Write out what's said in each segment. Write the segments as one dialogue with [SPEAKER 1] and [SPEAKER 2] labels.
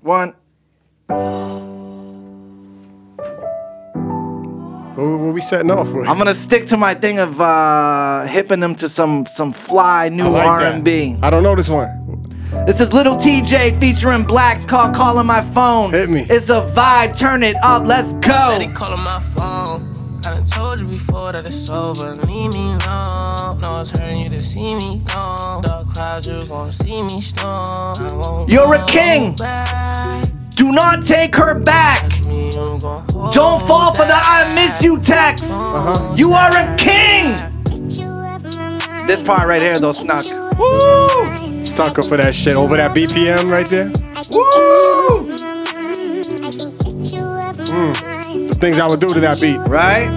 [SPEAKER 1] One.
[SPEAKER 2] What were we setting off with?
[SPEAKER 1] I'm gonna stick to my thing of uh, hipping them to some some fly new
[SPEAKER 2] I like that.
[SPEAKER 1] R&B.
[SPEAKER 2] I don't know this one.
[SPEAKER 1] This is Little TJ featuring Blacks called Calling My Phone.
[SPEAKER 2] Hit me.
[SPEAKER 1] It's a vibe. Turn it up. Let's
[SPEAKER 3] Steady
[SPEAKER 1] go.
[SPEAKER 2] Oh.
[SPEAKER 3] calling my phone. I done told you before that it's over. Leave me alone. No, it's hurting you to see me gone. Dark clouds, you gon' see me storm. I won't
[SPEAKER 1] You're a
[SPEAKER 3] go
[SPEAKER 1] king.
[SPEAKER 3] back.
[SPEAKER 1] Do not take her back.
[SPEAKER 3] Me, I'm gon' hold
[SPEAKER 1] Don't fall for the I
[SPEAKER 3] back.
[SPEAKER 1] miss you text.
[SPEAKER 2] Uh-huh.
[SPEAKER 1] You are a king. This
[SPEAKER 4] This
[SPEAKER 1] part right here, though, snuck.
[SPEAKER 2] Woo! Sucker for that shit over that BPM right there. Woo! The things I would do to that beat.
[SPEAKER 1] Right?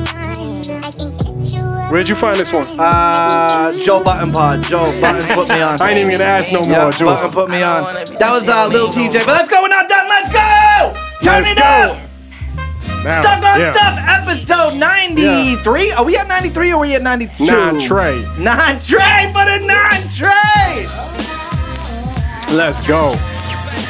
[SPEAKER 2] Where'd you find this one?
[SPEAKER 1] Uh, Joe Button Pod. Joe Button put me on.
[SPEAKER 2] I ain't even gonna ask no
[SPEAKER 1] Yeah,
[SPEAKER 2] more,
[SPEAKER 1] Button
[SPEAKER 2] Jules.
[SPEAKER 1] put me on. That was uh, Little TJ. But let's go. We're not done. Let's go. Turn
[SPEAKER 2] Let's
[SPEAKER 1] it
[SPEAKER 2] go.
[SPEAKER 1] up.
[SPEAKER 2] Now,
[SPEAKER 1] Stuck on
[SPEAKER 2] yeah.
[SPEAKER 1] Stuff, episode 93. Are we at 93 or are we at 92?
[SPEAKER 2] Nah, Trey.
[SPEAKER 1] Non Trey for the non Trey.
[SPEAKER 2] Let's go.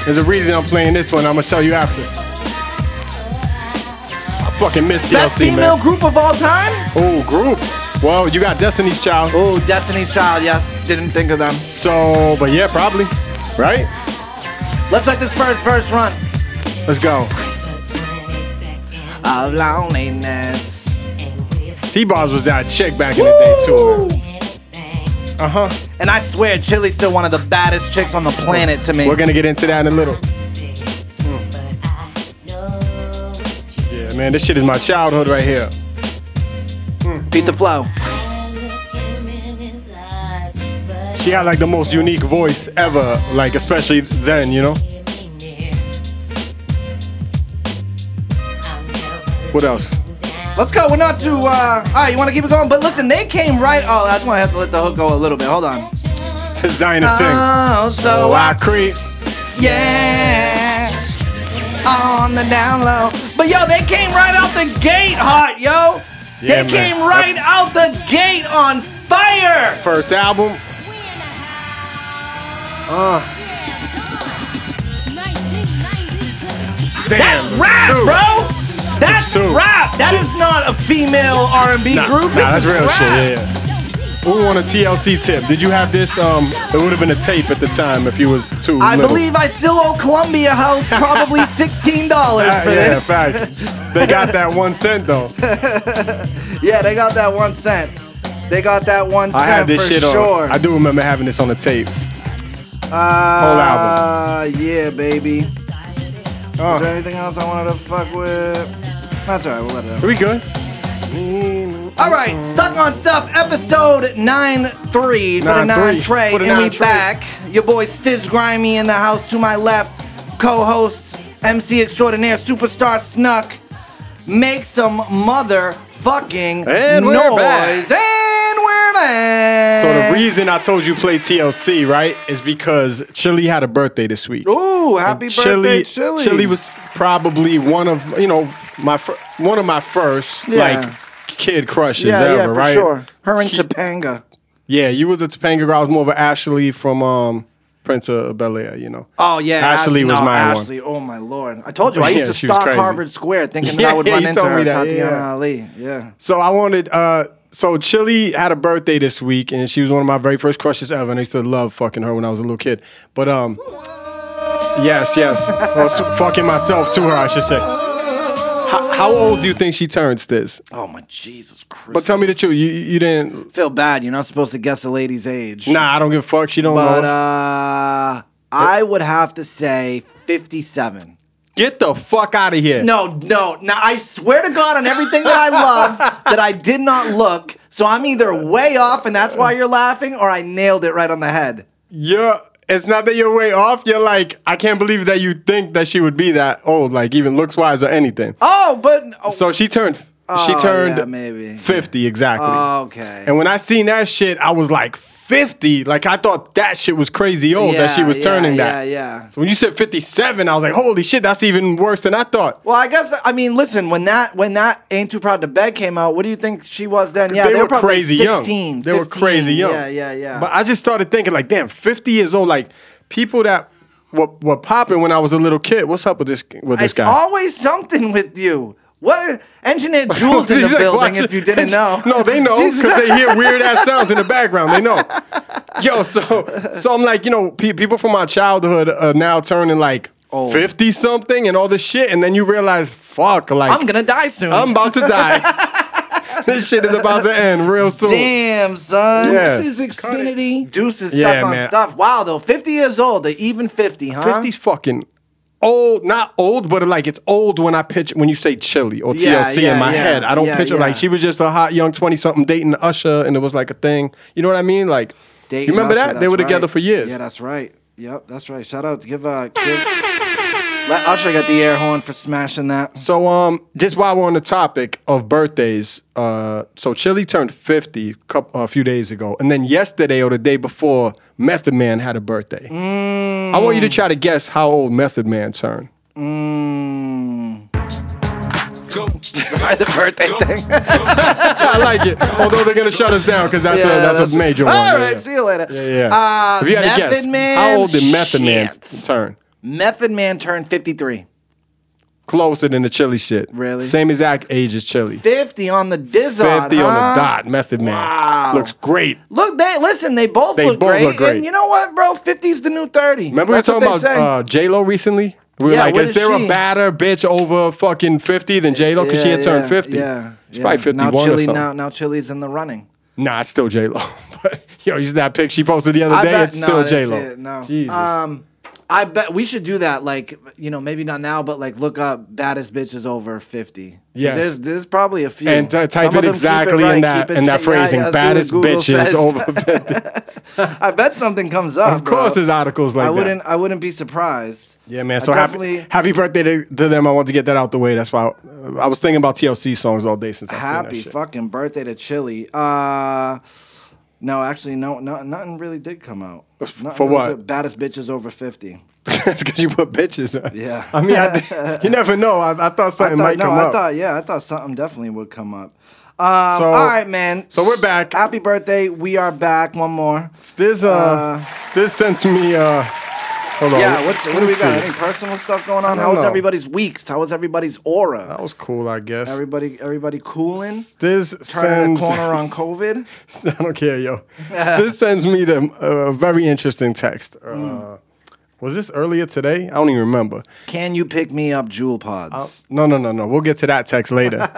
[SPEAKER 2] There's a reason I'm playing this one. I'm gonna tell you after. I fucking miss
[SPEAKER 1] Best
[SPEAKER 2] TLC,
[SPEAKER 1] female
[SPEAKER 2] man.
[SPEAKER 1] group of all time?
[SPEAKER 2] Oh, group. Well, you got Destiny's Child.
[SPEAKER 1] Oh, Destiny's Child, yes. Didn't think of them.
[SPEAKER 2] So, but yeah, probably. Right?
[SPEAKER 1] Let's let this first verse run.
[SPEAKER 2] Let's go.
[SPEAKER 1] Of loneliness.
[SPEAKER 2] T-Boz was that chick back in the day too, man. Uh huh.
[SPEAKER 1] And I swear, Chili's still one of the baddest chicks on the planet to me.
[SPEAKER 2] We're gonna get into that in a little. Yeah, man, this shit is my childhood right here.
[SPEAKER 1] beat the flow.
[SPEAKER 2] She had like the most unique voice ever, like especially then, you know. What else?
[SPEAKER 1] Let's go. We're not too. Uh, all right, you want to keep it going? But listen, they came right. Oh, that's why I have to let the hook go a little bit. Hold on.
[SPEAKER 2] It's dying to sing.
[SPEAKER 1] Oh, so
[SPEAKER 2] Oh,
[SPEAKER 1] I
[SPEAKER 2] I creep.
[SPEAKER 1] Yeah. On the down low. But yo, they came right out the gate hot, yo. they
[SPEAKER 2] Yeah, man.
[SPEAKER 1] came right out the gate on fire.
[SPEAKER 2] First album. Uh. Damn.
[SPEAKER 1] That's rap,
[SPEAKER 2] Two.
[SPEAKER 1] bro. That's
[SPEAKER 2] Two.
[SPEAKER 1] rap. That is not a female R&B
[SPEAKER 2] Nah,
[SPEAKER 1] group.
[SPEAKER 2] nah,
[SPEAKER 1] This
[SPEAKER 2] that's
[SPEAKER 1] is
[SPEAKER 2] real
[SPEAKER 1] rap.
[SPEAKER 2] shit. Yeah, yeah. Ooh, on a TLC tip. Did you have this? Um, it would have been a tape at the time if you was too
[SPEAKER 1] I
[SPEAKER 2] little.
[SPEAKER 1] believe I still owe Columbia House probably $16
[SPEAKER 2] Ah,
[SPEAKER 1] for
[SPEAKER 2] yeah,
[SPEAKER 1] this.
[SPEAKER 2] facts. They got that one cent though.
[SPEAKER 1] Yeah, they got that one cent. They got that one
[SPEAKER 2] I
[SPEAKER 1] cent
[SPEAKER 2] had this
[SPEAKER 1] for
[SPEAKER 2] shit
[SPEAKER 1] sure.
[SPEAKER 2] on. I do remember having this on the tape.
[SPEAKER 1] Uh,
[SPEAKER 2] Whole album.
[SPEAKER 1] yeah, baby. Is
[SPEAKER 2] Oh,
[SPEAKER 1] there anything else I wanted to fuck with? That's alright, we'll let it
[SPEAKER 2] we good?
[SPEAKER 1] out. Alright, Stuck on Stuff, episode 9-3 for the
[SPEAKER 2] 9-3,
[SPEAKER 1] 9 Trey.
[SPEAKER 2] for the
[SPEAKER 1] And we
[SPEAKER 2] 9-Trey.
[SPEAKER 1] back. Your boy Stiz Grimy in the house to my left. Co-host, MC extraordinaire, superstar Snuck. Make some motherfucking
[SPEAKER 2] And
[SPEAKER 1] noise.
[SPEAKER 2] we're back.
[SPEAKER 1] And we're back.
[SPEAKER 2] So the reason I told you play TLC, right, is because Chili had a birthday this week.
[SPEAKER 1] Ooh, happy birthday, Chili.
[SPEAKER 2] Chili was probably one of you know my fir- one of my first
[SPEAKER 1] Yeah.
[SPEAKER 2] like kid crushes
[SPEAKER 1] yeah,
[SPEAKER 2] ever,
[SPEAKER 1] yeah, for
[SPEAKER 2] right?
[SPEAKER 1] sure. Her and
[SPEAKER 2] She-
[SPEAKER 1] Topanga.
[SPEAKER 2] Yeah, you was a Topanga girl. I was more of an Ashley from um, Prince of Bel Air, you know.
[SPEAKER 1] Oh yeah,
[SPEAKER 2] Ashley was
[SPEAKER 1] no,
[SPEAKER 2] my
[SPEAKER 1] Ashley, oh my lord! I told you I
[SPEAKER 2] Yeah,
[SPEAKER 1] used to
[SPEAKER 2] she was
[SPEAKER 1] stalk
[SPEAKER 2] crazy.
[SPEAKER 1] Harvard Square thinking that
[SPEAKER 2] Yeah,
[SPEAKER 1] I would
[SPEAKER 2] yeah,
[SPEAKER 1] run
[SPEAKER 2] you
[SPEAKER 1] into
[SPEAKER 2] told
[SPEAKER 1] her,
[SPEAKER 2] me that,
[SPEAKER 1] Tatiana
[SPEAKER 2] yeah.
[SPEAKER 1] Ali. Yeah,
[SPEAKER 2] So I wanted. uh So Chili had a birthday this week, and she was one of my very first crushes ever. And I used to love fucking her when I was a little kid. But um, yes, yes, I was fucking myself to her, I should say. How, how old do you think she turns this?
[SPEAKER 1] oh my Jesus Christ!
[SPEAKER 2] But tell me the truth. You you didn't.
[SPEAKER 1] feel bad. You're not supposed to guess a lady's age.
[SPEAKER 2] Nah, I don't give a fuck. She don't
[SPEAKER 1] but
[SPEAKER 2] know.
[SPEAKER 1] uh, I would have to say 57.
[SPEAKER 2] Get the fuck out of here.
[SPEAKER 1] No, no, now I swear to God on everything that I love that I did not look. So I'm either way off, and that's why you're laughing, or I nailed it right on the head.
[SPEAKER 2] you're. It's not that you're way off. You're like, I can't believe that you think that she would be that old, like even looks wise or anything.
[SPEAKER 1] Oh, but oh,
[SPEAKER 2] So she turned. she
[SPEAKER 1] Oh,
[SPEAKER 2] turned
[SPEAKER 1] yeah, maybe. Oh,
[SPEAKER 2] 50 exactly.
[SPEAKER 1] okay.
[SPEAKER 2] And when I seen that shit, I was like 50. Like I thought that shit was crazy old that she
[SPEAKER 1] Yeah,
[SPEAKER 2] was
[SPEAKER 1] yeah,
[SPEAKER 2] turning that.
[SPEAKER 1] yeah, yeah.
[SPEAKER 2] So when you said 57, I was like, holy shit, that's even worse than I thought.
[SPEAKER 1] Well, I guess I mean, listen. When that when that "Ain't Too Proud to Beg" came out, what do you think she was then? Yeah,
[SPEAKER 2] they,
[SPEAKER 1] they,
[SPEAKER 2] were,
[SPEAKER 1] probably
[SPEAKER 2] crazy
[SPEAKER 1] 16,
[SPEAKER 2] young. They were
[SPEAKER 1] 15.
[SPEAKER 2] crazy young.
[SPEAKER 1] Yeah, yeah, yeah.
[SPEAKER 2] But I just started thinking, like, damn, 50 years old. Like people that what what popping when I was a little kid. What's up with this with this
[SPEAKER 1] It's
[SPEAKER 2] guy?
[SPEAKER 1] always something with you. What engineer Jules in the
[SPEAKER 2] He's like,
[SPEAKER 1] building?
[SPEAKER 2] watch
[SPEAKER 1] If
[SPEAKER 2] it.
[SPEAKER 1] you didn't know,
[SPEAKER 2] no, they know
[SPEAKER 1] He's-
[SPEAKER 2] because they hear weird ass sounds in the background. They know. Yo, so so I'm like, you know, pe- people from my childhood are now turning like
[SPEAKER 1] Old.
[SPEAKER 2] fifty something and all this shit, and then you realize, fuck, like
[SPEAKER 1] I'm gonna die soon.
[SPEAKER 2] I'm about to die. this shit is about to end real soon.
[SPEAKER 1] Damn, son.
[SPEAKER 2] Yeah.
[SPEAKER 4] This is Xfinity.
[SPEAKER 1] Deuce is
[SPEAKER 2] Yeah,
[SPEAKER 1] stuck on
[SPEAKER 2] man.
[SPEAKER 1] stuff. Wow, though, 50 years old. They're even 50, huh?
[SPEAKER 2] 50's fucking old, not old, but like it's old when I pitch when you say chili or
[SPEAKER 1] Yeah,
[SPEAKER 2] TLC
[SPEAKER 1] yeah,
[SPEAKER 2] in my
[SPEAKER 1] yeah,
[SPEAKER 2] head. I don't
[SPEAKER 1] yeah,
[SPEAKER 2] picture like
[SPEAKER 1] yeah.
[SPEAKER 2] she was just a hot young 20 something dating Usher and it was like a thing. You know what I mean? Like
[SPEAKER 1] Dayton,
[SPEAKER 2] you remember
[SPEAKER 1] Usher,
[SPEAKER 2] that? They
[SPEAKER 1] that's
[SPEAKER 2] were together
[SPEAKER 1] right.
[SPEAKER 2] for years.
[SPEAKER 1] Yeah, that's right. Yep, that's right. Shout out. Give uh, give. Let Usher get the air horn for smashing that.
[SPEAKER 2] so um just while we're on the topic of birthdays, uh so Chili turned 50 coup- a few days ago. And then yesterday or the day before, Method Man had a birthday. I want you
[SPEAKER 1] Mm.
[SPEAKER 2] to try to guess how old Method Man turned.
[SPEAKER 1] the birthday thing.
[SPEAKER 2] I like it. Although they're gonna shut us down because that's, a, that's, a major one.
[SPEAKER 1] All
[SPEAKER 2] Yeah,
[SPEAKER 1] right,
[SPEAKER 2] yeah.
[SPEAKER 1] see you later.
[SPEAKER 2] Yeah.
[SPEAKER 1] Uh,
[SPEAKER 2] if you had to
[SPEAKER 1] Method
[SPEAKER 2] guess,
[SPEAKER 1] Man.
[SPEAKER 2] how old did Method Man
[SPEAKER 1] shit.
[SPEAKER 2] turn?
[SPEAKER 1] Method Man turned 53.
[SPEAKER 2] Closer than the Chili shit.
[SPEAKER 1] Really?
[SPEAKER 2] Same exact age as Chili.
[SPEAKER 1] 50 on the dizzard.
[SPEAKER 2] 50 on
[SPEAKER 1] huh?
[SPEAKER 2] the dot, Method Man.
[SPEAKER 1] Wow.
[SPEAKER 2] Looks great.
[SPEAKER 1] Look, they listen. They both
[SPEAKER 2] They
[SPEAKER 1] look
[SPEAKER 2] both
[SPEAKER 1] great.
[SPEAKER 2] look great.
[SPEAKER 1] And you know what, bro? 50's the new 30.
[SPEAKER 2] Remember we were
[SPEAKER 1] That's what
[SPEAKER 2] talking about
[SPEAKER 1] they say.
[SPEAKER 2] uh, J-Lo recently? We were
[SPEAKER 1] Yeah,
[SPEAKER 2] like,
[SPEAKER 1] what
[SPEAKER 2] is
[SPEAKER 1] is
[SPEAKER 2] there
[SPEAKER 1] she?
[SPEAKER 2] a badder bitch over fucking 50 than J-Lo? Because she had turned 50.
[SPEAKER 1] Yeah,
[SPEAKER 2] She's
[SPEAKER 1] yeah.
[SPEAKER 2] probably 51
[SPEAKER 1] now
[SPEAKER 2] or
[SPEAKER 1] Chili,
[SPEAKER 2] something.
[SPEAKER 1] Now, now Chili's in the running.
[SPEAKER 2] Nah, it's still J-Lo. but, yo, you see that pic she posted the other day?
[SPEAKER 1] bet-
[SPEAKER 2] it's
[SPEAKER 1] no,
[SPEAKER 2] still
[SPEAKER 1] that's
[SPEAKER 2] J-Lo.
[SPEAKER 1] it, No,
[SPEAKER 2] Jesus.
[SPEAKER 1] Um, I bet we should do that. Like, you know, maybe not now, but like, look up baddest bitches over fifty. 'Cause
[SPEAKER 2] Yes.
[SPEAKER 1] there's, there's probably a few.
[SPEAKER 2] and t- type
[SPEAKER 1] Some of
[SPEAKER 2] it
[SPEAKER 1] them keep
[SPEAKER 2] exactly
[SPEAKER 1] right,
[SPEAKER 2] in that
[SPEAKER 1] keep it
[SPEAKER 2] in that
[SPEAKER 1] tight. Yeah,
[SPEAKER 2] phrasing.
[SPEAKER 1] yeah, see what
[SPEAKER 2] Baddest
[SPEAKER 1] Google
[SPEAKER 2] bitches
[SPEAKER 1] says.
[SPEAKER 2] over 50.
[SPEAKER 1] I bet something comes up.
[SPEAKER 2] Of course,
[SPEAKER 1] bro.
[SPEAKER 2] there's articles like
[SPEAKER 1] I
[SPEAKER 2] that.
[SPEAKER 1] wouldn't. I wouldn't be surprised.
[SPEAKER 2] Yeah, man.
[SPEAKER 1] I
[SPEAKER 2] So happy,
[SPEAKER 1] definitely-
[SPEAKER 2] happy birthday to, to them. I wanted to get that out the way. That's why I, I was thinking about TLC songs all day since I
[SPEAKER 1] happy
[SPEAKER 2] seen that shit.
[SPEAKER 1] fucking birthday to Chili. Uh, no, actually, no, no, nothing really did come out. Nothing
[SPEAKER 2] for
[SPEAKER 1] really
[SPEAKER 2] what?
[SPEAKER 1] did- Baddest bitches over fifty.
[SPEAKER 2] That's because you put bitches. huh?
[SPEAKER 1] Yeah.
[SPEAKER 2] I mean, I, did- you never know. I, I thought
[SPEAKER 1] I
[SPEAKER 2] something
[SPEAKER 1] thought,
[SPEAKER 2] might
[SPEAKER 1] no,
[SPEAKER 2] come
[SPEAKER 1] I
[SPEAKER 2] up.
[SPEAKER 1] thought, yeah, I thought something definitely would come up. Um,
[SPEAKER 2] So-
[SPEAKER 1] all right, man.
[SPEAKER 2] so we're back.
[SPEAKER 1] Happy birthday. We are back. One more.
[SPEAKER 2] Stiz, uh,
[SPEAKER 1] Uh,
[SPEAKER 2] Stiz sends me. Uh, hold on.
[SPEAKER 1] Yeah, what's, what do we
[SPEAKER 2] Let's
[SPEAKER 1] got?
[SPEAKER 2] see.
[SPEAKER 1] Any personal stuff going on?
[SPEAKER 2] I
[SPEAKER 1] How was
[SPEAKER 2] don't know. Uh,
[SPEAKER 1] everybody's weeks? How was everybody's aura?
[SPEAKER 2] That was cool, I guess.
[SPEAKER 1] Everybody, everybody cooling?
[SPEAKER 2] Stiz
[SPEAKER 1] Turning the
[SPEAKER 2] sends.
[SPEAKER 1] corner on COVID?
[SPEAKER 2] I don't care, yo. Stiz sends me the, a very interesting text. Uh, Was this earlier today? I don't even remember.
[SPEAKER 1] Can you pick me up jewel pods?
[SPEAKER 2] No, no, no, no. We'll get to that text later.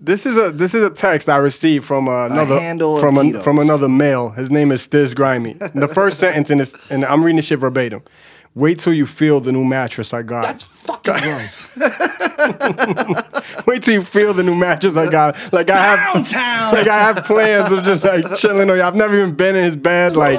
[SPEAKER 2] this is a this is a text I received from uh, another
[SPEAKER 1] handle of
[SPEAKER 2] from
[SPEAKER 1] Tito's.
[SPEAKER 2] from another male. His name is Stiz Grimy. The first sentence in this, and I'm reading this shit verbatim. Wait till you feel the new mattress I got.
[SPEAKER 4] That's fucking gross.
[SPEAKER 2] Wait till you feel the new mattress I got. Like I have
[SPEAKER 4] Downtown.
[SPEAKER 2] Like I have plans of just like chilling on. I've never even been in his bed. Like,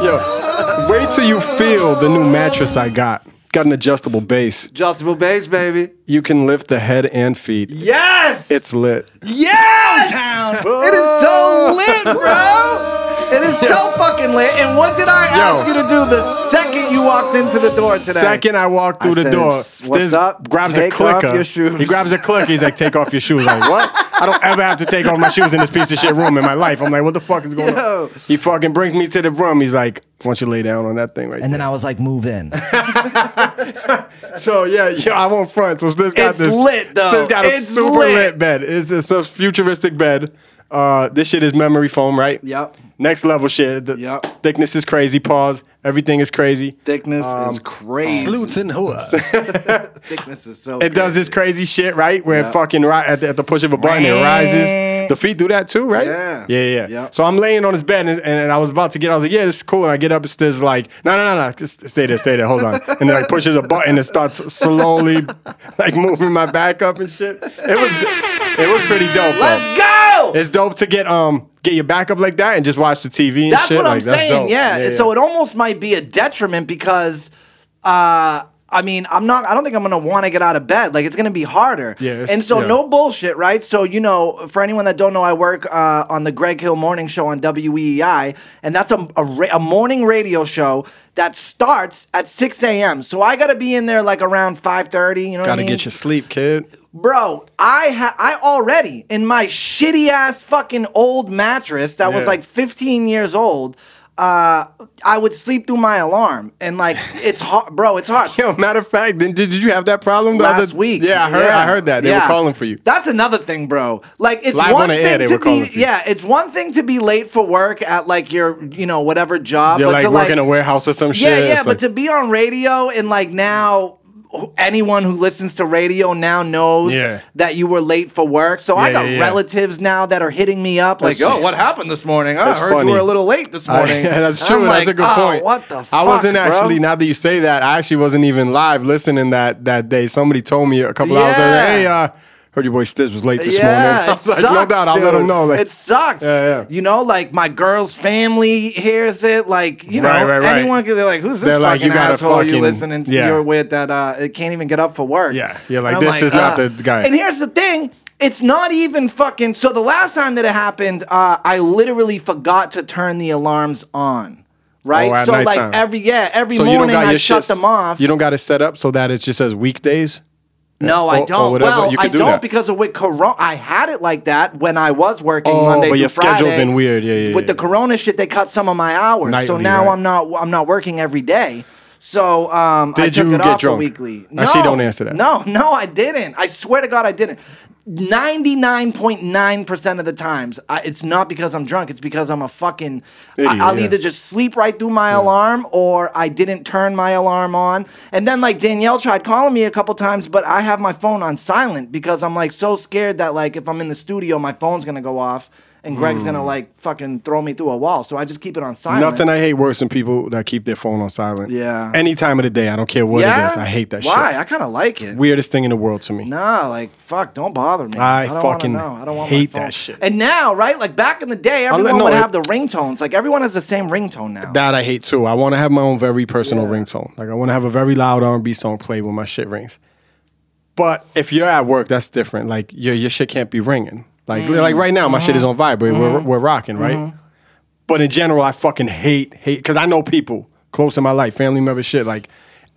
[SPEAKER 2] yo, wait till you feel the new mattress I got. Got an adjustable base.
[SPEAKER 1] Adjustable base, baby.
[SPEAKER 2] You can lift the head and feet.
[SPEAKER 1] Yes!
[SPEAKER 2] It's lit.
[SPEAKER 1] yes!
[SPEAKER 4] Downtown.
[SPEAKER 1] It is so lit, bro. It is so fucking lit. And what did I ask you to do the second you walked into the door today?
[SPEAKER 2] Second, I walk through
[SPEAKER 1] I
[SPEAKER 2] the
[SPEAKER 1] said,
[SPEAKER 2] door.
[SPEAKER 1] "What's up?
[SPEAKER 2] Grabs
[SPEAKER 1] Take
[SPEAKER 2] a
[SPEAKER 1] off
[SPEAKER 2] clicker.
[SPEAKER 1] your shoes."
[SPEAKER 2] He grabs a clicker. He's like, "Take off your shoes." I'm like, what? I don't ever have to take off my shoes in this piece of shit room in my life. I'm like, what the fuck is going
[SPEAKER 1] Yo.
[SPEAKER 2] on? He fucking brings me to the room. He's like, "Why don't you lay down on that thing right?"
[SPEAKER 4] And then I was like, move in.
[SPEAKER 2] there?" So yeah, yeah, I won't front. So this got
[SPEAKER 1] It's
[SPEAKER 2] this
[SPEAKER 1] lit, though.
[SPEAKER 2] This got a
[SPEAKER 1] It's
[SPEAKER 2] super
[SPEAKER 1] lit.
[SPEAKER 2] lit. bed. It's, it's a futuristic bed. Uh, this shit is memory foam, right?
[SPEAKER 1] Yep.
[SPEAKER 2] Next level shit. The
[SPEAKER 1] Yep.
[SPEAKER 2] Thickness is crazy. Pause. Everything is crazy.
[SPEAKER 1] Thickness is crazy.
[SPEAKER 4] Flutes Um, and whores.
[SPEAKER 1] Thickness is so.
[SPEAKER 2] It does this crazy shit, right? Where
[SPEAKER 1] Yeah.
[SPEAKER 2] it fucking ri- at, the, at the push of a button, it rises. The feet do that too, right?
[SPEAKER 1] Yeah.
[SPEAKER 2] Yeah, yeah.
[SPEAKER 1] Yep.
[SPEAKER 2] So I'm laying on this bed and, and I was about to get, I was like, yeah, this is cool. And I get up, it's this like, no, no, no, no, just stay there, stay there, hold on. And then like pushes a button and starts slowly like moving my back up and shit. It was, it was pretty dope. though.
[SPEAKER 1] Let's go.
[SPEAKER 2] It's dope to get um get your back up like that and just watch the TV and
[SPEAKER 1] that's
[SPEAKER 2] shit.
[SPEAKER 1] what I'm
[SPEAKER 2] like, that's
[SPEAKER 1] saying.
[SPEAKER 2] dope.
[SPEAKER 1] Yeah. So it almost might be a detriment because, uh, I mean, I'm not. I don't think I'm gonna want to get out of bed. Like it's gonna be harder.
[SPEAKER 2] Yeah, it's-
[SPEAKER 1] and so
[SPEAKER 2] yeah.
[SPEAKER 1] no bullshit, right? So you know, for anyone that don't know, I work uh, on the Greg Hill Morning Show on WEEI, and that's a a, ra- a morning radio show that starts at 6 a.m. So I gotta be in there like around 5:30. You know, what I
[SPEAKER 2] gotta
[SPEAKER 1] mean?
[SPEAKER 2] get your sleep, kid.
[SPEAKER 1] Bro, I ha- I already in my shitty ass fucking old mattress that was
[SPEAKER 2] Yeah.
[SPEAKER 1] like 15 years old. uh, I would sleep through my alarm, and like it's hard, bro. It's hard.
[SPEAKER 2] Yo, matter of fact, then did, did you have that problem the
[SPEAKER 1] last
[SPEAKER 2] other
[SPEAKER 1] week.
[SPEAKER 2] Yeah, I heard. I heard that they
[SPEAKER 1] Yeah.
[SPEAKER 2] were calling for you.
[SPEAKER 1] That's another thing, bro. Like it's
[SPEAKER 2] Live
[SPEAKER 1] one
[SPEAKER 2] on the
[SPEAKER 1] thing
[SPEAKER 2] air, they
[SPEAKER 1] to
[SPEAKER 2] were calling
[SPEAKER 1] be
[SPEAKER 2] for you.
[SPEAKER 1] yeah, it's one thing to be late for work at like your you know whatever job,
[SPEAKER 2] You're
[SPEAKER 1] but
[SPEAKER 2] like
[SPEAKER 1] to
[SPEAKER 2] working
[SPEAKER 1] like
[SPEAKER 2] a warehouse or some
[SPEAKER 1] yeah
[SPEAKER 2] shit.
[SPEAKER 1] yeah,
[SPEAKER 2] It's
[SPEAKER 1] but
[SPEAKER 2] like-
[SPEAKER 1] to be on radio and like now. wh- Anyone who listens to radio now knows
[SPEAKER 2] Yeah.
[SPEAKER 1] that you were late for work. So I
[SPEAKER 2] Yeah,
[SPEAKER 1] got
[SPEAKER 2] yeah, yeah.
[SPEAKER 1] relatives now that are hitting me up like, "Yo, what happened this morning? I
[SPEAKER 2] That's
[SPEAKER 1] heard
[SPEAKER 2] funny.
[SPEAKER 1] you were a little late this
[SPEAKER 2] I-
[SPEAKER 1] morning."
[SPEAKER 2] yeah, that's
[SPEAKER 1] And
[SPEAKER 2] true.
[SPEAKER 1] I'm
[SPEAKER 2] that's
[SPEAKER 1] like,
[SPEAKER 2] a good
[SPEAKER 1] "Oh,
[SPEAKER 2] point.
[SPEAKER 1] What the? Fuck,
[SPEAKER 2] I wasn't
[SPEAKER 1] bro?"
[SPEAKER 2] actually. Now that you say that, I actually wasn't even live listening that that day. Somebody told me a couple hours earlier.
[SPEAKER 1] Yeah.
[SPEAKER 2] Hey, uh, heard your boy Stiz was late this
[SPEAKER 1] yeah,
[SPEAKER 2] morning. I
[SPEAKER 1] it
[SPEAKER 2] was like,
[SPEAKER 1] sucks,
[SPEAKER 2] no doubt, I'll let
[SPEAKER 1] dude.
[SPEAKER 2] him know. Like,
[SPEAKER 1] it sucks.
[SPEAKER 2] Yeah, yeah.
[SPEAKER 1] You know, like my girl's family hears it. Like you know,
[SPEAKER 2] Right, right, right.
[SPEAKER 1] anyone could. They're like, "Who's this
[SPEAKER 2] They're
[SPEAKER 1] fucking
[SPEAKER 2] like, you gotta
[SPEAKER 1] asshole you
[SPEAKER 2] fucking-
[SPEAKER 1] listening to?
[SPEAKER 2] yeah.
[SPEAKER 1] You're with that uh, it can't even get up for work."
[SPEAKER 2] Yeah, you're like,
[SPEAKER 1] And I'm uh,
[SPEAKER 2] this is not the guy.
[SPEAKER 1] And here's the thing. It's not even fucking. So the last time that it happened, uh, I literally forgot to turn the alarms on. Right.
[SPEAKER 2] Oh, at
[SPEAKER 1] so
[SPEAKER 2] nighttime.
[SPEAKER 1] like every yeah every morning I shut
[SPEAKER 2] shits-
[SPEAKER 1] them off.
[SPEAKER 2] You don't got it set up so that it just says weekdays.
[SPEAKER 1] No,
[SPEAKER 2] Or-
[SPEAKER 1] I
[SPEAKER 2] or
[SPEAKER 1] don't.
[SPEAKER 2] whatever.
[SPEAKER 1] well,
[SPEAKER 2] You could
[SPEAKER 1] I
[SPEAKER 2] do
[SPEAKER 1] don't
[SPEAKER 2] that.
[SPEAKER 1] because of with Corona. I had it like that when I was working
[SPEAKER 2] Oh,
[SPEAKER 1] Monday
[SPEAKER 2] but
[SPEAKER 1] through
[SPEAKER 2] your
[SPEAKER 1] Friday.
[SPEAKER 2] schedule been weird. Yeah, yeah,
[SPEAKER 1] With the
[SPEAKER 2] yeah.
[SPEAKER 1] Corona shit, they cut some of my hours, so
[SPEAKER 2] Nightly,
[SPEAKER 1] now
[SPEAKER 2] right.
[SPEAKER 1] I'm not I'm not working every day. So um, I
[SPEAKER 2] Did
[SPEAKER 1] took
[SPEAKER 2] you
[SPEAKER 1] it
[SPEAKER 2] get
[SPEAKER 1] off the
[SPEAKER 2] drunk?
[SPEAKER 1] weekly. No,
[SPEAKER 2] Actually, don't answer that.
[SPEAKER 1] No, no, I didn't. I swear to God, I didn't. Ninety nine point nine percent of the times, I, it's not because I'm drunk. It's because I'm a fucking.
[SPEAKER 2] Idiot,
[SPEAKER 1] I, I'll
[SPEAKER 2] yeah.
[SPEAKER 1] either just sleep right through my alarm or I didn't turn my alarm on. And then like Danielle tried calling me a couple times, but I have my phone on silent because I'm like so scared that like if I'm in the studio, my phone's gonna go off and Greg's gonna like fucking throw me through a wall. So I just keep it on silent.
[SPEAKER 2] Mm. Nothing I hate worse than people that keep their phone on silent.
[SPEAKER 1] Yeah.
[SPEAKER 2] Any time of the day, I don't care what
[SPEAKER 1] yeah.
[SPEAKER 2] it is. I hate that
[SPEAKER 1] Why?
[SPEAKER 2] shit.
[SPEAKER 1] I kind of like it.
[SPEAKER 2] Weirdest thing in the world to me.
[SPEAKER 1] Nah, like fuck, don't bother me.
[SPEAKER 2] I
[SPEAKER 1] don't
[SPEAKER 2] fucking
[SPEAKER 1] wanna know. I don't want
[SPEAKER 2] hate
[SPEAKER 1] my phone.
[SPEAKER 2] that shit.
[SPEAKER 1] And now, right? Like back in the day,
[SPEAKER 2] let-
[SPEAKER 1] everyone
[SPEAKER 2] no,
[SPEAKER 1] would
[SPEAKER 2] it-
[SPEAKER 1] have the ringtones. Like everyone has the same ringtone now.
[SPEAKER 2] That I hate too. I want to have my own very personal ringtone. Like I want to have a very loud R&B song play when my shit rings. But if you're at work, that's different. Like your your shit can't be ringing. Like like
[SPEAKER 1] Mm-hmm.
[SPEAKER 2] right now, my shit is on vibrate. We're we're rocking, right? But in general, I fucking hate hate because I know people close in my life, family member shit. Like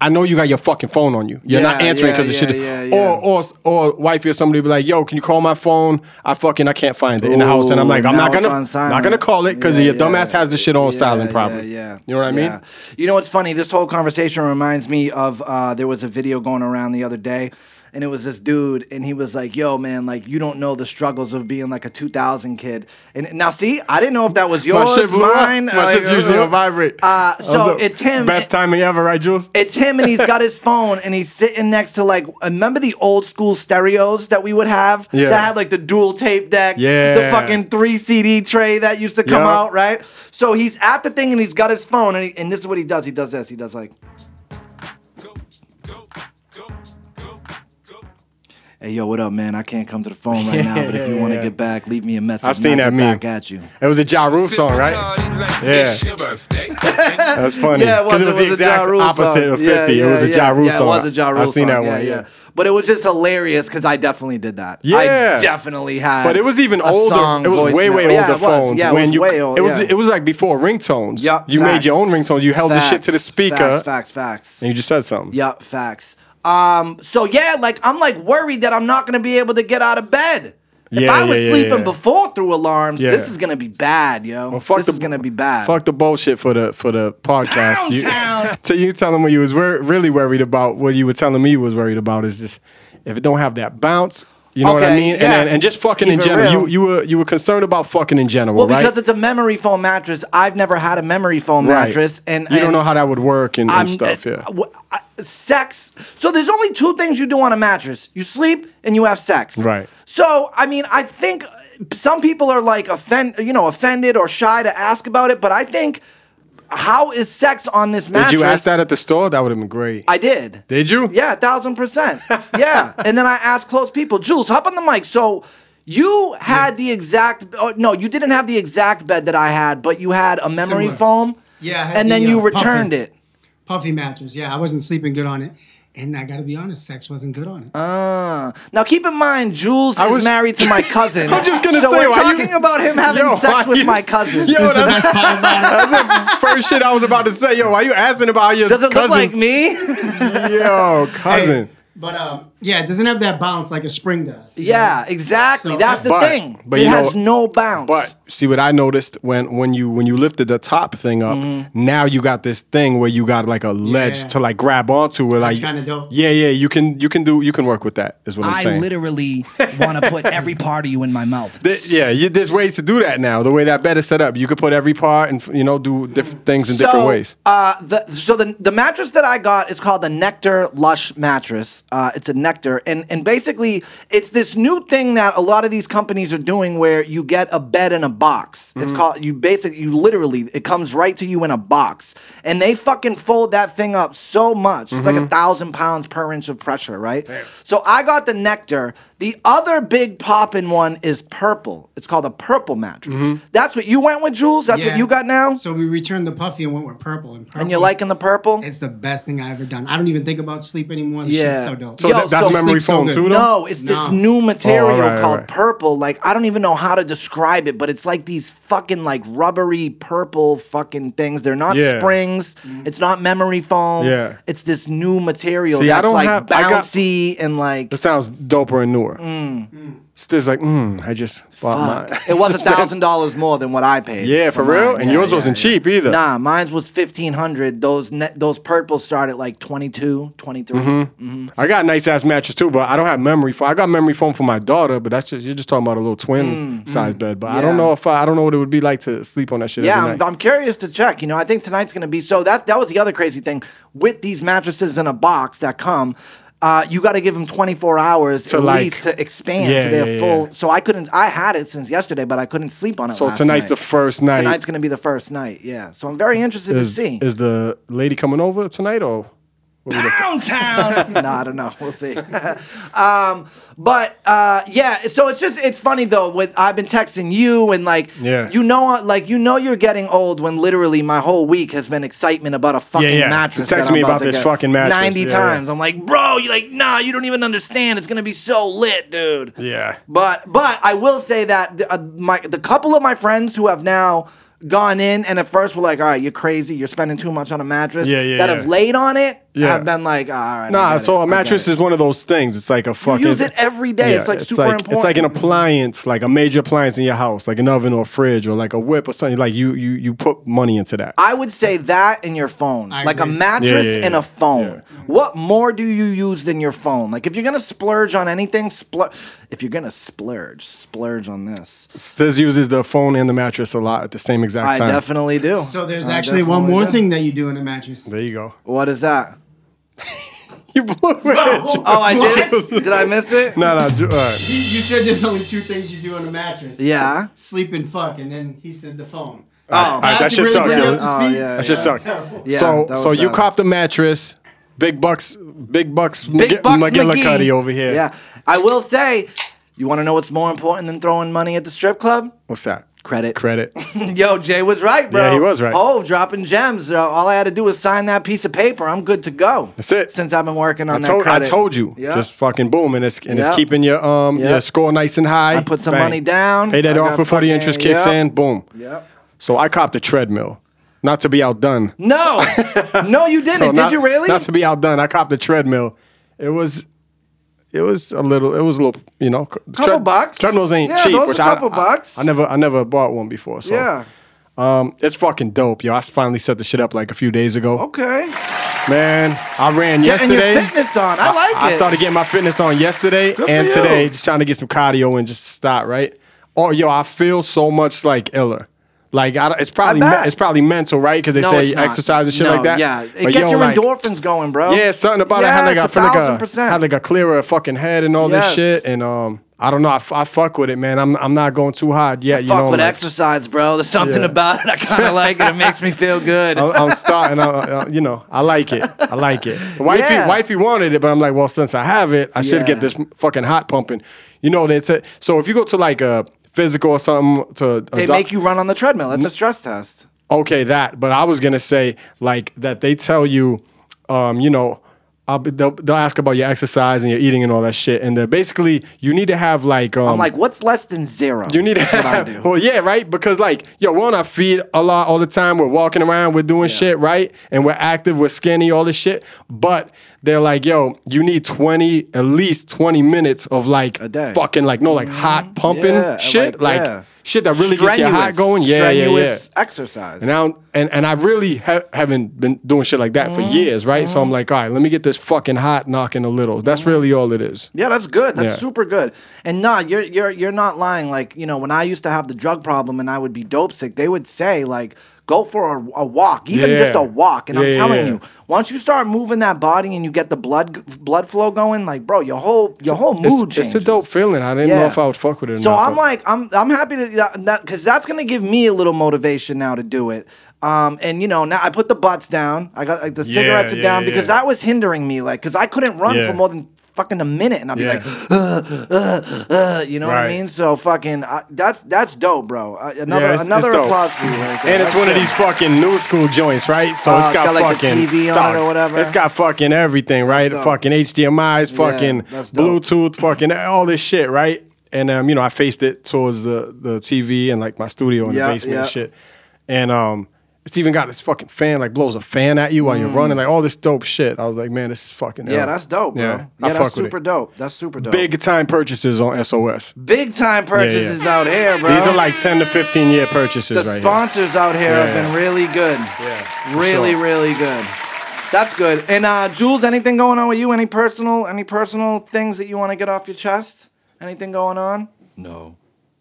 [SPEAKER 2] I know you got your fucking phone on you. You're not
[SPEAKER 1] Yeah,
[SPEAKER 2] answering
[SPEAKER 1] yeah,
[SPEAKER 2] because
[SPEAKER 1] yeah,
[SPEAKER 2] the shit.
[SPEAKER 1] yeah, yeah.
[SPEAKER 2] Or or or wifey or somebody be like, "Yo, can you call my phone? I fucking I can't find it in the house." And I'm
[SPEAKER 1] Ooh,
[SPEAKER 2] like, "I'm
[SPEAKER 1] now
[SPEAKER 2] not
[SPEAKER 1] it's
[SPEAKER 2] gonna
[SPEAKER 1] on
[SPEAKER 2] not gonna
[SPEAKER 1] silent.
[SPEAKER 2] call it because
[SPEAKER 1] Yeah,
[SPEAKER 2] your
[SPEAKER 1] yeah,
[SPEAKER 2] dumbass has the shit on
[SPEAKER 1] yeah,
[SPEAKER 2] silent,
[SPEAKER 1] yeah,
[SPEAKER 2] probably."
[SPEAKER 1] Yeah,
[SPEAKER 2] you know what I mean?
[SPEAKER 1] yeah. You know what's funny? This whole conversation reminds me of uh, there was a video going around the other day, and it was this dude, and he was like, "Yo, man, like you don't know the struggles of being like a 2000 kid." And now, see, I didn't know if that was yours,
[SPEAKER 2] blew up.
[SPEAKER 1] mine.
[SPEAKER 2] My shit's
[SPEAKER 1] like,
[SPEAKER 2] usually on vibrate.
[SPEAKER 1] Uh, so
[SPEAKER 2] That was the
[SPEAKER 1] it's him.
[SPEAKER 2] Best timing ever, right, Jules?
[SPEAKER 1] It's him, and he's got his phone, and he's sitting next to like. Remember the old school stereos that we would have
[SPEAKER 2] Yeah.
[SPEAKER 1] that had like the dual tape decks, the
[SPEAKER 2] Yeah.
[SPEAKER 1] fucking three CD tray that used to come
[SPEAKER 2] Yup.
[SPEAKER 1] out, right? So he's at the thing, and he's got his phone, and, he, and this is what he does. He does this. He does like. Hey yo, what up, man? I can't come to the phone right now, but if you
[SPEAKER 2] Yeah,
[SPEAKER 1] want to
[SPEAKER 2] yeah.
[SPEAKER 1] get back, leave me a message.
[SPEAKER 2] I've
[SPEAKER 1] and
[SPEAKER 2] seen
[SPEAKER 1] I'll
[SPEAKER 2] that
[SPEAKER 1] get
[SPEAKER 2] meme.
[SPEAKER 1] back at you.
[SPEAKER 2] It was a Ja Rule song, right? Yeah.
[SPEAKER 5] Yeah.
[SPEAKER 2] That was funny.
[SPEAKER 1] Yeah, it was.
[SPEAKER 2] 'Cause
[SPEAKER 1] It was,
[SPEAKER 2] the
[SPEAKER 1] a Ja
[SPEAKER 2] exact
[SPEAKER 1] Rule
[SPEAKER 2] opposite
[SPEAKER 1] song.
[SPEAKER 2] of
[SPEAKER 1] Yeah,
[SPEAKER 2] 50.
[SPEAKER 1] yeah,
[SPEAKER 2] it was a
[SPEAKER 1] yeah,
[SPEAKER 2] Ja Rule
[SPEAKER 1] yeah,
[SPEAKER 2] song.
[SPEAKER 1] It was a Ja Rule
[SPEAKER 2] I've seen
[SPEAKER 1] song.
[SPEAKER 2] that
[SPEAKER 1] yeah,
[SPEAKER 2] one,
[SPEAKER 1] yeah.
[SPEAKER 2] yeah.
[SPEAKER 1] But it was just hilarious because I definitely did that. I
[SPEAKER 2] Yeah.
[SPEAKER 1] definitely had.
[SPEAKER 2] But it was even
[SPEAKER 1] a
[SPEAKER 2] older.
[SPEAKER 1] Song
[SPEAKER 2] it was way,
[SPEAKER 1] voicemail.
[SPEAKER 2] way
[SPEAKER 1] yeah,
[SPEAKER 2] older
[SPEAKER 1] it was.
[SPEAKER 2] phones.
[SPEAKER 1] Yeah, it
[SPEAKER 2] when
[SPEAKER 1] was
[SPEAKER 2] you,
[SPEAKER 1] way old.
[SPEAKER 2] It was,
[SPEAKER 1] yeah.
[SPEAKER 2] it was like before ringtones.
[SPEAKER 1] Yup,
[SPEAKER 2] you made your own
[SPEAKER 1] facts.
[SPEAKER 2] ringtones. You held the shit
[SPEAKER 1] Facts,
[SPEAKER 2] to the speaker,
[SPEAKER 1] Facts, facts, facts.
[SPEAKER 2] and you just said something.
[SPEAKER 1] Yup, facts. Um, so yeah, like I'm like worried that I'm not gonna be able to get out of bed. If
[SPEAKER 2] Yeah,
[SPEAKER 1] I was
[SPEAKER 2] yeah, yeah,
[SPEAKER 1] sleeping
[SPEAKER 2] yeah.
[SPEAKER 1] before through alarms,
[SPEAKER 2] Yeah.
[SPEAKER 1] this is gonna be bad, yo.
[SPEAKER 2] Well, fuck
[SPEAKER 1] this
[SPEAKER 2] the,
[SPEAKER 1] is gonna be bad.
[SPEAKER 2] Fuck the bullshit for the for the podcast.
[SPEAKER 1] Pound
[SPEAKER 2] You,
[SPEAKER 1] town.
[SPEAKER 2] so you telling me you was wor- really worried about what you were telling me you was worried about is just if it don't have that bounce. You know what I
[SPEAKER 1] Okay,
[SPEAKER 2] mean?
[SPEAKER 1] yeah.
[SPEAKER 2] And, and and just
[SPEAKER 1] Let's
[SPEAKER 2] fucking
[SPEAKER 1] keep
[SPEAKER 2] in
[SPEAKER 1] it
[SPEAKER 2] general.
[SPEAKER 1] real.
[SPEAKER 2] You you were you were concerned about fucking in general,
[SPEAKER 1] Well,
[SPEAKER 2] right?
[SPEAKER 1] because it's a memory foam mattress. I've never had a memory foam
[SPEAKER 2] Right.
[SPEAKER 1] mattress, and
[SPEAKER 2] you don't
[SPEAKER 1] and
[SPEAKER 2] know how that would work and,
[SPEAKER 1] I'm-
[SPEAKER 2] and stuff. Yeah.
[SPEAKER 1] uh, w- I- Sex. So there's only two things you do on a mattress: you sleep and you have sex.
[SPEAKER 2] Right.
[SPEAKER 1] So I mean, I think uh, some people are like offend, you know, offended or shy to ask about it, but I think how is sex on this mattress?
[SPEAKER 2] Did you ask that at the store? That would have been great.
[SPEAKER 1] I did.
[SPEAKER 2] Did you?
[SPEAKER 1] Yeah, a thousand percent. Yeah. and then I asked close people, Jules, hop on the mic. So you had the exact, oh, no, you didn't have the exact bed that I had, but you had a memory foam.
[SPEAKER 6] Similar. Yeah, I had
[SPEAKER 1] And
[SPEAKER 6] the,
[SPEAKER 1] then you
[SPEAKER 6] uh,
[SPEAKER 1] returned
[SPEAKER 6] puffy.
[SPEAKER 1] it.
[SPEAKER 6] Puffy mattress. Yeah, I wasn't sleeping good on it. And I gotta be honest, sex wasn't good on it.
[SPEAKER 1] Uh, Now keep in mind, Jules
[SPEAKER 2] I
[SPEAKER 1] is
[SPEAKER 2] was-
[SPEAKER 1] married to my cousin.
[SPEAKER 2] I'm just gonna
[SPEAKER 1] so
[SPEAKER 2] say,
[SPEAKER 1] we're
[SPEAKER 2] why you-
[SPEAKER 1] talking about him having
[SPEAKER 2] Yo, why
[SPEAKER 1] sex with
[SPEAKER 2] you-
[SPEAKER 1] my cousin.
[SPEAKER 2] Yo,
[SPEAKER 6] That's the
[SPEAKER 2] that's-
[SPEAKER 6] best part about it.
[SPEAKER 2] That's the first shit I was about to say. Yo, why you asking about your
[SPEAKER 1] Does it
[SPEAKER 2] cousin?
[SPEAKER 1] look like me?
[SPEAKER 2] Yo, cousin.
[SPEAKER 6] But um, yeah, it doesn't have that bounce like a spring does. you
[SPEAKER 1] Yeah,
[SPEAKER 6] know?
[SPEAKER 1] exactly.
[SPEAKER 6] So-
[SPEAKER 1] That's the
[SPEAKER 2] But-
[SPEAKER 1] thing.
[SPEAKER 2] but
[SPEAKER 1] it
[SPEAKER 2] you know-
[SPEAKER 1] has no bounce.
[SPEAKER 2] But see what I noticed when when you when you lifted the top thing up, now you got this thing where you got like a ledge
[SPEAKER 6] Yeah.
[SPEAKER 2] to like grab onto it. Like
[SPEAKER 6] kinda dope.
[SPEAKER 2] Yeah, yeah. You can you can do you can work with that. Is what I'm
[SPEAKER 4] I
[SPEAKER 2] saying.
[SPEAKER 4] literally want to put every part of you in my mouth.
[SPEAKER 2] Th- yeah, you, there's ways to do that now. The way that bed is set up, you could put every part and you know do different things in different ways.
[SPEAKER 1] Uh, the, so the the mattress that I got is called the Nectar Lush mattress. Uh, it's a Nectar, and and basically it's this new thing that a lot of these companies are doing where you get a bed in a box. It's
[SPEAKER 2] Mm-hmm.
[SPEAKER 1] called you basically you literally it comes right to you in a box, and they fucking fold that thing up so much. It's
[SPEAKER 2] Mm-hmm.
[SPEAKER 1] like a thousand pounds per inch of pressure, right? So I got the Nectar. The other big poppin' one is purple. It's called a purple mattress.
[SPEAKER 2] Mm-hmm.
[SPEAKER 1] That's what you went with, Jules. That's
[SPEAKER 6] Yeah.
[SPEAKER 1] what you got now.
[SPEAKER 6] So we returned the puffy and went with purple. And, purple
[SPEAKER 1] and you're liking the purple?
[SPEAKER 6] It's the best thing I ever done. I don't even think about sleep anymore. This
[SPEAKER 1] Yeah.
[SPEAKER 6] shit's so dope.
[SPEAKER 2] So
[SPEAKER 1] Yo,
[SPEAKER 2] that- that's
[SPEAKER 1] so-
[SPEAKER 2] memory
[SPEAKER 6] Sleep so
[SPEAKER 2] foam
[SPEAKER 6] good.
[SPEAKER 2] too, though.
[SPEAKER 1] No, it's this
[SPEAKER 6] No.
[SPEAKER 1] new material
[SPEAKER 2] Oh, alright,
[SPEAKER 1] called
[SPEAKER 2] alright.
[SPEAKER 1] purple. Like I don't even know how to describe it, but it's like these fucking like rubbery purple fucking things. They're not
[SPEAKER 2] Yeah.
[SPEAKER 1] springs. It's not memory foam.
[SPEAKER 2] Yeah.
[SPEAKER 1] It's this new material
[SPEAKER 2] See, I
[SPEAKER 1] that's
[SPEAKER 2] don't
[SPEAKER 1] like
[SPEAKER 2] have- I got-
[SPEAKER 1] bouncy and like
[SPEAKER 2] It sounds doper and newer. It's just like, mm, I just bought mine.
[SPEAKER 1] it was a thousand dollars more than what I paid.
[SPEAKER 2] Yeah, for
[SPEAKER 1] mine.
[SPEAKER 2] real. And
[SPEAKER 1] Yeah,
[SPEAKER 2] yours
[SPEAKER 1] yeah,
[SPEAKER 2] wasn't
[SPEAKER 1] yeah.
[SPEAKER 2] cheap either.
[SPEAKER 1] Nah, mine's was fifteen hundred. Those ne- those purples start at like 22, 23.
[SPEAKER 2] I got a nice ass mattress too, but I don't have memory foam. I got memory foam for my daughter, but that's just you're just talking about a little twin size bed. But I don't
[SPEAKER 1] Mm, Yeah.
[SPEAKER 2] know if I, I don't know what it would be like to sleep on that shit.
[SPEAKER 1] Yeah,
[SPEAKER 2] every
[SPEAKER 1] I'm,
[SPEAKER 2] night.
[SPEAKER 1] I'm curious to check. You know, I think tonight's going to be so. That that was the other crazy thing with these mattresses in a box that come. Uh, you got to give them 24 hours
[SPEAKER 2] To
[SPEAKER 1] at
[SPEAKER 2] like-
[SPEAKER 1] least to expand
[SPEAKER 2] Yeah,
[SPEAKER 1] to their
[SPEAKER 2] yeah,
[SPEAKER 1] full.
[SPEAKER 2] yeah.
[SPEAKER 1] So I couldn't. I had it since yesterday, but I couldn't sleep on it.
[SPEAKER 2] so
[SPEAKER 1] last
[SPEAKER 2] tonight's
[SPEAKER 1] night.
[SPEAKER 2] the first night.
[SPEAKER 1] Tonight's going to be the first night. Yeah. So I'm very interested
[SPEAKER 2] is,
[SPEAKER 1] to see.
[SPEAKER 2] is the lady coming over tonight or?
[SPEAKER 4] Downtown.
[SPEAKER 1] no, I don't know. We'll see. um, but uh, yeah, so it's just it's funny though. With I've been texting you and like
[SPEAKER 2] Yeah.
[SPEAKER 1] you know, uh, like you know, you're getting old when literally my whole week has been excitement about a fucking
[SPEAKER 2] yeah.
[SPEAKER 1] mattress. that
[SPEAKER 2] Text
[SPEAKER 1] I'm
[SPEAKER 2] me about
[SPEAKER 1] to
[SPEAKER 2] this
[SPEAKER 1] get
[SPEAKER 2] fucking mattress.
[SPEAKER 1] Ninety
[SPEAKER 2] Yeah, yeah.
[SPEAKER 1] times. I'm like, bro, you like, nah, you don't even understand. It's gonna be so lit, dude.
[SPEAKER 2] Yeah.
[SPEAKER 1] But but I will say that the, uh, my the couple of my friends who have now gone in and at first were like, all right, you're crazy, you're spending too much on a mattress.
[SPEAKER 2] Yeah, yeah,
[SPEAKER 1] That
[SPEAKER 2] yeah.
[SPEAKER 1] have laid on it.
[SPEAKER 2] Yeah.
[SPEAKER 1] I've been like, all right. I
[SPEAKER 2] Nah,
[SPEAKER 1] get it,
[SPEAKER 2] so
[SPEAKER 1] I
[SPEAKER 2] a
[SPEAKER 1] get
[SPEAKER 2] mattress
[SPEAKER 1] it."
[SPEAKER 2] is one of those things. It's like a fucking.
[SPEAKER 1] use it every day. It's, like, super
[SPEAKER 2] It's like an
[SPEAKER 1] important.
[SPEAKER 2] appliance, like a major appliance in your house, like an oven or a fridge or like a whip or something. Like you, you, you put money into that.
[SPEAKER 1] I would say that and your phone,
[SPEAKER 6] I
[SPEAKER 1] like
[SPEAKER 6] agree.
[SPEAKER 1] a mattress
[SPEAKER 2] Yeah, yeah,
[SPEAKER 1] and
[SPEAKER 2] yeah.
[SPEAKER 1] a phone. What more do you use than your phone? Like if you're gonna splurge on anything, splurge. If you're gonna splurge, splurge on this.
[SPEAKER 2] Stiz uses the phone and the mattress a lot at the same exact
[SPEAKER 1] I
[SPEAKER 2] time.
[SPEAKER 1] definitely do.
[SPEAKER 6] So there's
[SPEAKER 1] I
[SPEAKER 6] actually one more
[SPEAKER 1] Uh, definitely do.
[SPEAKER 6] thing that you do in a mattress.
[SPEAKER 2] There you go.
[SPEAKER 1] What is that?
[SPEAKER 2] You blew it.
[SPEAKER 1] Oh, I did. did I miss it?
[SPEAKER 2] No, no. ju- all right.
[SPEAKER 6] You, you said there's only two things you do in a mattress.
[SPEAKER 1] Yeah.
[SPEAKER 6] Sleep and fuck, and then he said the phone.
[SPEAKER 1] Oh,
[SPEAKER 2] All right, that shit sucked.
[SPEAKER 1] bring
[SPEAKER 2] yo.
[SPEAKER 1] up the Oh, speed. yeah,
[SPEAKER 2] that shit
[SPEAKER 1] yeah.
[SPEAKER 2] sucked.
[SPEAKER 1] Yeah,
[SPEAKER 2] so,
[SPEAKER 1] that was
[SPEAKER 2] so you
[SPEAKER 1] bad.
[SPEAKER 2] copped the mattress, big bucks, big bucks,
[SPEAKER 1] Big Bucks McGee.
[SPEAKER 2] McGillicuddy over here.
[SPEAKER 1] Yeah, I will say. You want to know what's more important than throwing money at the strip club?
[SPEAKER 2] What's that?
[SPEAKER 1] Credit.
[SPEAKER 2] Credit.
[SPEAKER 1] Yo, Jay was right, bro.
[SPEAKER 2] Yeah, he was right.
[SPEAKER 1] Oh, dropping gems. Uh, all I had to do was sign that piece of paper. I'm good to go.
[SPEAKER 2] That's it.
[SPEAKER 1] Since I've been working on
[SPEAKER 2] I
[SPEAKER 1] that
[SPEAKER 2] told, I
[SPEAKER 1] credit.
[SPEAKER 2] told you.
[SPEAKER 1] Yeah.
[SPEAKER 2] Just fucking boom, and it's and
[SPEAKER 1] Yeah.
[SPEAKER 2] it's keeping your um
[SPEAKER 1] Yeah.
[SPEAKER 2] your score nice and high.
[SPEAKER 1] I put some
[SPEAKER 2] Bang.
[SPEAKER 1] money down.
[SPEAKER 2] Pay that
[SPEAKER 1] I
[SPEAKER 2] off
[SPEAKER 1] got
[SPEAKER 2] before the
[SPEAKER 1] fucking-
[SPEAKER 2] interest kicks
[SPEAKER 1] yeah.
[SPEAKER 2] in. Boom.
[SPEAKER 1] Yep.
[SPEAKER 2] So I copped a treadmill, not to be outdone.
[SPEAKER 1] No, no, you didn't.
[SPEAKER 2] So
[SPEAKER 1] Did
[SPEAKER 2] not-
[SPEAKER 1] you really?
[SPEAKER 2] Not to be outdone. I copped a treadmill. It was. It was a little. It was a little. You know, couple
[SPEAKER 1] Couple bucks.
[SPEAKER 2] Treadmills ain't
[SPEAKER 1] Yeah,
[SPEAKER 2] cheap.
[SPEAKER 1] those
[SPEAKER 2] which
[SPEAKER 1] are
[SPEAKER 2] I-
[SPEAKER 1] couple
[SPEAKER 2] I,
[SPEAKER 1] bucks.
[SPEAKER 2] I, never. I never bought one before. So
[SPEAKER 1] yeah.
[SPEAKER 2] um, it's fucking dope, yo. I finally set the shit up like a few days ago.
[SPEAKER 1] Okay.
[SPEAKER 2] Man, I ran
[SPEAKER 1] Getting
[SPEAKER 2] yesterday.
[SPEAKER 1] your fitness on. I like
[SPEAKER 2] I
[SPEAKER 1] it.
[SPEAKER 2] started getting my fitness on yesterday
[SPEAKER 1] Good for
[SPEAKER 2] and
[SPEAKER 1] you.
[SPEAKER 2] today, just trying to get some cardio and just stop. Right? Oh, yo, I feel so much like iller. Like I, don't- it's probably me-
[SPEAKER 1] bet.
[SPEAKER 2] it's probably mental, right? Because they
[SPEAKER 1] no,
[SPEAKER 2] say
[SPEAKER 1] it's not.
[SPEAKER 2] exercise and shit
[SPEAKER 1] No,
[SPEAKER 2] like that.
[SPEAKER 1] Yeah, it
[SPEAKER 2] But
[SPEAKER 1] gets
[SPEAKER 2] yo,
[SPEAKER 1] your
[SPEAKER 2] like,
[SPEAKER 1] endorphins going, bro.
[SPEAKER 2] Yeah, something about it. Had like
[SPEAKER 1] Oh. Yes,
[SPEAKER 2] I
[SPEAKER 1] a
[SPEAKER 2] feel
[SPEAKER 1] thousand
[SPEAKER 2] like uh, a
[SPEAKER 1] percent.
[SPEAKER 2] had like a clearer fucking head and all
[SPEAKER 1] Yes.
[SPEAKER 2] this shit. And um, I don't know. I, f- I fuck with it, man. I'm I'm not going too hard yet. you
[SPEAKER 1] Fuck
[SPEAKER 2] know,
[SPEAKER 1] with
[SPEAKER 2] like,
[SPEAKER 1] exercise, bro. There's something
[SPEAKER 2] Yeah. Oh,
[SPEAKER 1] about it I kind of like. It. It makes me feel good.
[SPEAKER 2] I'm, I'm starting. I, I, you know, I like it. I like it. Wifey,
[SPEAKER 1] Yeah.
[SPEAKER 2] wifey wanted it, but I'm like, well, since I have it, I
[SPEAKER 1] Yeah.
[SPEAKER 2] should get this fucking hot pumping. You know, they said. So if you go to like a physical or something to a
[SPEAKER 1] They
[SPEAKER 2] doc-
[SPEAKER 1] make you run on the treadmill. That's a stress test.
[SPEAKER 2] okay that, but I was gonna say like that they tell you, um, you know. I'll be, they'll, they'll ask about your exercise and your eating and all that shit. And they're basically, you need to have like, um,
[SPEAKER 1] I'm like, what's less than zero?
[SPEAKER 2] you need to
[SPEAKER 1] That's what I
[SPEAKER 2] have,
[SPEAKER 1] do.
[SPEAKER 2] well, yeah, right? Because like, yo, we're on our feet a lot all the time. We're walking around, we're doing shit, right? And we're active, we're skinny, all this shit. But they're like, yo, you need 20, at least 20 minutes of like
[SPEAKER 1] A day. Mm-hmm.
[SPEAKER 2] fucking like, no, like hot pumping
[SPEAKER 1] Yeah,
[SPEAKER 2] shit. Like,
[SPEAKER 1] like, yeah.
[SPEAKER 2] shit that really gets your heart going. Yeah, yeah, yeah.
[SPEAKER 1] strenuous Exercise.
[SPEAKER 2] And I don't, and, and I really ha- haven't been doing shit like that for
[SPEAKER 1] Mm-hmm.
[SPEAKER 2] years, right? So I'm like, all right, let me get this fucking hot knocking a little.
[SPEAKER 1] Mm-hmm.
[SPEAKER 2] That's really all it is.
[SPEAKER 1] Yeah, that's good. That's
[SPEAKER 2] Yeah.
[SPEAKER 1] super good. And nah, you're you're you're not lying. Like you know, when I used to have the drug problem and I would be dope sick, they would say like, go for a, a walk, even
[SPEAKER 2] Yeah.
[SPEAKER 1] just a walk. And
[SPEAKER 2] Yeah,
[SPEAKER 1] I'm
[SPEAKER 2] yeah,
[SPEAKER 1] telling
[SPEAKER 2] yeah.
[SPEAKER 1] you, once you start moving that body and you get the blood blood flow going, like bro, your whole your whole mood
[SPEAKER 2] It's, it's
[SPEAKER 1] changes.
[SPEAKER 2] a dope feeling. I didn't know
[SPEAKER 1] Yeah.
[SPEAKER 2] if I would fuck with it. Or
[SPEAKER 1] So
[SPEAKER 2] not,
[SPEAKER 1] I'm
[SPEAKER 2] but-
[SPEAKER 1] like, I'm I'm happy to that because that's gonna give me a little motivation now to do it. Um, and you know now I put the butts down. I got like the cigarettes are
[SPEAKER 2] yeah,
[SPEAKER 1] down
[SPEAKER 2] yeah.
[SPEAKER 1] because that was hindering me. Like because I couldn't run
[SPEAKER 2] Yeah.
[SPEAKER 1] for more than fucking a minute, and I'd be
[SPEAKER 2] Yeah.
[SPEAKER 1] like, uh, you know what I
[SPEAKER 2] Right.
[SPEAKER 1] mean? So fucking I, that's that's dope, bro. Uh, another
[SPEAKER 2] Yeah, it's-
[SPEAKER 1] another
[SPEAKER 2] it's dope.
[SPEAKER 1] applause for you. Right there.
[SPEAKER 2] And it's
[SPEAKER 1] That's
[SPEAKER 2] one of
[SPEAKER 1] it.
[SPEAKER 2] these fucking new school joints, right? So
[SPEAKER 1] Oh,
[SPEAKER 2] it's
[SPEAKER 1] it's
[SPEAKER 2] got,
[SPEAKER 1] got, like, the
[SPEAKER 2] fucking
[SPEAKER 1] TV on it or whatever.
[SPEAKER 2] It's got fucking everything, right?
[SPEAKER 1] dope.
[SPEAKER 2] Fucking HDMI's, fucking
[SPEAKER 1] that's dope.
[SPEAKER 2] Bluetooth, fucking all this shit, right? And um, you know, I faced it towards the the TV and like my studio in
[SPEAKER 1] Yeah,
[SPEAKER 2] the basement and
[SPEAKER 1] yeah.
[SPEAKER 2] shit. And um, it's even got this fucking fan, like blows a fan at you while you're running, like all this dope shit. I was like, man, this is fucking.
[SPEAKER 1] Mm. Yeah,
[SPEAKER 2] ill.
[SPEAKER 1] that's dope, bro.
[SPEAKER 2] Yeah,
[SPEAKER 1] Yeah,
[SPEAKER 2] I
[SPEAKER 1] that's
[SPEAKER 2] fuck with
[SPEAKER 1] super
[SPEAKER 2] it.
[SPEAKER 1] dope. That's super dope.
[SPEAKER 2] Big time purchases on SOS.
[SPEAKER 1] big time purchases out here, bro.
[SPEAKER 2] These are like ten to fifteen year purchases.
[SPEAKER 1] the
[SPEAKER 2] right here.
[SPEAKER 1] sponsors out here
[SPEAKER 2] Yeah,
[SPEAKER 1] have been
[SPEAKER 2] yeah.
[SPEAKER 1] really good.
[SPEAKER 2] Yeah,
[SPEAKER 1] Really,
[SPEAKER 2] sure.
[SPEAKER 1] really good. That's good. And uh Jules, anything going on with you? Any personal any personal things that you want to get off your chest? Anything going on? No.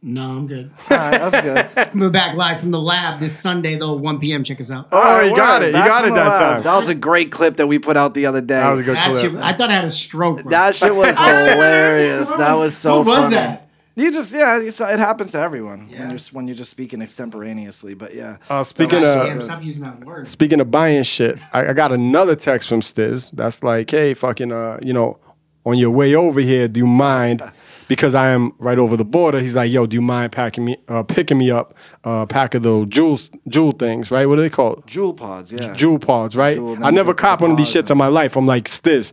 [SPEAKER 6] No, I'm good.
[SPEAKER 1] that's good.
[SPEAKER 6] We're back live from the lab this Sunday, though, 1 p.m. Check us out.
[SPEAKER 2] Oh, you
[SPEAKER 1] Alright,
[SPEAKER 2] got
[SPEAKER 1] Uh, word.
[SPEAKER 2] it. You
[SPEAKER 1] Back
[SPEAKER 2] got
[SPEAKER 1] from
[SPEAKER 2] it
[SPEAKER 1] the
[SPEAKER 2] that
[SPEAKER 1] lab.
[SPEAKER 2] time.
[SPEAKER 1] That was a great clip that we put out the other day.
[SPEAKER 2] That was a good
[SPEAKER 6] That
[SPEAKER 2] clip.
[SPEAKER 6] shit- I thought I had a stroke. bro.
[SPEAKER 1] That shit was hilarious. That was so
[SPEAKER 6] What was
[SPEAKER 1] funny.
[SPEAKER 6] that?
[SPEAKER 1] You just yeah, you saw, it happens to everyone
[SPEAKER 6] Yeah.
[SPEAKER 1] when you're when you're just speaking extemporaneously. But yeah,
[SPEAKER 2] Uh, speaking
[SPEAKER 6] God damn,
[SPEAKER 2] of
[SPEAKER 6] stop using that word.
[SPEAKER 2] speaking of buying shit, I, I got another text from Stiz. That's like, hey, fucking, uh, you know, on your way over here, do you mind? Because I am right over the border. He's like, yo, do you mind packing me, uh, picking me up a pack of those jewels, jewel things, right? What are they called?
[SPEAKER 1] jewel pods. Yeah,
[SPEAKER 2] Jewel pods, right?
[SPEAKER 1] Jewel,
[SPEAKER 2] I
[SPEAKER 1] then
[SPEAKER 2] never
[SPEAKER 1] the- the
[SPEAKER 2] cop one of these
[SPEAKER 1] pods,
[SPEAKER 2] shits in my life. I'm like, Stiz,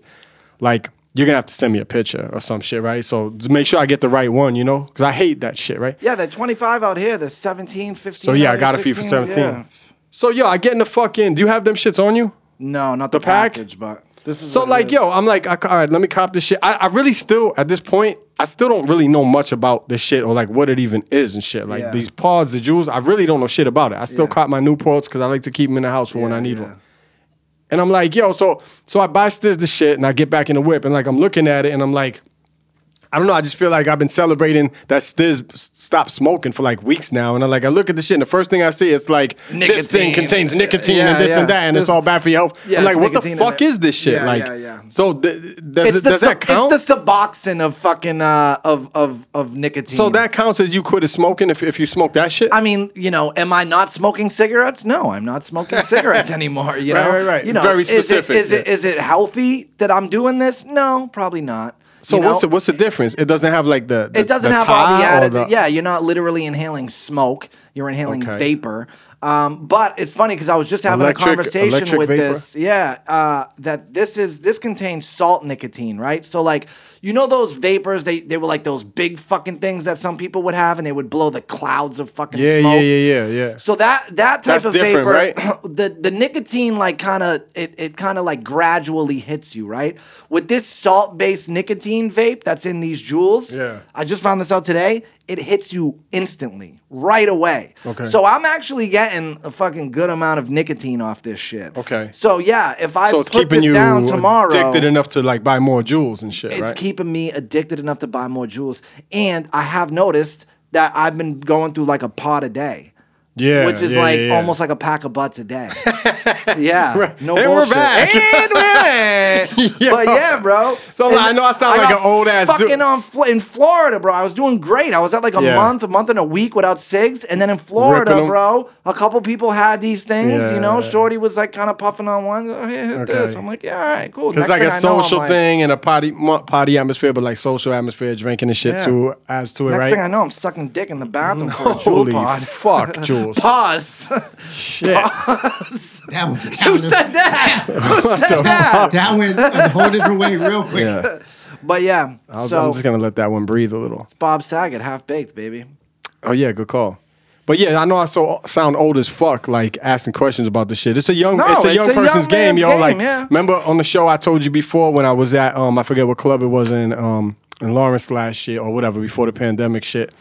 [SPEAKER 2] like, you're gonna have to send me a picture or some shit, right? So just make sure I get the right one, you know? Because I hate that shit, right?
[SPEAKER 1] yeah. They're 25 out here. They're 17, 15.
[SPEAKER 2] So
[SPEAKER 1] out
[SPEAKER 2] yeah, I
[SPEAKER 1] here,
[SPEAKER 2] got a few for
[SPEAKER 1] 16,
[SPEAKER 2] seventeen.
[SPEAKER 1] yeah.
[SPEAKER 2] So yo, I get in the fucking. Do you have them shits on you?
[SPEAKER 1] No, not the,
[SPEAKER 2] The pack?
[SPEAKER 1] package, but this is
[SPEAKER 2] So
[SPEAKER 1] what it
[SPEAKER 2] like
[SPEAKER 1] is.
[SPEAKER 2] yo, I'm like, I, all right, let me cop this shit. I, I really still at this point, I still don't really know much about this shit or like what it even is and shit. Like
[SPEAKER 1] Yeah.
[SPEAKER 2] these pods, the jewels, I really don't know shit about it. I still
[SPEAKER 1] Yeah.
[SPEAKER 2] cop my Newports because I like to keep them in the house for when
[SPEAKER 1] Yeah,
[SPEAKER 2] Oh, I need
[SPEAKER 1] yeah.
[SPEAKER 2] one. And I'm like, yo, so so I buy Stiz the shit and I get back in the whip and like I'm looking at it and I'm like, I don't know. I just feel like I've been celebrating that Stiz s- stopped smoking for like weeks now, and I like I look at the shit, and the first thing I see is like this thing
[SPEAKER 1] Nicotine.
[SPEAKER 2] contains nicotine
[SPEAKER 1] Yeah,
[SPEAKER 2] and this
[SPEAKER 1] yeah.
[SPEAKER 2] and that, and it's
[SPEAKER 1] This-
[SPEAKER 2] all bad for your health.
[SPEAKER 1] Yeah,
[SPEAKER 2] I'm like,
[SPEAKER 1] it's
[SPEAKER 2] what the
[SPEAKER 1] nicotine in
[SPEAKER 2] fuck
[SPEAKER 1] it.
[SPEAKER 2] is this shit?
[SPEAKER 1] Yeah,
[SPEAKER 2] like,
[SPEAKER 1] yeah, yeah.
[SPEAKER 2] so th- does
[SPEAKER 1] it's
[SPEAKER 2] it,
[SPEAKER 1] the
[SPEAKER 2] does that
[SPEAKER 1] sub-
[SPEAKER 2] count?
[SPEAKER 1] it's the suboxone of fucking uh of of of nicotine.
[SPEAKER 2] so that counts as you quitted smoking if if you smoke that shit.
[SPEAKER 1] I mean, you know, am I not smoking cigarettes? No, I'm not smoking cigarettes anymore. You
[SPEAKER 2] Right,
[SPEAKER 1] know,
[SPEAKER 2] right, right.
[SPEAKER 1] You know,
[SPEAKER 2] Very
[SPEAKER 1] is it-
[SPEAKER 2] specific,
[SPEAKER 1] Is it,
[SPEAKER 2] yeah.
[SPEAKER 1] is it healthy that I'm doing this? No, probably not.
[SPEAKER 2] so
[SPEAKER 1] You know?
[SPEAKER 2] what's the, what's the difference? It doesn't have like the, the
[SPEAKER 1] It doesn't
[SPEAKER 2] the
[SPEAKER 1] have all the
[SPEAKER 2] tie or
[SPEAKER 1] added.
[SPEAKER 2] the-
[SPEAKER 1] yeah, you're not literally inhaling smoke. You're inhaling
[SPEAKER 2] Okay.
[SPEAKER 1] vapor. Um, but it's funny because I was just having
[SPEAKER 2] Electric-
[SPEAKER 1] a conversation
[SPEAKER 2] electric
[SPEAKER 1] with
[SPEAKER 2] vapor?
[SPEAKER 1] this. Yeah, uh, that this is this contains salt nicotine, right? So like you know those vapors, they they were like those big fucking things that some people would have, and they would blow the clouds of fucking
[SPEAKER 2] yeah,
[SPEAKER 1] smoke.
[SPEAKER 2] yeah, yeah, yeah, yeah.
[SPEAKER 1] So that that type
[SPEAKER 2] That's
[SPEAKER 1] of
[SPEAKER 2] different,
[SPEAKER 1] vapor,
[SPEAKER 2] right?
[SPEAKER 1] the the nicotine like kind of it it kind of like gradually hits you, right? With this salt based nicotine vape that's in these jewels,
[SPEAKER 2] Yeah.
[SPEAKER 1] I just found this out today. It hits you instantly, right away.
[SPEAKER 2] Okay.
[SPEAKER 1] So I'm actually getting a fucking good amount of nicotine off this shit.
[SPEAKER 2] Okay.
[SPEAKER 1] So yeah, if I
[SPEAKER 2] So it's
[SPEAKER 1] put this
[SPEAKER 2] keeping you
[SPEAKER 1] down tomorrow,
[SPEAKER 2] addicted enough to like buy more jewels and shit,
[SPEAKER 1] it's
[SPEAKER 2] right?
[SPEAKER 1] keeping me addicted enough to buy more jewels. And I have noticed that I've been going through like a pot a day.
[SPEAKER 2] yeah,
[SPEAKER 1] Which is
[SPEAKER 2] yeah,
[SPEAKER 1] like
[SPEAKER 2] yeah, yeah.
[SPEAKER 1] almost like a pack of butts a day. yeah. No
[SPEAKER 2] And we're
[SPEAKER 1] bullshit.
[SPEAKER 2] back.
[SPEAKER 1] And we're back.
[SPEAKER 2] Yo.
[SPEAKER 1] But yeah, bro.
[SPEAKER 2] So,
[SPEAKER 1] And
[SPEAKER 2] I know I sound like
[SPEAKER 1] got
[SPEAKER 2] an old-ass dude.
[SPEAKER 1] fucking on Fl- in Florida, bro. I was doing great. I was at like a
[SPEAKER 2] Yeah.
[SPEAKER 1] month, a month and a week without cigs, and then in Florida,
[SPEAKER 2] Ripping 'em.
[SPEAKER 1] bro, a couple people had these things. You know,
[SPEAKER 2] Yeah.
[SPEAKER 1] Shorty was like kind of puffing on one. Oh, yeah, hit this.
[SPEAKER 2] Okay.
[SPEAKER 1] I'm like, yeah, all right, cool.
[SPEAKER 2] It's
[SPEAKER 1] Next
[SPEAKER 2] like
[SPEAKER 1] thing
[SPEAKER 2] a
[SPEAKER 1] I know, I'm
[SPEAKER 2] social
[SPEAKER 1] like-
[SPEAKER 2] thing and a party mo- party atmosphere, but like social atmosphere, drinking and shit
[SPEAKER 1] Yeah.
[SPEAKER 2] too adds to it,
[SPEAKER 1] Next
[SPEAKER 2] right?
[SPEAKER 1] thing I know, I'm sucking dick in the bathroom for a jewel
[SPEAKER 2] Holy
[SPEAKER 1] pod.
[SPEAKER 2] fuck, Jules!
[SPEAKER 1] Pause.
[SPEAKER 2] shit.
[SPEAKER 6] That one. That
[SPEAKER 1] Who
[SPEAKER 6] one-
[SPEAKER 1] said that? Who said that?
[SPEAKER 2] pop.
[SPEAKER 6] That went a whole different way real quick.
[SPEAKER 2] Yeah.
[SPEAKER 1] But yeah,
[SPEAKER 2] I was,
[SPEAKER 1] so
[SPEAKER 2] I'm just gonna let that one breathe a little.
[SPEAKER 1] Bob Saget, half baked, baby.
[SPEAKER 2] Oh yeah, good call. But yeah, I know I so sound old as fuck, like asking questions about this shit. It's a young,
[SPEAKER 1] No,
[SPEAKER 2] it's a
[SPEAKER 1] it's
[SPEAKER 2] young
[SPEAKER 1] a young
[SPEAKER 2] person's game,
[SPEAKER 1] man's
[SPEAKER 2] yo.
[SPEAKER 1] game,
[SPEAKER 2] like,
[SPEAKER 1] yeah.
[SPEAKER 2] remember on the show I told you before when I was at, um, I forget what club it was in, um, in Lawrence last year or whatever before the pandemic shit,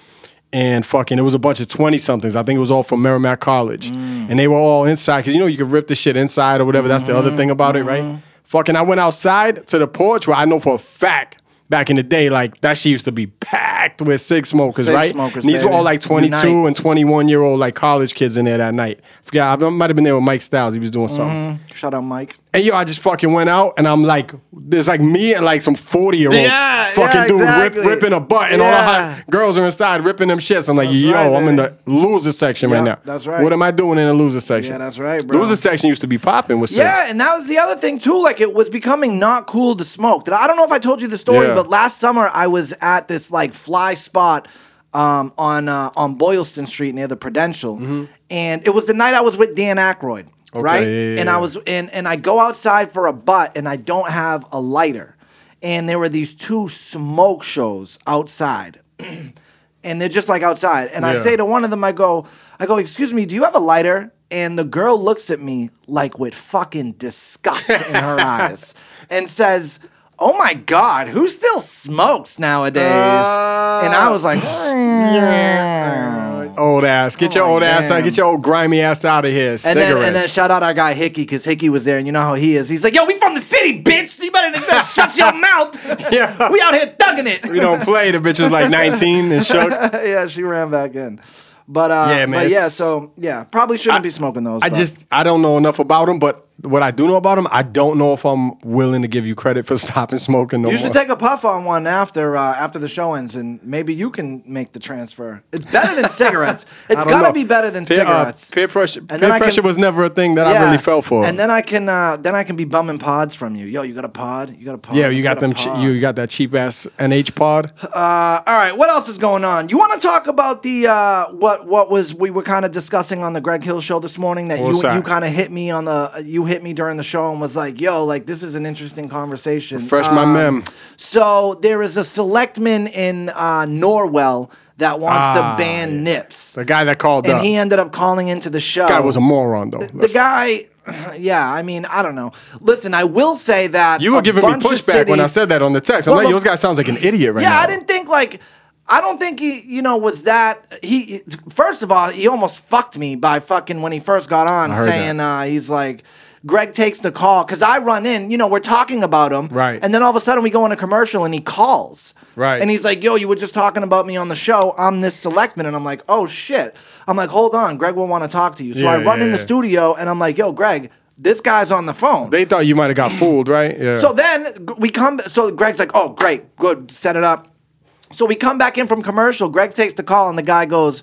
[SPEAKER 2] and fucking, it was a bunch of twenty somethings. I think it was all from Merrimack College,
[SPEAKER 1] Mm.
[SPEAKER 2] and they were all inside because you know you could rip the shit inside or whatever. That's the other thing about it,
[SPEAKER 1] Mm-hmm.
[SPEAKER 2] right? Fucking, I went outside to the porch where I know for a fact. Back in the day, like that shit used to be packed with six smokers,
[SPEAKER 1] Six
[SPEAKER 2] right?
[SPEAKER 1] smokers,
[SPEAKER 2] and these were
[SPEAKER 1] baby.
[SPEAKER 2] all like 22
[SPEAKER 1] Unite.
[SPEAKER 2] and 21 year old like college kids in there that night. Forgot, I might have been there with Mike Styles. He was doing something.
[SPEAKER 1] Mm-hmm. Shut up, Mike.
[SPEAKER 2] And yo, I just fucking went out and I'm like, there's like me and like some 40 year old
[SPEAKER 1] Yeah,
[SPEAKER 2] fucking
[SPEAKER 1] yeah,
[SPEAKER 2] dude rip,
[SPEAKER 1] exactly.
[SPEAKER 2] ripping a butt and all the
[SPEAKER 1] Yeah.
[SPEAKER 2] hot girls are inside ripping them shits. I'm like, yo,
[SPEAKER 1] right,
[SPEAKER 2] I'm in
[SPEAKER 1] baby.
[SPEAKER 2] the loser section right
[SPEAKER 1] Yeah,
[SPEAKER 2] now.
[SPEAKER 1] that's right.
[SPEAKER 2] What am I doing in the loser section?
[SPEAKER 1] Yeah, that's right, bro.
[SPEAKER 2] Loser section used to be popping with
[SPEAKER 1] Yeah,
[SPEAKER 2] six.
[SPEAKER 1] and that was the other thing too. Like it was becoming not cool to smoke. Did I I don't know if I told you the story,
[SPEAKER 2] Yeah.
[SPEAKER 1] but last summer I was at this like fly spot um, on uh, on Boylston Street near the Prudential, and it was the night I was with Dan Aykroyd, right?
[SPEAKER 2] yeah, yeah,
[SPEAKER 1] And
[SPEAKER 2] yeah.
[SPEAKER 1] I was and and I go outside for a butt, and I don't have a lighter, and there were these two smoke shows outside. and they're just like outside. And I
[SPEAKER 2] Yeah.
[SPEAKER 1] say to one of them, I go, I go, excuse me, do you have a lighter? And the girl looks at me like with fucking disgust in her eyes and says, Oh my God, who still smokes nowadays? and I was like,
[SPEAKER 2] Old ass. Get your
[SPEAKER 1] Oh,
[SPEAKER 2] old ass out.
[SPEAKER 1] damn.
[SPEAKER 2] Get your old grimy ass out of here.
[SPEAKER 1] And then, and then
[SPEAKER 2] Cigarettes.
[SPEAKER 1] shout out our guy Hickey because Hickey was there, and you know how he is. He's like, "Yo, we from the city, bitch. You better, you better shut your mouth.
[SPEAKER 2] Yeah.
[SPEAKER 1] we out here thugging it."
[SPEAKER 2] we don't play. The bitch was like 19 and shook.
[SPEAKER 1] yeah, she ran back in, but uh,
[SPEAKER 2] Yeah, man,
[SPEAKER 1] but yeah,
[SPEAKER 2] it's-
[SPEAKER 1] so yeah, probably shouldn't
[SPEAKER 2] I-
[SPEAKER 1] be smoking those.
[SPEAKER 2] I
[SPEAKER 1] but-
[SPEAKER 2] just I don't know enough about them, but what I do know about them, I don't know if I'm willing to give you credit for stopping smoking no
[SPEAKER 1] You
[SPEAKER 2] more.
[SPEAKER 1] should take a puff on one after uh, after the show ends, and maybe you can make the transfer. It's better than cigarettes. It's
[SPEAKER 2] I don't
[SPEAKER 1] got to
[SPEAKER 2] know.
[SPEAKER 1] be better than
[SPEAKER 2] peer, uh,
[SPEAKER 1] cigarettes.
[SPEAKER 2] peer pressure.
[SPEAKER 1] then
[SPEAKER 2] peer
[SPEAKER 1] I can-
[SPEAKER 2] pressure was never a thing that I really fell for.
[SPEAKER 1] And then I can uh, then I can be bumming pods from you. Yo, you got a pod? You got a pod?
[SPEAKER 2] yeah, you got
[SPEAKER 1] a
[SPEAKER 2] them. Che-
[SPEAKER 1] pod.
[SPEAKER 2] you got that cheap ass NH pod.
[SPEAKER 1] Uh, all right, what else is going on? You want to talk about the uh, what what was we were kind of discussing on the Greg Hill show this morning that
[SPEAKER 2] What's
[SPEAKER 1] you
[SPEAKER 2] that?
[SPEAKER 1] you kind of hit me on the you hit me during the show and was like, "Yo, like this is an interesting conversation."
[SPEAKER 2] Fresh my
[SPEAKER 1] Um,
[SPEAKER 2] mem.
[SPEAKER 1] So there is a selectman in uh, Norwell that wants
[SPEAKER 2] Ah,
[SPEAKER 1] to ban nips,
[SPEAKER 2] The guy that called
[SPEAKER 1] and
[SPEAKER 2] up.
[SPEAKER 1] he ended up calling into the show.
[SPEAKER 2] guy was a moron though.
[SPEAKER 1] the guy. Yeah, I mean, I don't know. Listen, I will say that
[SPEAKER 2] you were
[SPEAKER 1] a
[SPEAKER 2] giving me
[SPEAKER 1] bunch of
[SPEAKER 2] pushback when I
[SPEAKER 1] cities-
[SPEAKER 2] said that on the text. I'm
[SPEAKER 1] Well,
[SPEAKER 2] like, yo,
[SPEAKER 1] look-
[SPEAKER 2] this guy sounds like an idiot right
[SPEAKER 1] yeah,
[SPEAKER 2] now.
[SPEAKER 1] I didn't think like I don't think he, you know, was that he first of all, he almost fucked me by fucking when he first got on
[SPEAKER 2] I heard
[SPEAKER 1] saying
[SPEAKER 2] that.
[SPEAKER 1] uh he's like Greg takes the call because I run in, you know, we're talking about him.
[SPEAKER 2] Right.
[SPEAKER 1] And then all of a sudden we go on a commercial and he calls.
[SPEAKER 2] Right.
[SPEAKER 1] And he's like, yo, you were just talking about me on the show. I'm this selectman. And I'm like, oh shit. I'm like, hold on. Greg will want to talk to you. So
[SPEAKER 2] Yeah,
[SPEAKER 1] I run
[SPEAKER 2] yeah,
[SPEAKER 1] in the
[SPEAKER 2] yeah.
[SPEAKER 1] studio and I'm like, yo, Greg, this guy's on the phone.
[SPEAKER 2] They thought you might have got fooled, right? Yeah.
[SPEAKER 1] So then g- we come. So Greg's like, "Oh, great, good, set it up." So we come back in from commercial. Greg takes the call, and the guy goes,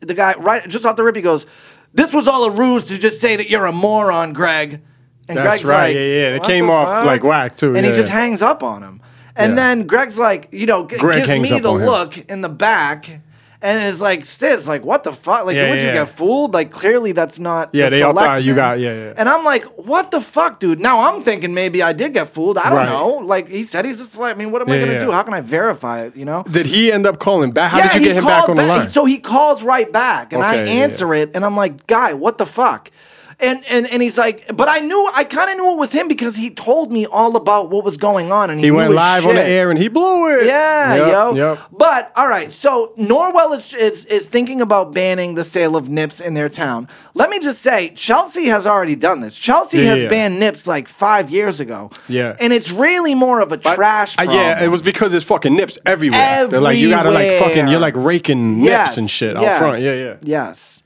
[SPEAKER 1] "The guy right just off the rip, he goes, this was all a ruse to just say that you're a moron, Greg." And
[SPEAKER 2] That's right, yeah, yeah. It
[SPEAKER 1] "What
[SPEAKER 2] came
[SPEAKER 1] the
[SPEAKER 2] off, like, whack, too,
[SPEAKER 1] And he
[SPEAKER 2] yeah,
[SPEAKER 1] just
[SPEAKER 2] yeah.
[SPEAKER 1] hangs up on him. And
[SPEAKER 2] Yeah.
[SPEAKER 1] then Greg's like, you know, g-
[SPEAKER 2] Greg
[SPEAKER 1] gives
[SPEAKER 2] hangs
[SPEAKER 1] me
[SPEAKER 2] up
[SPEAKER 1] the
[SPEAKER 2] on him.
[SPEAKER 1] look in the back. And is like, Stiz, like, what the fuck? Like,
[SPEAKER 2] Yeah,
[SPEAKER 1] would
[SPEAKER 2] yeah,
[SPEAKER 1] you
[SPEAKER 2] yeah.
[SPEAKER 1] get fooled? Like, clearly that's not.
[SPEAKER 2] Yeah,
[SPEAKER 1] the
[SPEAKER 2] they all thought
[SPEAKER 1] select
[SPEAKER 2] you
[SPEAKER 1] man."
[SPEAKER 2] got- yeah, yeah.
[SPEAKER 1] And and I'm like, what the fuck, dude? Now I'm thinking maybe I did get fooled. I don't
[SPEAKER 2] Right.
[SPEAKER 1] know. Like he said, he's just like, I mean, what am I
[SPEAKER 2] Yeah,
[SPEAKER 1] gonna
[SPEAKER 2] yeah.
[SPEAKER 1] do? How can I verify it? You know?
[SPEAKER 2] did he end up calling back? How
[SPEAKER 1] yeah,
[SPEAKER 2] did you
[SPEAKER 1] he
[SPEAKER 2] get him back
[SPEAKER 1] called
[SPEAKER 2] on the line?
[SPEAKER 1] So he calls right back, and I
[SPEAKER 2] Okay, yeah, yeah.
[SPEAKER 1] answer it, and I'm like, guy, what the fuck? And and and he's like, but I knew, I kind of knew it was him because he told me all about what was going on, and he,
[SPEAKER 2] he
[SPEAKER 1] knew
[SPEAKER 2] went
[SPEAKER 1] his
[SPEAKER 2] live on the
[SPEAKER 1] shit.
[SPEAKER 2] air and he blew it.
[SPEAKER 1] Yeah,
[SPEAKER 2] Yep,
[SPEAKER 1] yo.
[SPEAKER 2] Yep.
[SPEAKER 1] But all right, so Norwell is, is is thinking about banning the sale of nips in their town. Let me just say, Chelsea has already done this. Chelsea
[SPEAKER 2] Yeah,
[SPEAKER 1] has
[SPEAKER 2] yeah.
[SPEAKER 1] banned nips like five years ago.
[SPEAKER 2] Yeah.
[SPEAKER 1] and it's really more of a trash.
[SPEAKER 2] Uh,
[SPEAKER 1] Problem.
[SPEAKER 2] yeah, it was because it's fucking nips everywhere. They're like you gotta like fucking
[SPEAKER 1] Everywhere.
[SPEAKER 2] you're like raking nips
[SPEAKER 1] Yes,
[SPEAKER 2] and shit
[SPEAKER 1] yes,
[SPEAKER 2] out front. Yeah, yeah.
[SPEAKER 1] Yes.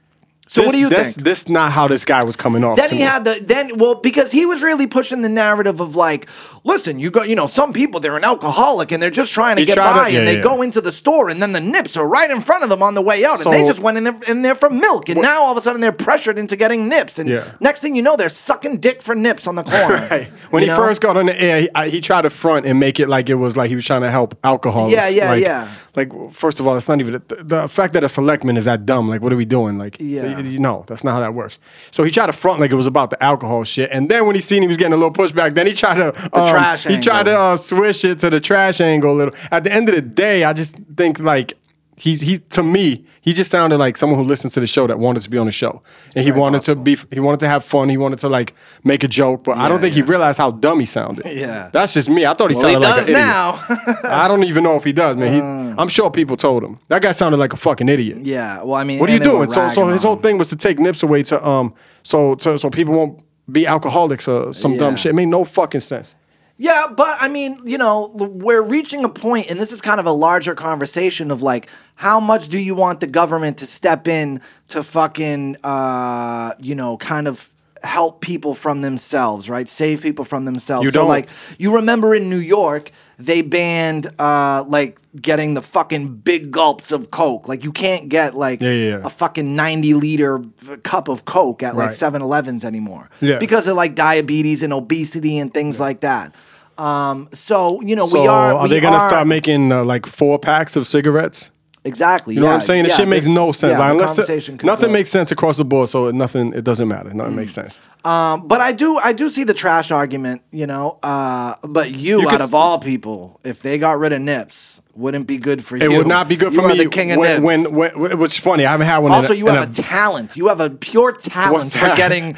[SPEAKER 1] So
[SPEAKER 2] this,
[SPEAKER 1] what do you
[SPEAKER 2] this,
[SPEAKER 1] think?
[SPEAKER 2] This not how this guy was coming off.
[SPEAKER 1] Then
[SPEAKER 2] to
[SPEAKER 1] he
[SPEAKER 2] me.
[SPEAKER 1] had the then well because he was really pushing the narrative of like, listen, you go, you know, some people they're an alcoholic and they're just trying to
[SPEAKER 2] He
[SPEAKER 1] get
[SPEAKER 2] tried to-
[SPEAKER 1] by
[SPEAKER 2] yeah,
[SPEAKER 1] and they
[SPEAKER 2] yeah.
[SPEAKER 1] go into the store and then the nips are right in front of them on the way out and they
[SPEAKER 2] So-
[SPEAKER 1] just went in there in there for milk and now all of a sudden they're pressured into getting nips and
[SPEAKER 2] Yeah.
[SPEAKER 1] next thing you know they're sucking dick for nips on the corner.
[SPEAKER 2] Right. When
[SPEAKER 1] you
[SPEAKER 2] he
[SPEAKER 1] know?
[SPEAKER 2] first got on the air, he, I, he tried to front and make it like it was like he was trying to help alcoholics.
[SPEAKER 1] Yeah, yeah,
[SPEAKER 2] like,
[SPEAKER 1] yeah.
[SPEAKER 2] Like, first of all, it's not even the, the fact that a selectman is that dumb. Like, what are we doing? Like,
[SPEAKER 1] Yeah.
[SPEAKER 2] it- you no, that's not how that works. So he tried to front like it was about the alcohol shit, and then when he seen he was getting a little pushback, then he tried to um,
[SPEAKER 1] trash
[SPEAKER 2] He tried
[SPEAKER 1] angle.
[SPEAKER 2] to uh, swish it to the trash angle a little. At the end of the day, I just think like he's he to me he just sounded like someone who listens to the show that wanted to be on the show, and he wanted to be he wanted to have fun. He wanted to like make a joke, but I don't think he realized how dumb he sounded.
[SPEAKER 1] Yeah.
[SPEAKER 2] that's just me. I thought he
[SPEAKER 1] Well, he
[SPEAKER 2] sounded like
[SPEAKER 1] does
[SPEAKER 2] an idiot.
[SPEAKER 1] now. Uh.
[SPEAKER 2] I don't even know if he does, man. He, I'm sure people told him that guy sounded like a fucking idiot.
[SPEAKER 1] yeah. Well, I mean,
[SPEAKER 2] What are you
[SPEAKER 1] and they were
[SPEAKER 2] doing? So, so
[SPEAKER 1] ragging
[SPEAKER 2] his
[SPEAKER 1] on
[SPEAKER 2] whole
[SPEAKER 1] him.
[SPEAKER 2] thing was to take nips away to um, so so, so people won't be alcoholics or some
[SPEAKER 1] Yeah.
[SPEAKER 2] dumb shit. It made no fucking sense.
[SPEAKER 1] Yeah, but I mean, you know, l- we're reaching a point, and this is kind of a larger conversation of like, how much do you want the government to step in to fucking, uh, you know, kind of help people from themselves, right? Save people from themselves.
[SPEAKER 2] You
[SPEAKER 1] So,
[SPEAKER 2] don't.
[SPEAKER 1] like, you remember in New York, they banned uh, like getting the fucking big gulps of Coke. Like, you can't get like
[SPEAKER 2] Yeah, yeah, yeah.
[SPEAKER 1] a fucking ninety liter cup of Coke at like
[SPEAKER 2] Right.
[SPEAKER 1] Seven Elevens anymore.
[SPEAKER 2] Yeah.
[SPEAKER 1] because of like diabetes and obesity and things like that. Um, so you know
[SPEAKER 2] So
[SPEAKER 1] we are.
[SPEAKER 2] are,
[SPEAKER 1] we
[SPEAKER 2] they gonna
[SPEAKER 1] are-
[SPEAKER 2] start making uh, like four packs of cigarettes?
[SPEAKER 1] exactly?
[SPEAKER 2] You know
[SPEAKER 1] yeah,
[SPEAKER 2] what I'm saying? This
[SPEAKER 1] yeah,
[SPEAKER 2] shit makes
[SPEAKER 1] this-
[SPEAKER 2] no sense.
[SPEAKER 1] yeah,
[SPEAKER 2] like,
[SPEAKER 1] the
[SPEAKER 2] unless it-
[SPEAKER 1] conversation could
[SPEAKER 2] nothing
[SPEAKER 1] go.
[SPEAKER 2] makes sense across the board, so nothing it doesn't matter. Nothing makes sense.
[SPEAKER 1] Um, but I do, I do see the trash argument. You know, uh, but you,
[SPEAKER 2] You
[SPEAKER 1] out
[SPEAKER 2] could-
[SPEAKER 1] of all people, if they got rid of nips, wouldn't be good for
[SPEAKER 2] It
[SPEAKER 1] you.
[SPEAKER 2] would not be good
[SPEAKER 1] You
[SPEAKER 2] for
[SPEAKER 1] are
[SPEAKER 2] me
[SPEAKER 1] the king of
[SPEAKER 2] when,
[SPEAKER 1] nips.
[SPEAKER 2] when, when, which is funny. I haven't had one. in
[SPEAKER 1] also,
[SPEAKER 2] a,
[SPEAKER 1] you
[SPEAKER 2] in
[SPEAKER 1] have a talent. You have a pure talent
[SPEAKER 2] What's
[SPEAKER 1] for
[SPEAKER 2] that?
[SPEAKER 1] getting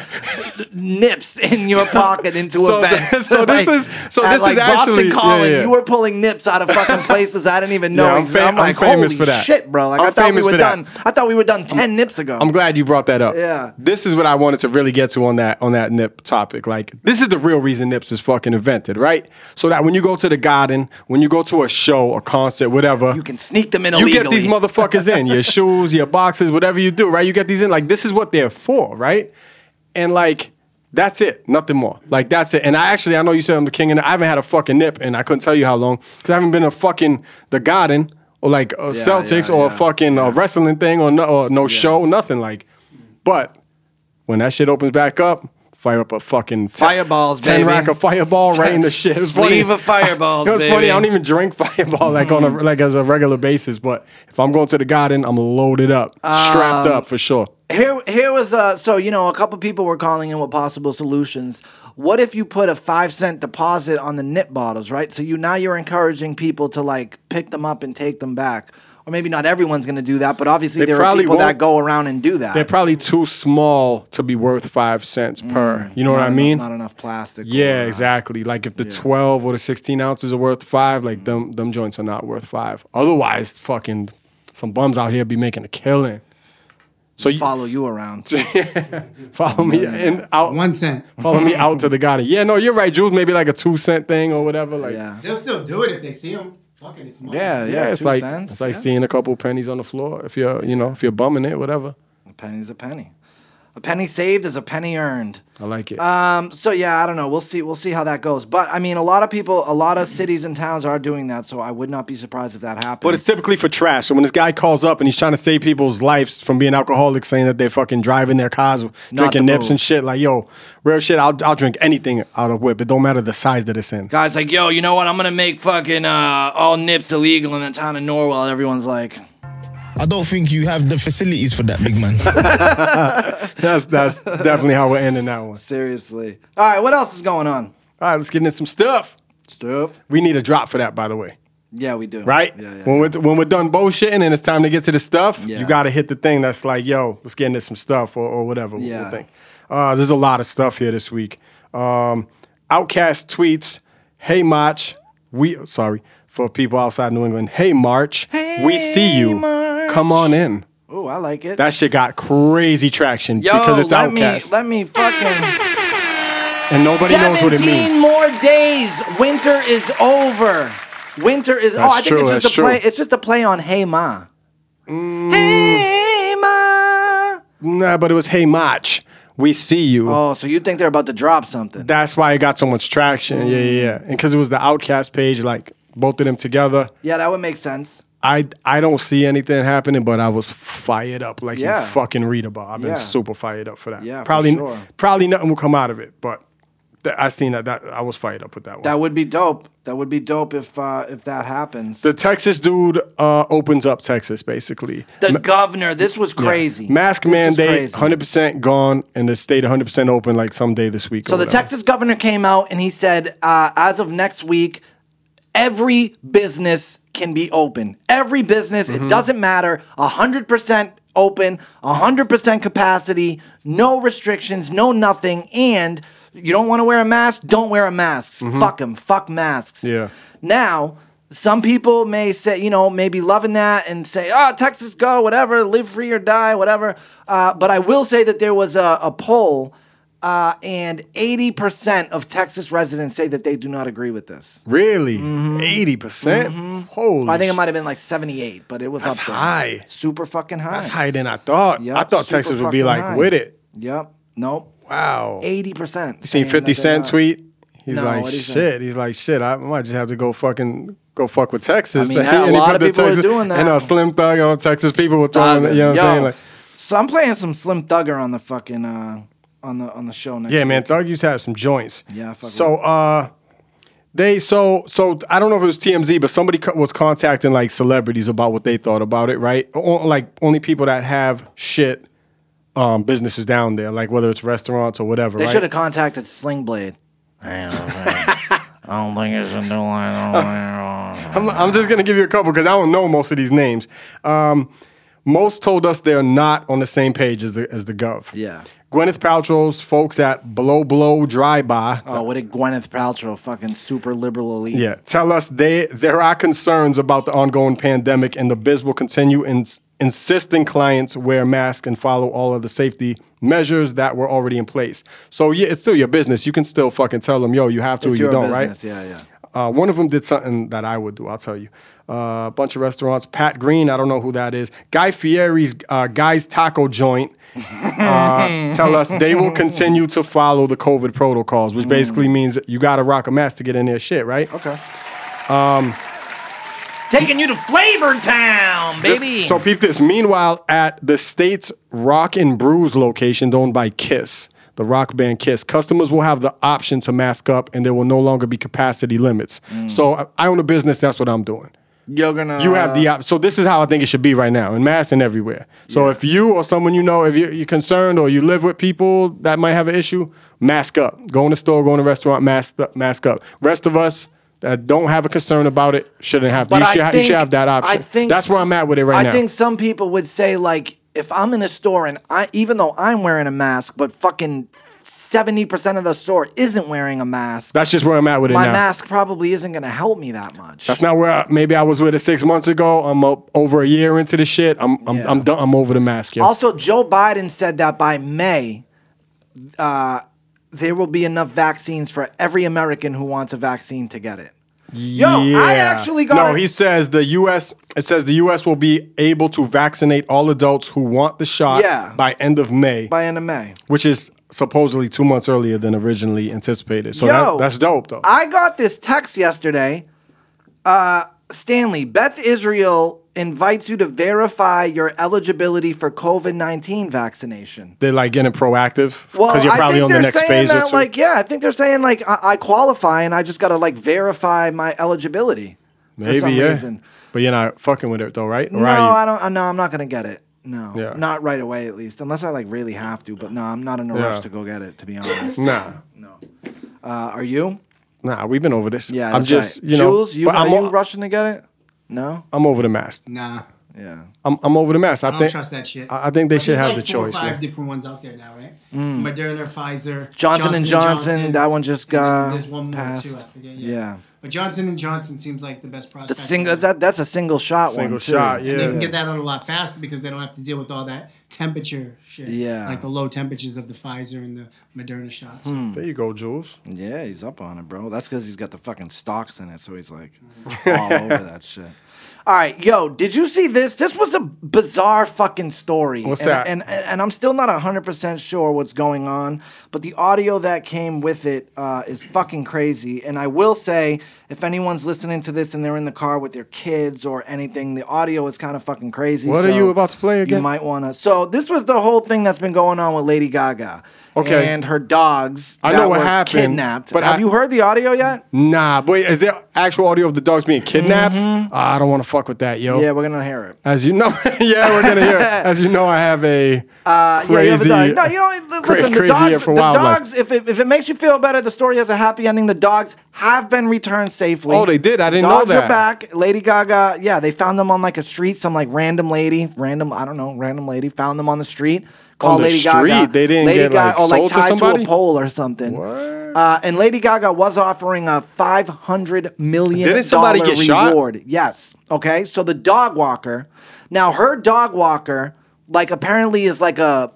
[SPEAKER 1] nips in your pocket into
[SPEAKER 2] So
[SPEAKER 1] events.
[SPEAKER 2] this- so this is- so
[SPEAKER 1] at,
[SPEAKER 2] this is
[SPEAKER 1] like
[SPEAKER 2] actually-
[SPEAKER 1] Boston
[SPEAKER 2] yeah,
[SPEAKER 1] Calling.
[SPEAKER 2] yeah.
[SPEAKER 1] You were pulling nips out of fucking places I didn't even know.
[SPEAKER 2] Yeah, I'm
[SPEAKER 1] existed.
[SPEAKER 2] fam-
[SPEAKER 1] I'm like,
[SPEAKER 2] I'm famous
[SPEAKER 1] holy
[SPEAKER 2] for that.
[SPEAKER 1] shit, bro! Like
[SPEAKER 2] I'm
[SPEAKER 1] I thought we
[SPEAKER 2] famous
[SPEAKER 1] were
[SPEAKER 2] for that.
[SPEAKER 1] done. I thought we were done 10 nips ago.
[SPEAKER 2] I'm glad you brought that up.
[SPEAKER 1] Yeah.
[SPEAKER 2] This is what I wanted to really get to on that on that nip topic. Like this is the real reason nips is fucking invented, right? So that when you go to the garden, when you go to a show, a concert, whatever,
[SPEAKER 1] you can sneak them in
[SPEAKER 2] you
[SPEAKER 1] illegally.
[SPEAKER 2] get these motherfuckers in your shoes, your boxes, whatever you do, right? You get these in. Like this is what they're for, right? And like that's it, nothing more. Like that's it. And I actually, I know you said I'm the king, and I haven't had a fucking nip, and I couldn't tell you how long because I haven't been a fucking the garden or like a Celtics
[SPEAKER 1] yeah,
[SPEAKER 2] or
[SPEAKER 1] yeah.
[SPEAKER 2] a fucking uh, wrestling thing or no, or no show, nothing like. But when that shit opens back up. Fire up a fucking ten-
[SPEAKER 1] Fireballs,
[SPEAKER 2] ten
[SPEAKER 1] baby.
[SPEAKER 2] rack of fireball right in the shit. It was funny.
[SPEAKER 1] Sleeve of fireballs,
[SPEAKER 2] It was funny.
[SPEAKER 1] baby. Mm-hmm.
[SPEAKER 2] I don't even drink Fireball like on a like as a regular basis, but if I'm going to the garden, I'm loaded up, strapped
[SPEAKER 1] Um,
[SPEAKER 2] up for sure.
[SPEAKER 1] here here was uh so you know a couple people were calling in with possible solutions what if you put a five cent deposit on the nip bottles right so you now you're encouraging people to like pick them up and take them back or maybe not everyone's going to do that but obviously
[SPEAKER 2] They
[SPEAKER 1] there are
[SPEAKER 2] probably
[SPEAKER 1] people that
[SPEAKER 2] won't.
[SPEAKER 1] go around and do that
[SPEAKER 2] They're probably too small to be worth five cents per. You know
[SPEAKER 1] Mm,
[SPEAKER 2] what
[SPEAKER 1] Not
[SPEAKER 2] I
[SPEAKER 1] enough-
[SPEAKER 2] mean?
[SPEAKER 1] not enough plastic
[SPEAKER 2] yeah,
[SPEAKER 1] or-
[SPEAKER 2] exactly. Like if the twelve or the sixteen ounces are worth five,
[SPEAKER 1] Mm-hmm.
[SPEAKER 2] like them them joints are not worth five. Otherwise, fucking some bums out here be making a killing. So you
[SPEAKER 1] follow you around
[SPEAKER 2] follow me
[SPEAKER 1] Mm-hmm.
[SPEAKER 2] and out.
[SPEAKER 6] One cent.
[SPEAKER 2] Follow me out to the garden. Yeah, no, you're right, Jules. Maybe like a two cent thing or whatever. Like,
[SPEAKER 1] yeah
[SPEAKER 6] They'll still do it if they see him. Fucking, it's money.
[SPEAKER 1] yeah yeah,
[SPEAKER 2] Yeah, it's
[SPEAKER 1] two
[SPEAKER 2] like
[SPEAKER 1] cents,
[SPEAKER 2] it's like
[SPEAKER 1] yeah.
[SPEAKER 2] seeing a couple pennies on the floor if you're you know if you're bumming it, whatever.
[SPEAKER 1] a penny's a penny a penny saved is a penny earned
[SPEAKER 2] I like it.
[SPEAKER 1] Um, so yeah, I don't know. We'll see. We'll see how that goes. But I mean, a lot of people, a lot of cities and towns are doing that. So I would not be surprised if that happens.
[SPEAKER 2] but it's typically for trash. So when this guy calls up and he's trying to save people's lives from being alcoholics, saying that they're fucking driving their cars, drinking
[SPEAKER 1] the
[SPEAKER 2] nips
[SPEAKER 1] move.
[SPEAKER 2] and shit, like yo, real shit. I'll I'll drink anything out of whip. It don't matter the size that it's in.
[SPEAKER 1] guys like, yo, you know what? I'm gonna make fucking uh, all nips illegal in the town of Norwell. Everyone's like,
[SPEAKER 5] I don't think you have the facilities for that, big man.
[SPEAKER 2] That's that's definitely how we're ending that one.
[SPEAKER 1] seriously. All right, what else is going on?
[SPEAKER 2] All right, let's get into some stuff.
[SPEAKER 1] Stuff.
[SPEAKER 2] We need a drop for that, by the way.
[SPEAKER 1] Yeah, we do.
[SPEAKER 2] Right?
[SPEAKER 1] Yeah. yeah.
[SPEAKER 2] when we're when we're done bullshitting and it's time to get to the stuff,
[SPEAKER 1] Yeah.
[SPEAKER 2] you gotta hit the thing that's like, yo, let's get into some stuff or, or whatever. we'll
[SPEAKER 1] Yeah.
[SPEAKER 2] think. Uh, there's a lot of stuff here this week. Um, Outcast tweets, hey March, we sorry, for people outside New England, hey March, we see you. Come on in.
[SPEAKER 1] oh, I like it.
[SPEAKER 2] That shit got crazy traction
[SPEAKER 1] Yo,
[SPEAKER 2] because it's
[SPEAKER 1] let
[SPEAKER 2] outcast.
[SPEAKER 1] me let me fucking.
[SPEAKER 2] and nobody knows what it
[SPEAKER 1] 17
[SPEAKER 2] means.
[SPEAKER 1] more days. Winter is over. Winter is.
[SPEAKER 2] That's
[SPEAKER 1] oh, I think
[SPEAKER 2] true,
[SPEAKER 1] it's just
[SPEAKER 2] that's
[SPEAKER 1] a play.
[SPEAKER 2] true. Mm.
[SPEAKER 1] It's just a play on Hey Ma. Hey Ma.
[SPEAKER 2] Nah, but it was hey March, we see you.
[SPEAKER 1] Oh, so you think they're about to drop something?
[SPEAKER 2] that's why it got so much traction. Yeah, yeah, yeah. And because it was the Outcast page, like both of them together.
[SPEAKER 1] Yeah, that would make sense.
[SPEAKER 2] I I don't see anything happening, but I was fired up like
[SPEAKER 1] Yeah.
[SPEAKER 2] you fucking read about. I've been
[SPEAKER 1] Yeah.
[SPEAKER 2] super fired up for that.
[SPEAKER 1] Yeah, for
[SPEAKER 2] probably
[SPEAKER 1] sure.
[SPEAKER 2] probably nothing will come out of it, but That I seen that, that I was fired up with that one.
[SPEAKER 1] That would be dope. That would be dope if uh, if that happens.
[SPEAKER 2] the
[SPEAKER 1] The,
[SPEAKER 2] Texas dude uh, opens up Texas basically.
[SPEAKER 1] governor. This was crazy.
[SPEAKER 2] Mask
[SPEAKER 1] This was
[SPEAKER 2] mandate,
[SPEAKER 1] crazy.
[SPEAKER 2] hundred percent gone, and the state hundred percent open like someday this week.
[SPEAKER 1] So the Texas governor came out and he said, uh, as of next week, every business can be open. Every business, it doesn't matter, 100% open, 100% capacity, no restrictions, no nothing. And you don't want to wear a mask, don't wear a mask. Fuck them, fuck masks.
[SPEAKER 2] Yeah.
[SPEAKER 1] Now, some people may say, you know, maybe loving that and say, oh, Texas, go, whatever, live free or die, whatever. Uh, but I will say that there was a, a poll, uh, and 80% of Texas residents say that they do not agree with this.
[SPEAKER 2] really 80 percent. Holy,
[SPEAKER 1] Mm-hmm. I think it
[SPEAKER 2] sh-
[SPEAKER 1] might have been like 78, but it was
[SPEAKER 2] That's
[SPEAKER 1] up there.
[SPEAKER 2] high.
[SPEAKER 1] Super fucking high.
[SPEAKER 2] that's higher than I thought.
[SPEAKER 1] Yep,
[SPEAKER 2] I thought
[SPEAKER 1] super
[SPEAKER 2] Texas would be
[SPEAKER 1] fucking
[SPEAKER 2] like
[SPEAKER 1] high.
[SPEAKER 2] with it.
[SPEAKER 1] Yep. Nope.
[SPEAKER 2] Wow,
[SPEAKER 1] 80%. You
[SPEAKER 2] seen 50 Cent tweet. He's
[SPEAKER 1] No,
[SPEAKER 2] like,
[SPEAKER 1] what'd he say?
[SPEAKER 2] shit. He's like, shit. I might just have to go fucking go fuck with Texas.
[SPEAKER 1] I mean,
[SPEAKER 2] And
[SPEAKER 1] hell, a
[SPEAKER 2] he
[SPEAKER 1] lot
[SPEAKER 2] put
[SPEAKER 1] of
[SPEAKER 2] the
[SPEAKER 1] people are
[SPEAKER 2] Texas-
[SPEAKER 1] doing that.
[SPEAKER 2] And uh, Slim Thug, all Texas people were throwing. You know what I'm saying? Like,
[SPEAKER 1] so I'm playing some Slim Thugger on the fucking, uh, on the, on the show next
[SPEAKER 2] yeah,
[SPEAKER 1] week.
[SPEAKER 2] man. Thug used to have some joints.
[SPEAKER 1] Yeah, I fuck
[SPEAKER 2] So, uh, they so so I don't know if it was TMZ, but somebody co- was contacting like celebrities about what they thought about it, right? O- like only people that have shit um, businesses down there, like whether it's restaurants or whatever.
[SPEAKER 1] They
[SPEAKER 2] right?
[SPEAKER 1] should have contacted Sling Blade.
[SPEAKER 2] I'm, I'm just gonna give you a couple because I don't know most of these names. Um, most told us they're not on the same page as the as the Gov.
[SPEAKER 1] Yeah.
[SPEAKER 2] Gwyneth Paltrow's folks at Blow Blow Dry By.
[SPEAKER 1] Oh, what did Gwyneth Paltrow, fucking super liberal elite?
[SPEAKER 2] Yeah, tell us they there are concerns about the ongoing pandemic and the biz will continue in, insisting clients wear masks and follow all of the safety measures that were already in place. So yeah, it's still your business. You can still fucking tell them, yo, you have to, or
[SPEAKER 1] It's
[SPEAKER 2] you
[SPEAKER 1] your
[SPEAKER 2] don't,
[SPEAKER 1] business.
[SPEAKER 2] right?
[SPEAKER 1] Yeah, yeah.
[SPEAKER 2] Uh, one of them did something that I would do. I'll tell you. Uh, a bunch of restaurants. Pat Green. I don't know who that is. Guy Fieri's uh, Guy's Taco Joint. Uh, tell us they will continue to follow the COVID protocols, which basically means you got to rock a mask to get in their shit, right?
[SPEAKER 1] Mm. Okay. Um, Taking you to Flavor Town,
[SPEAKER 2] This-
[SPEAKER 1] baby.
[SPEAKER 2] so peep this. Meanwhile, at the state's Rock and Brews location owned by Kiss, the rock band Kiss, customers will have the option to mask up, and there will no longer be capacity limits.
[SPEAKER 1] Mm.
[SPEAKER 2] So I- I own a business. That's what I'm doing.
[SPEAKER 1] You're gonna. uh,
[SPEAKER 2] You have the option. So this is how I think it should be right now, in mass and everywhere. So if you or someone you know, if you're, you're concerned or you live with people that might have an issue, mask up. Go in the store, go in the restaurant, mask up. Mask up. Rest of us. That don't have a concern about it shouldn't have. To.
[SPEAKER 1] But
[SPEAKER 2] You,
[SPEAKER 1] I
[SPEAKER 2] should ha- you
[SPEAKER 1] think-
[SPEAKER 2] should have that option.
[SPEAKER 1] I think
[SPEAKER 2] that's where I'm at with it right
[SPEAKER 1] I
[SPEAKER 2] now.
[SPEAKER 1] think some people would say like, if I'm in a store and I, even though I'm wearing a mask, but fucking seventy percent of the store isn't wearing a mask,
[SPEAKER 2] That's just where I'm at with it
[SPEAKER 1] my
[SPEAKER 2] now.
[SPEAKER 1] mask probably isn't gonna help me that much.
[SPEAKER 2] That's not where I, maybe I was with it six months ago. I'm up over a year into the shit. I'm I'm I'm done. I'm over the mask. Yo.
[SPEAKER 1] Also, Joe Biden said that by May, uh, there will be enough vaccines for every American who wants a vaccine to get it. Yo, I actually got.
[SPEAKER 2] No,
[SPEAKER 1] a-
[SPEAKER 2] he says the U.S. It says the U.S. will be able to vaccinate all adults who want the shot
[SPEAKER 1] Yeah.
[SPEAKER 2] by end of May,
[SPEAKER 1] by end of May.
[SPEAKER 2] which is supposedly two months earlier than originally anticipated. So
[SPEAKER 1] Yo,
[SPEAKER 2] that, that's dope, though.
[SPEAKER 1] I got this text yesterday. Uh, Stanley, Beth Israel invites you to verify your eligibility for COVID 19 vaccination.
[SPEAKER 2] They're like getting proactive because
[SPEAKER 1] Well,
[SPEAKER 2] you're
[SPEAKER 1] I
[SPEAKER 2] probably
[SPEAKER 1] think
[SPEAKER 2] on the
[SPEAKER 1] they're
[SPEAKER 2] next
[SPEAKER 1] saying
[SPEAKER 2] phase
[SPEAKER 1] that,
[SPEAKER 2] or two.
[SPEAKER 1] like, yeah, I think they're saying like I, I qualify and I just got to like verify my eligibility.
[SPEAKER 2] Maybe
[SPEAKER 1] for some
[SPEAKER 2] yeah,
[SPEAKER 1] reason.
[SPEAKER 2] but you're not fucking with it though, right? Or
[SPEAKER 1] No,
[SPEAKER 2] are you?
[SPEAKER 1] I don't. uh, No, I'm not gonna get it. No,
[SPEAKER 2] Yeah.
[SPEAKER 1] not right away at least, unless I like really have to. But no, I'm not in a
[SPEAKER 2] Yeah.
[SPEAKER 1] rush to go get it. To be honest, uh,
[SPEAKER 2] Nah.
[SPEAKER 1] are you?
[SPEAKER 2] Nah, we've been over this.
[SPEAKER 1] Yeah,
[SPEAKER 2] I'm
[SPEAKER 1] that's
[SPEAKER 2] just,
[SPEAKER 1] right.
[SPEAKER 2] you know,
[SPEAKER 1] Jules, you,
[SPEAKER 2] but
[SPEAKER 1] are
[SPEAKER 2] I'm,
[SPEAKER 1] you
[SPEAKER 2] o-
[SPEAKER 1] rushing to get it? No.
[SPEAKER 2] I'm over the mask.
[SPEAKER 6] Nah,
[SPEAKER 1] Yeah.
[SPEAKER 2] I'm, I'm over the mask. I,
[SPEAKER 6] I don't
[SPEAKER 2] think
[SPEAKER 6] trust that shit.
[SPEAKER 2] I, I think they
[SPEAKER 6] But
[SPEAKER 2] should
[SPEAKER 6] there's
[SPEAKER 2] have
[SPEAKER 6] like
[SPEAKER 2] the
[SPEAKER 6] four or
[SPEAKER 2] choice.
[SPEAKER 6] Five
[SPEAKER 2] man.
[SPEAKER 6] different ones out there now, right? Moderna, Pfizer,
[SPEAKER 1] Mm. Johnson and Johnson, that one just
[SPEAKER 6] and then
[SPEAKER 1] got
[SPEAKER 6] There's one more too. I
[SPEAKER 1] passed.
[SPEAKER 6] forget. Yeah.
[SPEAKER 1] Yeah.
[SPEAKER 6] But Johnson and Johnson seems like the best
[SPEAKER 1] The
[SPEAKER 6] prospect.
[SPEAKER 1] single that that's a single shot
[SPEAKER 2] Single
[SPEAKER 1] one too.
[SPEAKER 2] shot,
[SPEAKER 6] And they can
[SPEAKER 2] Yeah.
[SPEAKER 6] get that out a lot faster because they don't have to deal with all that temperature shit.
[SPEAKER 1] Yeah.
[SPEAKER 6] Like the low temperatures of the Pfizer and the Moderna shots.
[SPEAKER 1] Hmm.
[SPEAKER 2] There you go, Jules.
[SPEAKER 1] Yeah, he's up on it, bro. That's because he's got the fucking stocks in it, so he's like all over that shit. All right, yo, did you see this? This was a bizarre fucking story.
[SPEAKER 2] What's
[SPEAKER 1] and,
[SPEAKER 2] that?
[SPEAKER 1] And, and I'm still not 100% sure what's going on, but the audio that came with it uh, is fucking crazy. And I will say If anyone's listening to this and they're in the car with their kids or anything, the audio is kind of fucking crazy.
[SPEAKER 2] What are
[SPEAKER 1] so
[SPEAKER 2] you about to play
[SPEAKER 1] You
[SPEAKER 2] again?
[SPEAKER 1] might want to. So this was the whole thing that's been going on with Lady Gaga.
[SPEAKER 2] Okay.
[SPEAKER 1] And her dogs.
[SPEAKER 2] I know
[SPEAKER 1] that
[SPEAKER 2] what
[SPEAKER 1] were
[SPEAKER 2] happened,
[SPEAKER 1] Kidnapped.
[SPEAKER 2] but
[SPEAKER 1] But have
[SPEAKER 2] I-
[SPEAKER 1] you heard the audio yet?
[SPEAKER 2] Nah, but is there actual audio of the dogs being kidnapped? Ah, I don't want to fuck with that, yo.
[SPEAKER 1] Mm-hmm. Yeah, we're gonna hear it.
[SPEAKER 2] As you know, yeah, we're gonna hear. it. As you know, I have a
[SPEAKER 1] Uh, yeah, you have a
[SPEAKER 2] crazy.
[SPEAKER 1] dog. No, you don't. li-
[SPEAKER 2] cra-
[SPEAKER 1] Listen, the
[SPEAKER 2] crazy year
[SPEAKER 1] dogs.
[SPEAKER 2] for
[SPEAKER 1] The
[SPEAKER 2] wildlife.
[SPEAKER 1] dogs. If it, if it makes you feel better, the story has a happy ending. The dogs have been returned safely.
[SPEAKER 2] Oh, they did? I didn't know
[SPEAKER 1] dogs
[SPEAKER 2] that.
[SPEAKER 1] are back. Lady Gaga. Yeah, they found them on like a street. Some like random lady, random I don't know, random lady found them on the street. Called
[SPEAKER 2] the
[SPEAKER 1] Lady Gaga.
[SPEAKER 2] street? They didn't
[SPEAKER 1] Lady
[SPEAKER 2] get, like,
[SPEAKER 1] Gaga, or,
[SPEAKER 2] sold to
[SPEAKER 1] tied
[SPEAKER 2] somebody?
[SPEAKER 1] a pole or something.
[SPEAKER 2] What?
[SPEAKER 1] Uh, and Lady Gaga was offering a five hundred million
[SPEAKER 2] Didn't somebody
[SPEAKER 1] dollar
[SPEAKER 2] get shot?
[SPEAKER 1] reward. Yes. Okay. So the dog walker. Now her dog walker, like apparently, is like a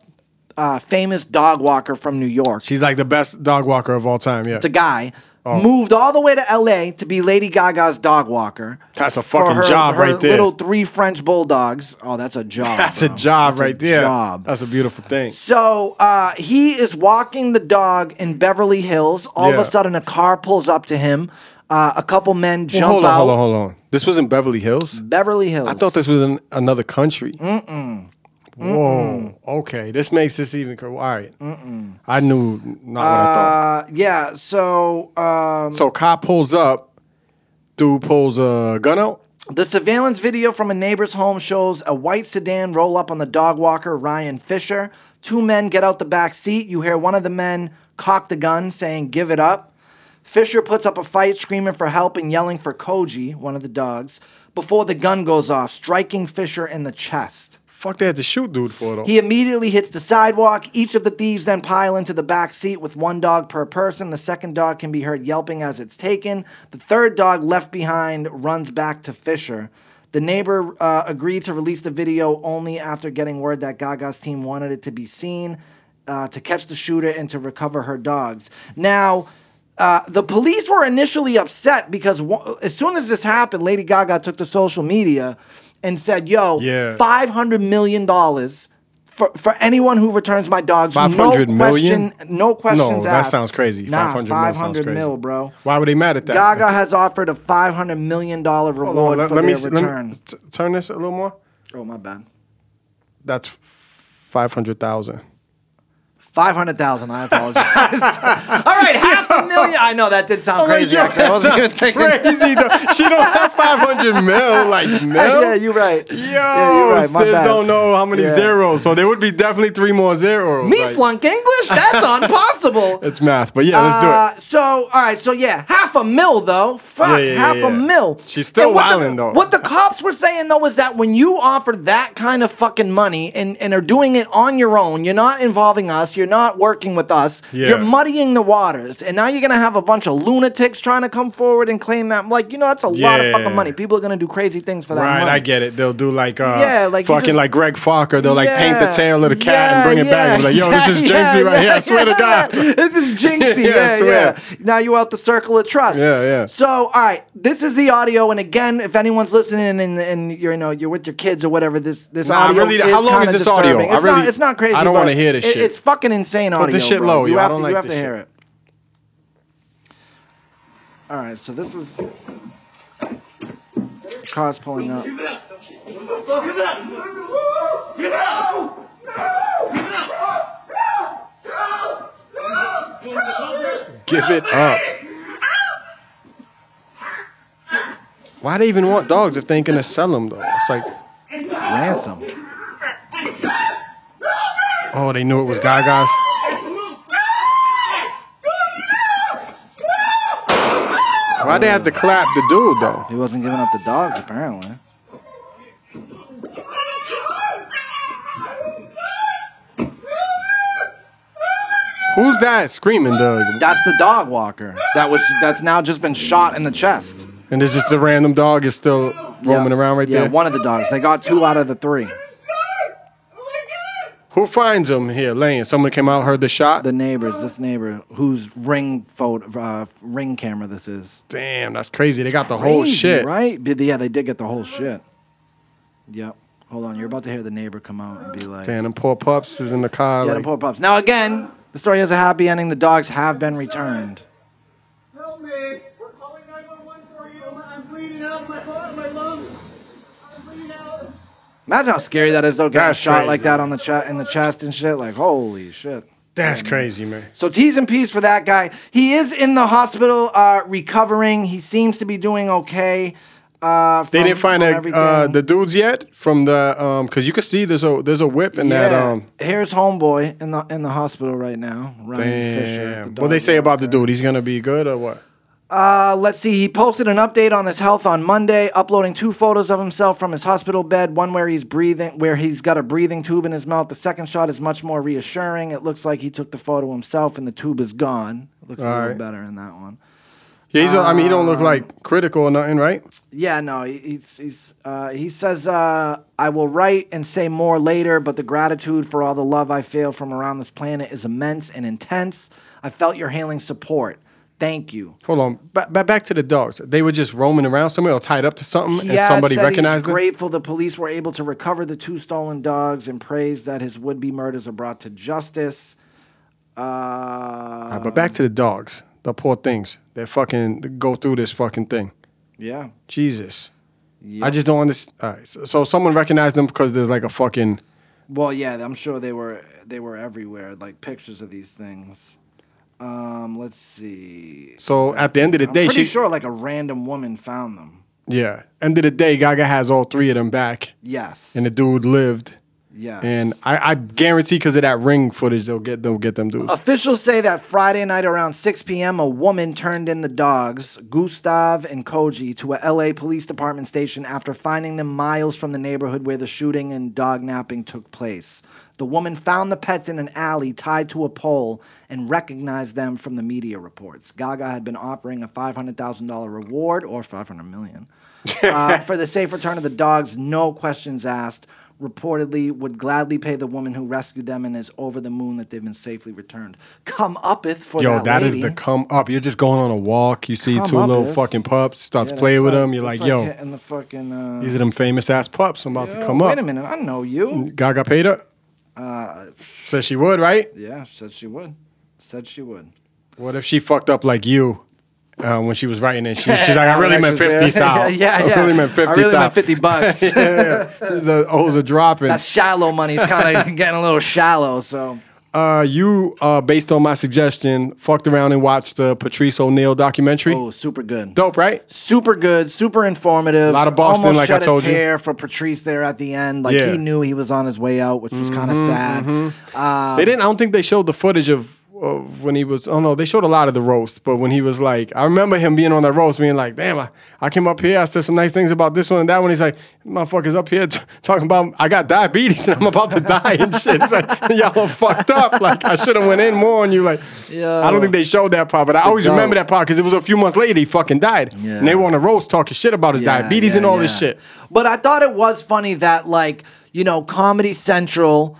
[SPEAKER 1] uh, famous dog walker from New York.
[SPEAKER 2] She's Oh. like the best dog walker of all time. Yeah,
[SPEAKER 1] It's a guy. Moved all the way to LA to be Lady Gaga's dog walker.
[SPEAKER 2] That's a
[SPEAKER 1] for
[SPEAKER 2] fucking
[SPEAKER 1] her-
[SPEAKER 2] job
[SPEAKER 1] her
[SPEAKER 2] right there.
[SPEAKER 1] Little three French bulldogs. Oh, that's a job.
[SPEAKER 2] that's a
[SPEAKER 1] bro.
[SPEAKER 2] job
[SPEAKER 1] That's a
[SPEAKER 2] right there.
[SPEAKER 1] job.
[SPEAKER 2] That's a beautiful thing.
[SPEAKER 1] So uh, he is walking the dog in Beverly Hills. All
[SPEAKER 2] Yeah.
[SPEAKER 1] of a sudden, a car pulls up to him. Uh, a couple men jump
[SPEAKER 2] hold on,
[SPEAKER 1] out.
[SPEAKER 2] hold on, hold on. This was in Beverly Hills.
[SPEAKER 1] Beverly Hills.
[SPEAKER 2] I thought this was in another country. Whoa. Okay, this makes this even. cra- All right. I knew not what I thought.
[SPEAKER 1] Uh, yeah. So um,
[SPEAKER 2] So cop pulls up. Dude pulls a gun out.
[SPEAKER 1] the surveillance video from a neighbor's home shows a white sedan roll up on the dog walker Ryan Fisher. Two men get out the back seat. You hear one of the men cock the gun, saying "Give it up." Fisher puts up a fight, screaming for help and yelling for Koji, one of the dogs, before the gun goes off, striking Fisher in the chest.
[SPEAKER 2] Fuck, they had to shoot dude for though.
[SPEAKER 1] He immediately hits the sidewalk. Each of the thieves then pile into the back seat with one dog per person. The second dog can be heard yelping as it's taken. The third dog left behind runs back to Fisher. The neighbor uh, agreed to release the video only after getting word that Gaga's team wanted it to be seen uh, to catch the shooter and to recover her dogs. Now, uh, the police were initially upset because wo- as soon as this happened, Lady Gaga took to social media and said, "Yo,
[SPEAKER 2] Yeah.
[SPEAKER 1] five hundred million dollars for for anyone who returns my dogs. No
[SPEAKER 2] 500 million?
[SPEAKER 1] question, no questions
[SPEAKER 2] No,
[SPEAKER 1] asked.
[SPEAKER 2] that sounds crazy.
[SPEAKER 1] Nah,
[SPEAKER 2] 500
[SPEAKER 1] 500,
[SPEAKER 2] mil sounds
[SPEAKER 1] mil,
[SPEAKER 2] crazy.
[SPEAKER 1] bro.
[SPEAKER 2] Why were they mad at that?
[SPEAKER 1] Gaga has offered a five hundred million dollar
[SPEAKER 2] Hold on,
[SPEAKER 1] reward
[SPEAKER 2] let,
[SPEAKER 1] for
[SPEAKER 2] let me
[SPEAKER 1] their
[SPEAKER 2] s- let me
[SPEAKER 1] return.
[SPEAKER 2] t- turn this a little more.
[SPEAKER 1] oh my bad.
[SPEAKER 2] That's five hundred thousand.
[SPEAKER 1] Five hundred thousand. I apologize. All right, half a million. I know that did
[SPEAKER 2] Oh
[SPEAKER 1] sound crazy. actually. I wasn't even thinking-
[SPEAKER 2] crazy though. She don't have five hundred mil like mil.
[SPEAKER 1] Yeah, you're right.
[SPEAKER 2] Yo,
[SPEAKER 1] yeah, you're right. My
[SPEAKER 2] Stiz
[SPEAKER 1] bad.
[SPEAKER 2] don't know how many
[SPEAKER 1] Yeah.
[SPEAKER 2] zeros, so there would be definitely three more zeros.
[SPEAKER 1] Me
[SPEAKER 2] like,
[SPEAKER 1] flunk English? That's impossible.
[SPEAKER 2] It's math, but yeah, let's do it.
[SPEAKER 1] Uh, so, all right, so yeah, half a mil though. Fuck,
[SPEAKER 2] Yeah, yeah,
[SPEAKER 1] half
[SPEAKER 2] yeah,
[SPEAKER 1] a
[SPEAKER 2] yeah.
[SPEAKER 1] mil.
[SPEAKER 2] She's still
[SPEAKER 1] And what the-
[SPEAKER 2] wildin', though.
[SPEAKER 1] What the cops were saying though was that when you offer that kind of fucking money and, and are doing it on your own, you're not involving us, you're not working with us,
[SPEAKER 2] Yeah.
[SPEAKER 1] you're muddying the waters, and now you're gonna have a bunch of lunatics trying to come forward and claim that. Like, you know, that's a lot of
[SPEAKER 2] Yeah.
[SPEAKER 1] fucking money. People are gonna do crazy things for that
[SPEAKER 2] Right,
[SPEAKER 1] money.
[SPEAKER 2] I get it. They'll do like uh
[SPEAKER 1] Yeah, like, you
[SPEAKER 2] fucking
[SPEAKER 1] just-
[SPEAKER 2] like Greg Fokker. They'll like paint the
[SPEAKER 1] Yeah.
[SPEAKER 2] tail of the cat
[SPEAKER 1] Yeah,
[SPEAKER 2] and bring it back.
[SPEAKER 1] yeah,
[SPEAKER 2] And be like, yo, this
[SPEAKER 1] yeah,
[SPEAKER 2] is Jinxie right here. I
[SPEAKER 1] yeah,
[SPEAKER 2] swear to God.
[SPEAKER 1] yeah. This is Jinxie.
[SPEAKER 2] Yeah, I
[SPEAKER 1] yeah, yeah,
[SPEAKER 2] swear.
[SPEAKER 1] Now you out the circle of trust.
[SPEAKER 2] Yeah, yeah.
[SPEAKER 1] So, all right, this is the audio. And again, if anyone's listening and, and you're you know you're with your kids or whatever, this this
[SPEAKER 2] Nah, I
[SPEAKER 1] audio
[SPEAKER 2] really-
[SPEAKER 1] is
[SPEAKER 2] how long
[SPEAKER 1] kinda
[SPEAKER 2] is this audio?
[SPEAKER 1] disturbing.
[SPEAKER 2] I
[SPEAKER 1] It's
[SPEAKER 2] really-
[SPEAKER 1] not, it's not crazy.
[SPEAKER 2] I don't
[SPEAKER 1] but
[SPEAKER 2] wanna hear this
[SPEAKER 1] it-
[SPEAKER 2] shit.
[SPEAKER 1] It's fucking insane audio.
[SPEAKER 2] Put this shit
[SPEAKER 1] bro.
[SPEAKER 2] low,
[SPEAKER 1] You
[SPEAKER 2] yo. I
[SPEAKER 1] have
[SPEAKER 2] don't
[SPEAKER 1] to,
[SPEAKER 2] like
[SPEAKER 1] you have
[SPEAKER 2] this
[SPEAKER 1] to hear
[SPEAKER 2] shit.
[SPEAKER 1] it. All right, so this is cars pulling up.
[SPEAKER 2] Give it up. Why they even want dogs if they ain't gonna sell them though? It's like,
[SPEAKER 1] Ransom.
[SPEAKER 2] oh, they knew it was Gaga's. Why they have to clap the dude though?
[SPEAKER 1] He wasn't giving up the dogs apparently.
[SPEAKER 2] Who's that screaming, Doug?
[SPEAKER 1] That's the dog walker. That was that's now just been shot in the chest.
[SPEAKER 2] And it's just a random dog is still roaming
[SPEAKER 1] Yeah.
[SPEAKER 2] around right
[SPEAKER 1] yeah,
[SPEAKER 2] there.
[SPEAKER 1] one of the dogs. They got two out of the three.
[SPEAKER 2] Who finds him here laying? Someone came out, heard the shot.
[SPEAKER 1] The neighbors, this neighbor whose ring photo, uh, ring camera this is.
[SPEAKER 2] Damn, that's crazy. They got the whole
[SPEAKER 1] Crazy,
[SPEAKER 2] shit.
[SPEAKER 1] right? But yeah, they did get the whole shit. Yep. Hold on, you're about to hear the neighbor come out and be like,
[SPEAKER 2] Damn, them poor pups is in the car.
[SPEAKER 1] "Yeah,
[SPEAKER 2] like-
[SPEAKER 1] them poor pups." Now again, the story has a happy ending. The dogs have been returned.
[SPEAKER 7] Help me! We're calling 911!
[SPEAKER 1] Imagine how scary that is though, getting
[SPEAKER 2] That's
[SPEAKER 1] shot
[SPEAKER 2] crazy.
[SPEAKER 1] like that on the chest in the chest and shit. Like, holy shit.
[SPEAKER 2] That's crazy, man.
[SPEAKER 1] So T's and P's for that guy. He is in the hospital uh, recovering. He seems to be doing okay. Uh,
[SPEAKER 2] They
[SPEAKER 1] from-
[SPEAKER 2] didn't find
[SPEAKER 1] from
[SPEAKER 2] that, uh,
[SPEAKER 1] everything.
[SPEAKER 2] the dudes yet from the um because you can see there's a there's a whip in that
[SPEAKER 1] Yeah.
[SPEAKER 2] um.
[SPEAKER 1] Here's homeboy in the in the hospital right now. Ryan Fisher.
[SPEAKER 2] Damn.
[SPEAKER 1] the
[SPEAKER 2] What they
[SPEAKER 1] dog
[SPEAKER 2] say about the
[SPEAKER 1] walker.
[SPEAKER 2] dude? He's gonna be good or what?
[SPEAKER 1] Uh, let's see. He posted an update on his health on Monday, uploading two photos of himself from his hospital bed. One where he's breathing, where he's got a breathing tube in his mouth. The second shot is much more reassuring. It looks like he took the photo himself, and the tube is gone. Looks a little
[SPEAKER 2] Alright.
[SPEAKER 1] better in that one.
[SPEAKER 2] Yeah, he's. a, I mean, he don't
[SPEAKER 1] Um,
[SPEAKER 2] look like critical or nothing, right?
[SPEAKER 1] Yeah, no, he- he's, he's uh, he says uh, I will write and say more later, but the gratitude for all the love I feel from around this planet is immense and intense. I felt your hailing support. Thank you.
[SPEAKER 2] Hold on. Ba- ba- back to the dogs. They were just roaming around somewhere or tied up to something,
[SPEAKER 1] He
[SPEAKER 2] and
[SPEAKER 1] adds
[SPEAKER 2] somebody
[SPEAKER 1] that
[SPEAKER 2] recognized
[SPEAKER 1] he's
[SPEAKER 2] them.
[SPEAKER 1] grateful the police were able to recover the two stolen dogs and praised that his would-be murders are brought to justice.
[SPEAKER 2] Ah,
[SPEAKER 1] Uh,
[SPEAKER 2] but back to the dogs. The poor things. They fucking go through this fucking thing.
[SPEAKER 1] yeah.
[SPEAKER 2] Jesus. I just don't understand. All right. So, so someone recognized them because there's like a fucking.
[SPEAKER 1] Well, yeah, I'm sure they were they were everywhere, like pictures of these things. Um, let's see.
[SPEAKER 2] So at the end of the
[SPEAKER 1] I'm
[SPEAKER 2] day,
[SPEAKER 1] pretty
[SPEAKER 2] she.
[SPEAKER 1] sure like a random woman found them.
[SPEAKER 2] Yeah. End of the day, Gaga has all three of them back,
[SPEAKER 1] Yes.
[SPEAKER 2] and the dude lived.
[SPEAKER 1] yes.
[SPEAKER 2] And I, I guarantee because of that ring footage, they'll get them get them dudes.
[SPEAKER 1] Officials say that Friday night around 6 p.m., a woman turned in the dogs, Gustav and Koji, to a LA police department station after finding them miles from the neighborhood where the shooting and dog napping took place. The woman found the pets in an alley tied to a pole and recognized them from the media reports. Gaga had been offering a $500,000 reward or $500 million uh, for the safe return of the dogs, no questions asked. Reportedly, would gladly pay the woman who rescued them and is over the moon that they've been safely returned. Come uppeth for
[SPEAKER 2] Yo,
[SPEAKER 1] that.
[SPEAKER 2] that is
[SPEAKER 1] lady.
[SPEAKER 2] the come up. You're just going on a walk. You see
[SPEAKER 1] Come
[SPEAKER 2] two
[SPEAKER 1] up,
[SPEAKER 2] little
[SPEAKER 1] it's-
[SPEAKER 2] fucking pups. Starts
[SPEAKER 1] Yeah, that's
[SPEAKER 2] playing with
[SPEAKER 1] like-
[SPEAKER 2] them. You're
[SPEAKER 1] that's
[SPEAKER 2] like, yo,
[SPEAKER 1] hitting the fucking. Uh,
[SPEAKER 2] these are them famous ass pups. I'm about
[SPEAKER 1] yo,
[SPEAKER 2] to come
[SPEAKER 1] wait
[SPEAKER 2] up. Mm.
[SPEAKER 1] a minute, Uh, I know you.
[SPEAKER 2] Gaga paid her. Said she would, right?
[SPEAKER 1] Yeah, said she would. Said she would.
[SPEAKER 2] What if she fucked up like you uh, when she was writing it? She, she's like, I really meant
[SPEAKER 1] Alexis, yeah.
[SPEAKER 2] fifty thousand.
[SPEAKER 1] yeah, yeah.
[SPEAKER 2] I really meant fifty
[SPEAKER 1] I really meant
[SPEAKER 2] thousand.
[SPEAKER 1] 50 bucks.
[SPEAKER 2] the O's are dropping.
[SPEAKER 1] that shallow money's kind of getting a little shallow, so.
[SPEAKER 2] Uh, you, uh, based on my suggestion, fucked around and watched the Patrice O'Neill documentary.
[SPEAKER 1] Oh, super good.
[SPEAKER 2] Dope, right?
[SPEAKER 1] super good, super informative. A
[SPEAKER 2] Lot of Boston,
[SPEAKER 1] Almost
[SPEAKER 2] like
[SPEAKER 1] shed
[SPEAKER 2] I told
[SPEAKER 1] a
[SPEAKER 2] you.
[SPEAKER 1] tear for Patrice there at the end. Like
[SPEAKER 2] Yeah. Mm-hmm,
[SPEAKER 1] he knew he was on his way out, which was kind of sad.
[SPEAKER 2] they didn't. I don't think they showed the footage of, of when he was. Oh no, they showed a lot of the roast, but when he was like, I remember him being on that roast, being like, "Damn, I, I came up here, I said some nice things about this one and that one." He's like, "Motherfuckers up here t- talking about I got diabetes and I'm about to die and shit." It's like y'all are fucked up. Like I should have went in more on you. Like
[SPEAKER 1] Yo.
[SPEAKER 2] I don't think they showed that part, but I always
[SPEAKER 1] dope.
[SPEAKER 2] remember that part because it was a few months later he fucking died,
[SPEAKER 1] Yeah.
[SPEAKER 2] and they were on the roast talking shit about his
[SPEAKER 1] Yeah,
[SPEAKER 2] diabetes
[SPEAKER 1] yeah,
[SPEAKER 2] and all this
[SPEAKER 1] yeah.
[SPEAKER 2] shit.
[SPEAKER 1] But I thought it was funny that like you know Comedy Central.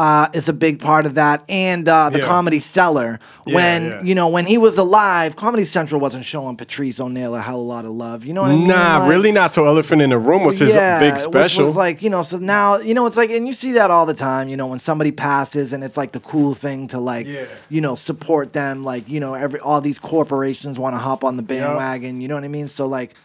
[SPEAKER 1] Uh, is a big part of that, and uh, the
[SPEAKER 2] Yeah.
[SPEAKER 1] comedy seller. when
[SPEAKER 2] yeah.
[SPEAKER 1] you know when he was alive, Comedy Central wasn't showing Patrice O'Neill a hell of a lot of love. You know what I mean?
[SPEAKER 2] Nah,
[SPEAKER 1] Like-
[SPEAKER 2] really not. So Elephant in the Room was his big
[SPEAKER 1] which
[SPEAKER 2] special.
[SPEAKER 1] was like you know, so now you know it's like, and you see that all the time. You know, when somebody passes, and it's like the cool thing to like,
[SPEAKER 2] Yeah.
[SPEAKER 1] you know, support them. Like you know, every all these corporations want to hop on the bandwagon. You know what I mean? So like,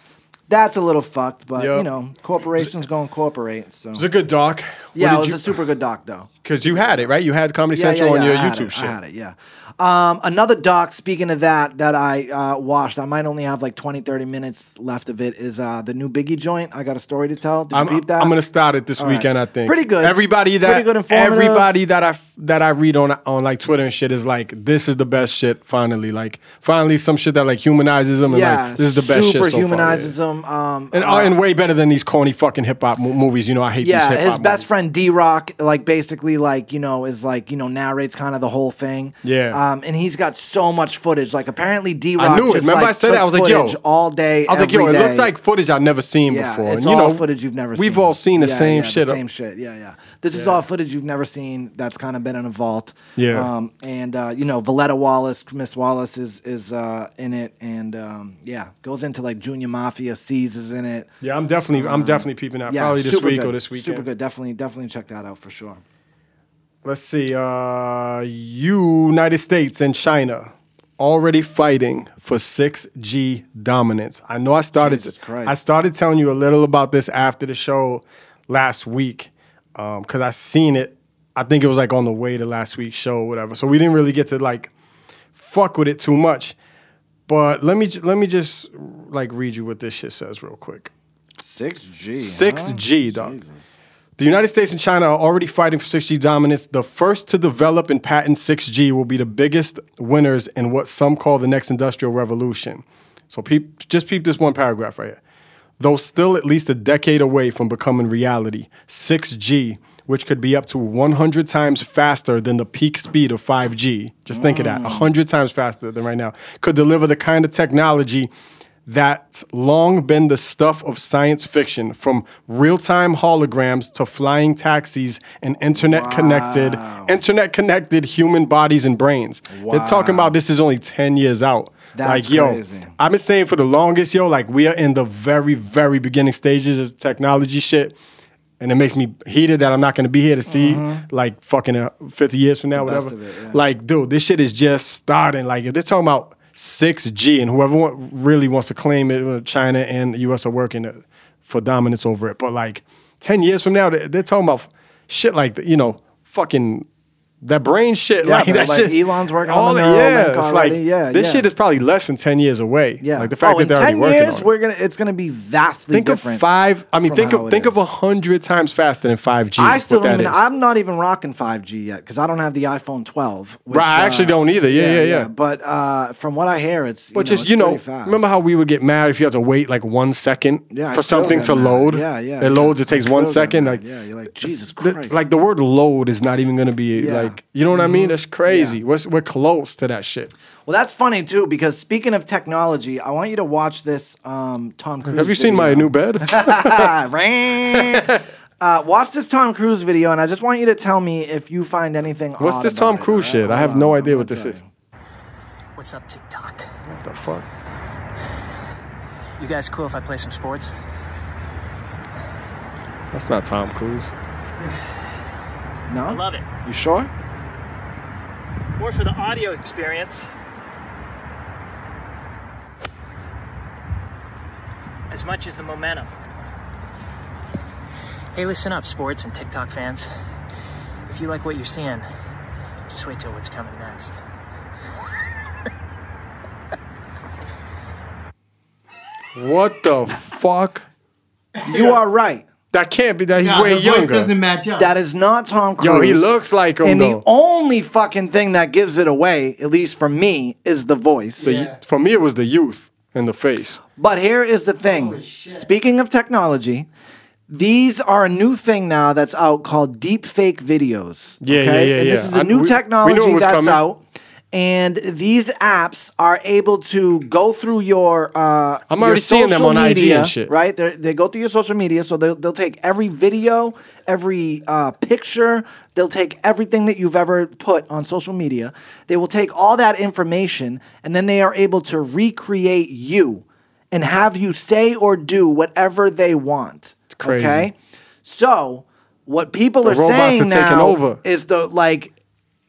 [SPEAKER 1] that's a little fucked, but
[SPEAKER 2] Yep.
[SPEAKER 1] you know, corporations go and corporate. So
[SPEAKER 2] it was a good doc. What
[SPEAKER 1] yeah,
[SPEAKER 2] did
[SPEAKER 1] it was
[SPEAKER 2] you-
[SPEAKER 1] a super good doc though.
[SPEAKER 2] Because you had it, right? You had Comedy Central on your
[SPEAKER 1] I had
[SPEAKER 2] YouTube
[SPEAKER 1] it,
[SPEAKER 2] shit.
[SPEAKER 1] I had it, yeah. Um, another doc, speaking of that, that I uh, watched, I might only have like 20, 30 minutes left of it, is uh, the new Biggie joint. I got a story to tell. Did you
[SPEAKER 2] I'm,
[SPEAKER 1] peep that?
[SPEAKER 2] I'm gonna start it this
[SPEAKER 1] All right.
[SPEAKER 2] weekend. I think
[SPEAKER 1] Pretty good.
[SPEAKER 2] Everybody that
[SPEAKER 1] Pretty good informative.
[SPEAKER 2] everybody that I f- that I read on on like Twitter and shit is like, this is the best shit. Finally, like finally some shit that like humanizes them and
[SPEAKER 1] yeah,
[SPEAKER 2] like this is the best shit.
[SPEAKER 1] Super
[SPEAKER 2] so far,
[SPEAKER 1] humanizes
[SPEAKER 2] yeah.
[SPEAKER 1] him. Um,
[SPEAKER 2] and
[SPEAKER 1] uh,
[SPEAKER 2] oh, and way better than these corny fucking hip hop mo- movies. You know, I hate these
[SPEAKER 1] yeah,
[SPEAKER 2] hip hop.
[SPEAKER 1] his best
[SPEAKER 2] movies.
[SPEAKER 1] friend D Rock, like basically, like you know, is like you know narrates kind of the whole thing.
[SPEAKER 2] Yeah.
[SPEAKER 1] Um, and he's got so much footage. Like apparently D Rock.
[SPEAKER 2] I knew it.
[SPEAKER 1] just,
[SPEAKER 2] Remember
[SPEAKER 1] like,
[SPEAKER 2] I said that? I
[SPEAKER 1] took
[SPEAKER 2] was like, yo,
[SPEAKER 1] footage all day.
[SPEAKER 2] I was like, yo,
[SPEAKER 1] every
[SPEAKER 2] it looks
[SPEAKER 1] day.
[SPEAKER 2] like footage I've never seen
[SPEAKER 1] Yeah,
[SPEAKER 2] before.
[SPEAKER 1] it's
[SPEAKER 2] and, you
[SPEAKER 1] all
[SPEAKER 2] know,
[SPEAKER 1] footage you've never seen.
[SPEAKER 2] We've all seen the
[SPEAKER 1] Yeah,
[SPEAKER 2] same
[SPEAKER 1] yeah,
[SPEAKER 2] shit.
[SPEAKER 1] Same shit. Yeah, yeah. This is all footage you've never seen that's kind of been in a vault.
[SPEAKER 2] Yeah.
[SPEAKER 1] Um, and uh, you know, Valletta Wallace, Miss Wallace is is uh, in it, and um, yeah, goes into like Junior Mafia. C's is in it. Um,
[SPEAKER 2] Yeah, I'm definitely, I'm definitely peeping out.
[SPEAKER 1] Yeah,
[SPEAKER 2] Probably this
[SPEAKER 1] super
[SPEAKER 2] week
[SPEAKER 1] good,
[SPEAKER 2] or this weekend.
[SPEAKER 1] Super good. Definitely, definitely check that out for sure.
[SPEAKER 2] Let's see. Uh, United States and China already fighting for 6G dominance. I know I started.
[SPEAKER 1] Jesus Christ.
[SPEAKER 2] I started telling you a little about this after the show last week because I seen it. I think it was like on the way to last week's show or whatever. So we didn't really get to like fuck with it too much. But let me ju- let me just like read you what this shit says real quick.
[SPEAKER 1] Six G.
[SPEAKER 2] Six G, dog. The United States and China are already fighting for 6G dominance. The first to develop and patent 6G will be the biggest winners in what some call the next industrial revolution. So peep, just peep this one paragraph right here. Though still at least a decade away from becoming reality, 6G, which could be up to 100 times faster than the peak speed of 5G, just think of that,
[SPEAKER 1] Mm.
[SPEAKER 2] 100 times faster than right now, could deliver the kind of technology that's long been the stuff of science fiction, from real-time holograms to flying taxis and internet-connected, internet-connected human bodies and brains. They're talking about this is only ten years out.
[SPEAKER 1] That's
[SPEAKER 2] like, yo,
[SPEAKER 1] crazy.
[SPEAKER 2] I've been saying for the longest, yo, like we are in the very, very beginning stages of technology shit. And it makes me heated that I'm not gonna be here to see like fucking uh, 50 years from now,
[SPEAKER 1] Mm-hmm. best
[SPEAKER 2] whatever.
[SPEAKER 1] of it, yeah.
[SPEAKER 2] Like, dude, this shit is just starting. Like, if they're talking about 6G and whoever want, really wants to claim it, uh, China and the US are working uh, for dominance over it. But like 10 years from now, they- they're talking about shit like, you know, fucking that brain shit.
[SPEAKER 1] Yeah,
[SPEAKER 2] like,
[SPEAKER 1] man,
[SPEAKER 2] that
[SPEAKER 1] like
[SPEAKER 2] shit.
[SPEAKER 1] Elon's working on the
[SPEAKER 2] that-
[SPEAKER 1] Neuralink
[SPEAKER 2] it's
[SPEAKER 1] already.
[SPEAKER 2] like,
[SPEAKER 1] Yeah,
[SPEAKER 2] this
[SPEAKER 1] yeah.
[SPEAKER 2] shit is probably less than 10 years away.
[SPEAKER 1] Yeah.
[SPEAKER 2] Like the fact
[SPEAKER 1] oh,
[SPEAKER 2] that
[SPEAKER 1] in
[SPEAKER 2] they're already
[SPEAKER 1] ten
[SPEAKER 2] working
[SPEAKER 1] years,
[SPEAKER 2] on it.
[SPEAKER 1] we're gonna. It's gonna be vastly
[SPEAKER 2] Think of
[SPEAKER 1] different.
[SPEAKER 2] five. I mean,
[SPEAKER 1] from
[SPEAKER 2] think
[SPEAKER 1] how
[SPEAKER 2] of
[SPEAKER 1] it
[SPEAKER 2] think of
[SPEAKER 1] is.
[SPEAKER 2] a hundred times faster than five G.
[SPEAKER 1] I still
[SPEAKER 2] what
[SPEAKER 1] don't
[SPEAKER 2] that
[SPEAKER 1] even,
[SPEAKER 2] is.
[SPEAKER 1] I'm not even rocking 5G yet because I don't have the iPhone 12. Which, uh,
[SPEAKER 2] Right, I actually don't either. Yeah, yeah, yeah.
[SPEAKER 1] But uh, from what I hear, it's you
[SPEAKER 2] But
[SPEAKER 1] know,
[SPEAKER 2] just
[SPEAKER 1] it's
[SPEAKER 2] you know,
[SPEAKER 1] pretty fast.
[SPEAKER 2] remember how we would get mad if you had to wait like one second
[SPEAKER 1] Yeah, I
[SPEAKER 2] for
[SPEAKER 1] still
[SPEAKER 2] something
[SPEAKER 1] get
[SPEAKER 2] to
[SPEAKER 1] mad.
[SPEAKER 2] load.
[SPEAKER 1] Yeah, yeah.
[SPEAKER 2] It loads. It takes
[SPEAKER 1] I
[SPEAKER 2] one
[SPEAKER 1] still get
[SPEAKER 2] second.
[SPEAKER 1] mad.
[SPEAKER 2] Like
[SPEAKER 1] Yeah, you're like,
[SPEAKER 2] it's-
[SPEAKER 1] Jesus
[SPEAKER 2] the-
[SPEAKER 1] Christ.
[SPEAKER 2] like the word load is not even going to be
[SPEAKER 1] Yeah. Mm-hmm.
[SPEAKER 2] like you know what I mean. That's crazy. We're we're close to that shit.
[SPEAKER 1] Well, that's funny too because speaking of technology, I want you to watch this um, Tom Cruise.
[SPEAKER 2] Have you seen my
[SPEAKER 1] video.
[SPEAKER 2] new bed?
[SPEAKER 1] Ran. uh, watch this Tom Cruise video, and I just want you to tell me if you find anything.
[SPEAKER 2] What's
[SPEAKER 1] odd
[SPEAKER 2] this
[SPEAKER 1] about
[SPEAKER 2] Tom
[SPEAKER 1] it,
[SPEAKER 2] Cruise
[SPEAKER 1] right?
[SPEAKER 2] shit? I
[SPEAKER 1] Hold
[SPEAKER 2] have
[SPEAKER 1] on,
[SPEAKER 2] no
[SPEAKER 1] I'm
[SPEAKER 2] idea
[SPEAKER 1] gonna
[SPEAKER 2] what this
[SPEAKER 1] tell
[SPEAKER 2] is.
[SPEAKER 1] you.
[SPEAKER 7] What's up, TikTok?
[SPEAKER 2] What the fuck?
[SPEAKER 7] You guys cool if I play some sports?
[SPEAKER 2] That's not Tom Cruise.
[SPEAKER 1] No,
[SPEAKER 7] Love it.
[SPEAKER 1] you sure?
[SPEAKER 7] More for the audio experience. As much as the momentum. Hey, listen up, sports and TikTok fans. If you like what you're seeing, just wait till what's coming next.
[SPEAKER 2] What the fuck?
[SPEAKER 1] You are right.
[SPEAKER 2] That can't be. That he's
[SPEAKER 6] Yeah,
[SPEAKER 2] way
[SPEAKER 6] the
[SPEAKER 2] younger.
[SPEAKER 6] voice doesn't match up.
[SPEAKER 1] That is not Tom Cruise.
[SPEAKER 2] Yo, he looks like him,
[SPEAKER 1] And the
[SPEAKER 2] though.
[SPEAKER 1] only fucking thing that gives it away, at least for me, is the voice.
[SPEAKER 2] The- For me, it was the youth and the face.
[SPEAKER 1] But here is the thing. Speaking of technology, these are a new thing now that's out called deep fake videos.
[SPEAKER 2] Yeah, yeah, yeah,
[SPEAKER 1] And this
[SPEAKER 2] yeah.
[SPEAKER 1] is a
[SPEAKER 2] I-
[SPEAKER 1] new
[SPEAKER 2] we- we knew it
[SPEAKER 1] technology
[SPEAKER 2] was
[SPEAKER 1] that's
[SPEAKER 2] coming.
[SPEAKER 1] out. And these apps are able to go through your. Uh,
[SPEAKER 2] I'm
[SPEAKER 1] your
[SPEAKER 2] already seeing them
[SPEAKER 1] social
[SPEAKER 2] on IG
[SPEAKER 1] media,
[SPEAKER 2] and shit.
[SPEAKER 1] Right? They're, they go through your social media, so they'll, they'll take every video, every uh, picture, they'll take everything that you've ever put on social media. They will take all that information, and then they are able to recreate you and have you say or do whatever they want.
[SPEAKER 2] crazy.
[SPEAKER 1] Okay? So, what people are
[SPEAKER 2] robots
[SPEAKER 1] saying
[SPEAKER 2] are taking
[SPEAKER 1] now
[SPEAKER 2] over.
[SPEAKER 1] is the like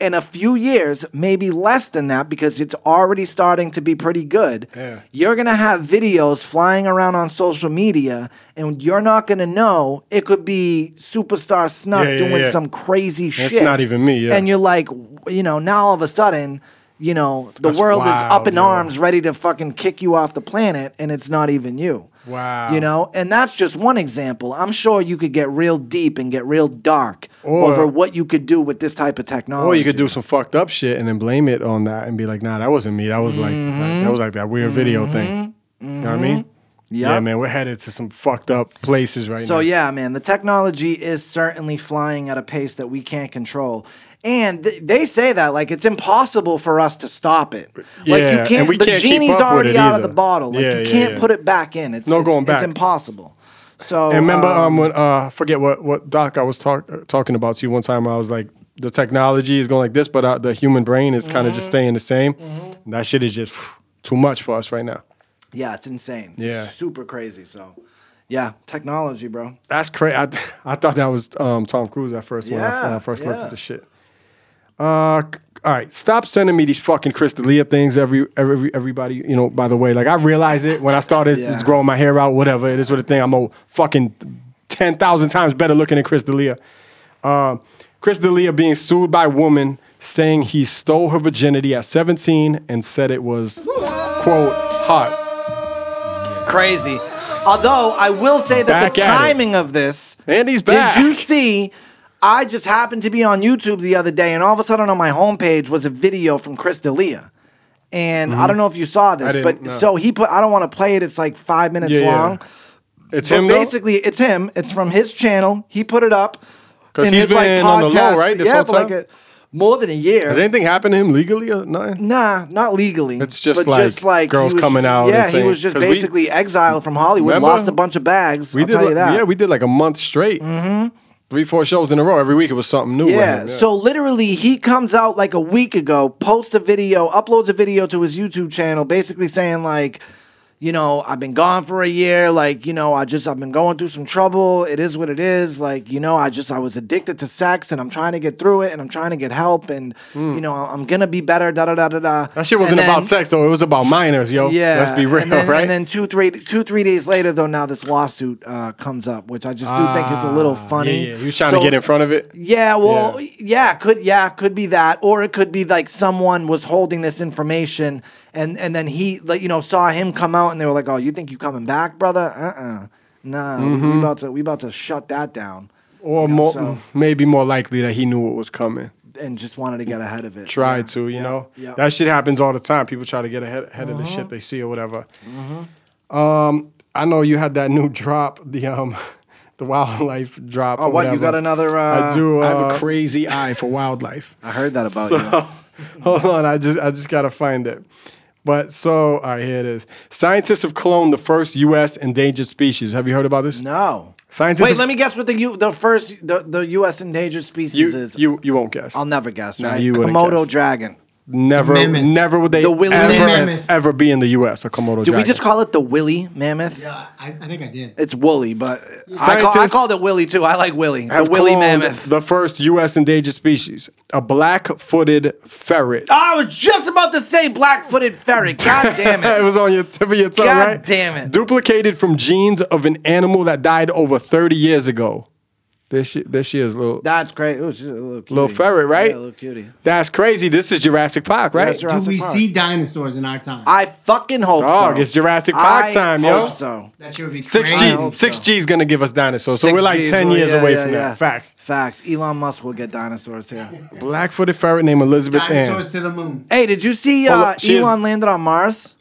[SPEAKER 1] in a few years, maybe less than that, because it's already starting to be pretty good. You're gonna have videos flying around on social media, and you're not gonna know. It could be superstar snuck
[SPEAKER 2] Yeah, yeah,
[SPEAKER 1] doing
[SPEAKER 2] yeah.
[SPEAKER 1] some crazy shit.
[SPEAKER 2] not even me, yeah.
[SPEAKER 1] And you're like, w- you know, now all of a sudden, you know, the
[SPEAKER 2] That's
[SPEAKER 1] world is up
[SPEAKER 2] wild,
[SPEAKER 1] in
[SPEAKER 2] yeah.
[SPEAKER 1] arms, ready to fucking kick you off the planet, and it's not even you.
[SPEAKER 2] Wow.
[SPEAKER 1] You know, and that's just one example. I'm sure you could get real deep and get real dark
[SPEAKER 2] Or-
[SPEAKER 1] over what you could do with this type of technology.
[SPEAKER 2] Or you could do some fucked up shit and then blame it on that and be like, nah, that wasn't me. That was like,
[SPEAKER 1] Mm-hmm.
[SPEAKER 2] that was like that weird video thing. You know what I mean? Yeah,
[SPEAKER 1] Yep.
[SPEAKER 2] man, we're headed to some fucked up places right now.
[SPEAKER 1] Mm-hmm. So yeah, man, the technology is certainly flying at a pace that we can't control. And th- they say that like it's impossible for us to stop it. like
[SPEAKER 2] Yeah,
[SPEAKER 1] you
[SPEAKER 2] and
[SPEAKER 1] can't.
[SPEAKER 2] we
[SPEAKER 1] the
[SPEAKER 2] can't keep
[SPEAKER 1] genie's
[SPEAKER 2] up with
[SPEAKER 1] already
[SPEAKER 2] it
[SPEAKER 1] out of
[SPEAKER 2] either.
[SPEAKER 1] the bottle. Like
[SPEAKER 2] Yeah,
[SPEAKER 1] you
[SPEAKER 2] yeah,
[SPEAKER 1] can't
[SPEAKER 2] yeah.
[SPEAKER 1] put it back in. It's
[SPEAKER 2] No
[SPEAKER 1] it's-
[SPEAKER 2] going back.
[SPEAKER 1] It's impossible. So
[SPEAKER 2] And remember,
[SPEAKER 1] um,
[SPEAKER 2] um, when uh, I forget what what doc I was talk, uh, talking about to you one time. I was like, the technology is going like this, but uh, the human brain is kind of
[SPEAKER 1] Mm-hmm.
[SPEAKER 2] just staying the same. That shit is just too much for us right now.
[SPEAKER 1] yeah, it's insane.
[SPEAKER 2] Yeah.
[SPEAKER 1] super crazy. So yeah, technology, bro.
[SPEAKER 2] That's crazy. I, I thought that was um, Tom Cruise at first when, I, when
[SPEAKER 1] Yeah,
[SPEAKER 2] I first looked
[SPEAKER 1] yeah.
[SPEAKER 2] at the shit. Uh, c- all right, stop sending me these fucking Crystalia things. Every, every everybody, you know. By the way, like I realized it when I started
[SPEAKER 1] Yeah.
[SPEAKER 2] growing my hair out. Whatever it is, with the thing. I'm a fucking 10,000 times better looking than Chris D'Elia. Uh, Chris D'Elia being sued by woman saying he stole her virginity at 17 and said it was, quote, hot.
[SPEAKER 1] Crazy. Although I will say that
[SPEAKER 2] Back
[SPEAKER 1] the
[SPEAKER 2] at it.
[SPEAKER 1] timing of this.
[SPEAKER 2] Andy's back.
[SPEAKER 1] Did you see? I just happened to be on YouTube the other day, and all of a sudden on my homepage was a video from Chris D'Elia. And I don't know if you saw this,
[SPEAKER 2] Mm-hmm. didn't,
[SPEAKER 1] but
[SPEAKER 2] no.
[SPEAKER 1] so he put. I don't want to play it. It's like five minutes
[SPEAKER 2] Yeah, yeah.
[SPEAKER 1] long.
[SPEAKER 2] It's
[SPEAKER 1] But
[SPEAKER 2] him, though?
[SPEAKER 1] basically, it's him. It's from his channel. He put it up.
[SPEAKER 2] 'Cause
[SPEAKER 1] in
[SPEAKER 2] he's
[SPEAKER 1] his,
[SPEAKER 2] been on the low,
[SPEAKER 1] podcast.
[SPEAKER 2] right, this
[SPEAKER 1] yeah,
[SPEAKER 2] whole
[SPEAKER 1] for like
[SPEAKER 2] time?
[SPEAKER 1] a, more than a year.
[SPEAKER 2] Has anything happened to him legally or nothing?
[SPEAKER 1] Nah, not legally.
[SPEAKER 2] It's just
[SPEAKER 1] but
[SPEAKER 2] like
[SPEAKER 1] just like he
[SPEAKER 2] girls
[SPEAKER 1] was-
[SPEAKER 2] coming out and
[SPEAKER 1] Yeah, he
[SPEAKER 2] saying-
[SPEAKER 1] was just
[SPEAKER 2] 'cause we-
[SPEAKER 1] basically exiled from Hollywood,
[SPEAKER 2] Remember?
[SPEAKER 1] lost a bunch of bags. I'll
[SPEAKER 2] did,
[SPEAKER 1] tell
[SPEAKER 2] like-
[SPEAKER 1] you that. Mm-hmm.
[SPEAKER 2] yeah, we did like a month straight. Three, four shows in a row. Every week it was something new. with
[SPEAKER 1] Yeah,
[SPEAKER 2] him,
[SPEAKER 1] so literally, he comes out like a week ago, posts a video, uploads a video to his YouTube channel, basically saying like, you know, I've been gone for a year. Like, you know, I just I've been going through some trouble. It is what it is. Like, you know, I just I was addicted to sex, and I'm trying to get through it, and I'm trying to get help, and you know, I'm gonna be better. Da da da da da.
[SPEAKER 2] Hmm. that shit wasn't
[SPEAKER 1] And
[SPEAKER 2] about
[SPEAKER 1] then-
[SPEAKER 2] sex though. It was about minors, yo.
[SPEAKER 1] Yeah,
[SPEAKER 2] let's be real,
[SPEAKER 1] and then,
[SPEAKER 2] right?
[SPEAKER 1] And then two, three, two, three days later, though, now this lawsuit uh, comes up, which I just do think it's a little funny.
[SPEAKER 2] Ah, Yeah, yeah. He was trying
[SPEAKER 1] So-
[SPEAKER 2] to get in front of it.
[SPEAKER 1] Yeah, well,
[SPEAKER 2] Yeah.
[SPEAKER 1] yeah. could yeah, could be that, or it could be like someone was holding this information, and and then he, like you know, saw him come out, and they were like, "Oh, you think you coming back, brother? Uh, uh nah, we, we about to we about to shut that down."
[SPEAKER 2] Mm-hmm. Or
[SPEAKER 1] You know,
[SPEAKER 2] more,
[SPEAKER 1] so-
[SPEAKER 2] maybe more likely that he knew what was coming.
[SPEAKER 1] and just wanted to get ahead of it.
[SPEAKER 2] Tried
[SPEAKER 1] Yeah.
[SPEAKER 2] to, you know.
[SPEAKER 1] yeah. Mm-hmm.
[SPEAKER 2] That shit happens all the time. People try to get ahead, ahead of the shit they see or whatever. Um, I know you had that new drop, the um, the wildlife drop.
[SPEAKER 1] Oh,
[SPEAKER 2] or
[SPEAKER 1] what, you
[SPEAKER 2] whatever.
[SPEAKER 1] got another,
[SPEAKER 2] I
[SPEAKER 1] uh,
[SPEAKER 2] do.
[SPEAKER 1] I
[SPEAKER 2] Uh,
[SPEAKER 1] have a
[SPEAKER 2] crazy eye for wildlife.
[SPEAKER 1] I heard that about you.
[SPEAKER 2] So, hold on, I just I just gotta find it. But so, all right, here it is. Scientists have cloned the first U.S. endangered species. Have you heard about this?
[SPEAKER 1] No.
[SPEAKER 2] Scientists.
[SPEAKER 1] Wait,
[SPEAKER 2] have-
[SPEAKER 1] let me guess what the U, the first the, the U.S. endangered species
[SPEAKER 2] You,
[SPEAKER 1] is.
[SPEAKER 2] you you won't guess.
[SPEAKER 1] I'll never guess.
[SPEAKER 2] Nah,
[SPEAKER 1] right?
[SPEAKER 2] you wouldn't
[SPEAKER 1] Komodo
[SPEAKER 2] guess.
[SPEAKER 1] dragon.
[SPEAKER 2] Never,
[SPEAKER 6] Mammoth.
[SPEAKER 2] never would they
[SPEAKER 1] The woolly
[SPEAKER 2] ever,
[SPEAKER 6] mammoth.
[SPEAKER 2] ever be in the U.S. A Komodo
[SPEAKER 1] Did
[SPEAKER 2] dragon.
[SPEAKER 1] we just call it the willy mammoth?
[SPEAKER 6] Yeah, I, I think I did.
[SPEAKER 1] It's woolly, but I, call, I
[SPEAKER 2] Scientists
[SPEAKER 1] called it willy too. I like willy. The
[SPEAKER 2] Have
[SPEAKER 1] willy
[SPEAKER 2] cloned
[SPEAKER 1] mammoth.
[SPEAKER 2] The first U.S. endangered species, a black-footed ferret.
[SPEAKER 1] I was just about to say black-footed ferret. God damn
[SPEAKER 2] it
[SPEAKER 1] it.
[SPEAKER 2] was on your tip of your tongue,
[SPEAKER 1] God
[SPEAKER 2] right?
[SPEAKER 1] damn it.
[SPEAKER 2] Duplicated from genes of an animal that died over 30 years ago. There she, there she is, little,
[SPEAKER 1] That's great. Ooh, she's a little cutie.
[SPEAKER 2] little ferret, right?
[SPEAKER 1] Yeah, little cutie.
[SPEAKER 2] That's crazy. This is Jurassic Park, right?
[SPEAKER 1] That's
[SPEAKER 6] Do
[SPEAKER 1] Jurassic
[SPEAKER 6] we
[SPEAKER 1] Park.
[SPEAKER 6] see dinosaurs in our time?
[SPEAKER 1] I fucking hope
[SPEAKER 2] Dog,
[SPEAKER 1] so.
[SPEAKER 2] it's Jurassic Park
[SPEAKER 1] I
[SPEAKER 2] time, yo.
[SPEAKER 1] hope so.
[SPEAKER 6] that should be
[SPEAKER 2] Six
[SPEAKER 6] crazy.
[SPEAKER 1] I
[SPEAKER 2] G,
[SPEAKER 1] hope
[SPEAKER 2] six
[SPEAKER 1] so.
[SPEAKER 2] G's gonna give us dinosaurs, so
[SPEAKER 1] Six
[SPEAKER 2] we're like
[SPEAKER 1] Gs,
[SPEAKER 2] ten
[SPEAKER 1] well,
[SPEAKER 2] years
[SPEAKER 1] yeah,
[SPEAKER 2] away
[SPEAKER 1] yeah,
[SPEAKER 2] from
[SPEAKER 1] yeah.
[SPEAKER 2] that. Facts.
[SPEAKER 1] Facts. Elon Musk will get dinosaurs here.
[SPEAKER 2] Black-footed ferret named Elizabeth Ann.
[SPEAKER 6] Dinosaurs to the moon.
[SPEAKER 1] hey, did you see
[SPEAKER 2] Well,
[SPEAKER 1] uh,
[SPEAKER 2] look, she is-
[SPEAKER 1] Elon landed on Mars?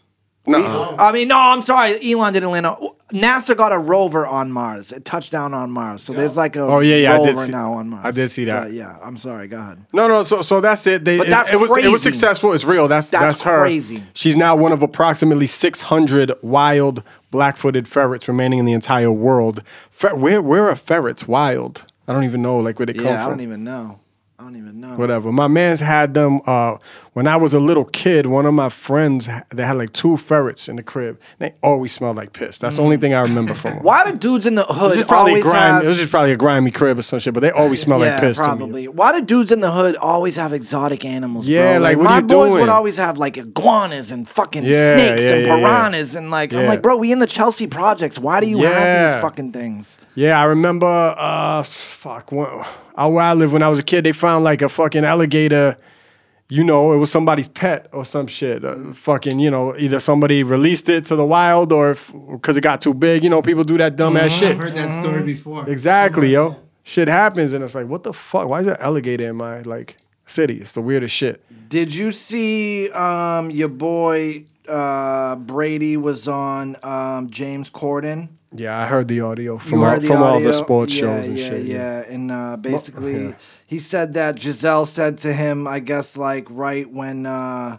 [SPEAKER 2] No,
[SPEAKER 1] I mean, no, I'm sorry. Elon didn't land on. NASA got a rover on Mars. It touched down on Mars. So there's like a
[SPEAKER 2] Oh, yeah, yeah, I
[SPEAKER 1] rover
[SPEAKER 2] did see-
[SPEAKER 1] now on Mars.
[SPEAKER 2] I did see that.
[SPEAKER 1] But yeah, I'm sorry. Go ahead.
[SPEAKER 2] no, no. So, so that's it. They,
[SPEAKER 1] But
[SPEAKER 2] it-
[SPEAKER 1] that's
[SPEAKER 2] it, was it was
[SPEAKER 1] crazy.
[SPEAKER 2] successful. It's real. That's that's,
[SPEAKER 1] That's
[SPEAKER 2] her.
[SPEAKER 1] crazy.
[SPEAKER 2] She's now one of approximately 600 wild black-footed ferrets remaining in the entire world. Fer- where where are ferrets wild? I don't even know like where they come from.
[SPEAKER 1] Yeah, I don't even know. I don't even know.
[SPEAKER 2] whatever. My man's had them uh, when I was a little kid. One of my friends ha- they had like two ferrets in the crib. And they always smelled like piss. That's the only thing I remember from them.
[SPEAKER 1] Mm. Why do dudes in the
[SPEAKER 2] It was
[SPEAKER 1] hood
[SPEAKER 2] just probably
[SPEAKER 1] always
[SPEAKER 2] grimy.
[SPEAKER 1] have?
[SPEAKER 2] It was just probably a grimy crib or some shit. But they always smell
[SPEAKER 1] yeah,
[SPEAKER 2] like piss. to me.
[SPEAKER 1] probably. Why do dudes in the hood always have exotic animals? bro?
[SPEAKER 2] Yeah, like, what
[SPEAKER 1] my
[SPEAKER 2] are you
[SPEAKER 1] boys
[SPEAKER 2] doing?
[SPEAKER 1] would always have like iguanas and fucking
[SPEAKER 2] Yeah,
[SPEAKER 1] snakes
[SPEAKER 2] yeah,
[SPEAKER 1] and
[SPEAKER 2] yeah, yeah.
[SPEAKER 1] piranhas and like I'm
[SPEAKER 2] Yeah.
[SPEAKER 1] like, bro, we in the Chelsea projects. Why do you have
[SPEAKER 2] Yeah.
[SPEAKER 1] these fucking things?
[SPEAKER 2] Yeah, I remember. Uh, fuck, when, out where I live when I was a kid, they found like a fucking alligator. You know, it was somebody's pet or some shit. Uh, fucking, you know, either somebody released it to the wild or because it got too big. You know, people do that dumb
[SPEAKER 1] Mm-hmm,
[SPEAKER 2] ass
[SPEAKER 6] I've
[SPEAKER 2] shit.
[SPEAKER 6] heard that story before.
[SPEAKER 2] Exactly,
[SPEAKER 6] Somewhere.
[SPEAKER 2] yo. Shit happens, and it's like, what the fuck? Why is there alligator in my like city? It's the weirdest shit.
[SPEAKER 1] Did you see um, your boy uh, Brady was on um, James Corden?
[SPEAKER 2] Yeah, I heard the audio
[SPEAKER 1] You
[SPEAKER 2] from all,
[SPEAKER 1] heard
[SPEAKER 2] from all the
[SPEAKER 1] audio?
[SPEAKER 2] sports
[SPEAKER 1] Yeah,
[SPEAKER 2] shows and
[SPEAKER 1] yeah,
[SPEAKER 2] shit.
[SPEAKER 1] Yeah, and uh, basically
[SPEAKER 2] yeah.
[SPEAKER 1] he said that Giselle said to him, I guess like right when, uh,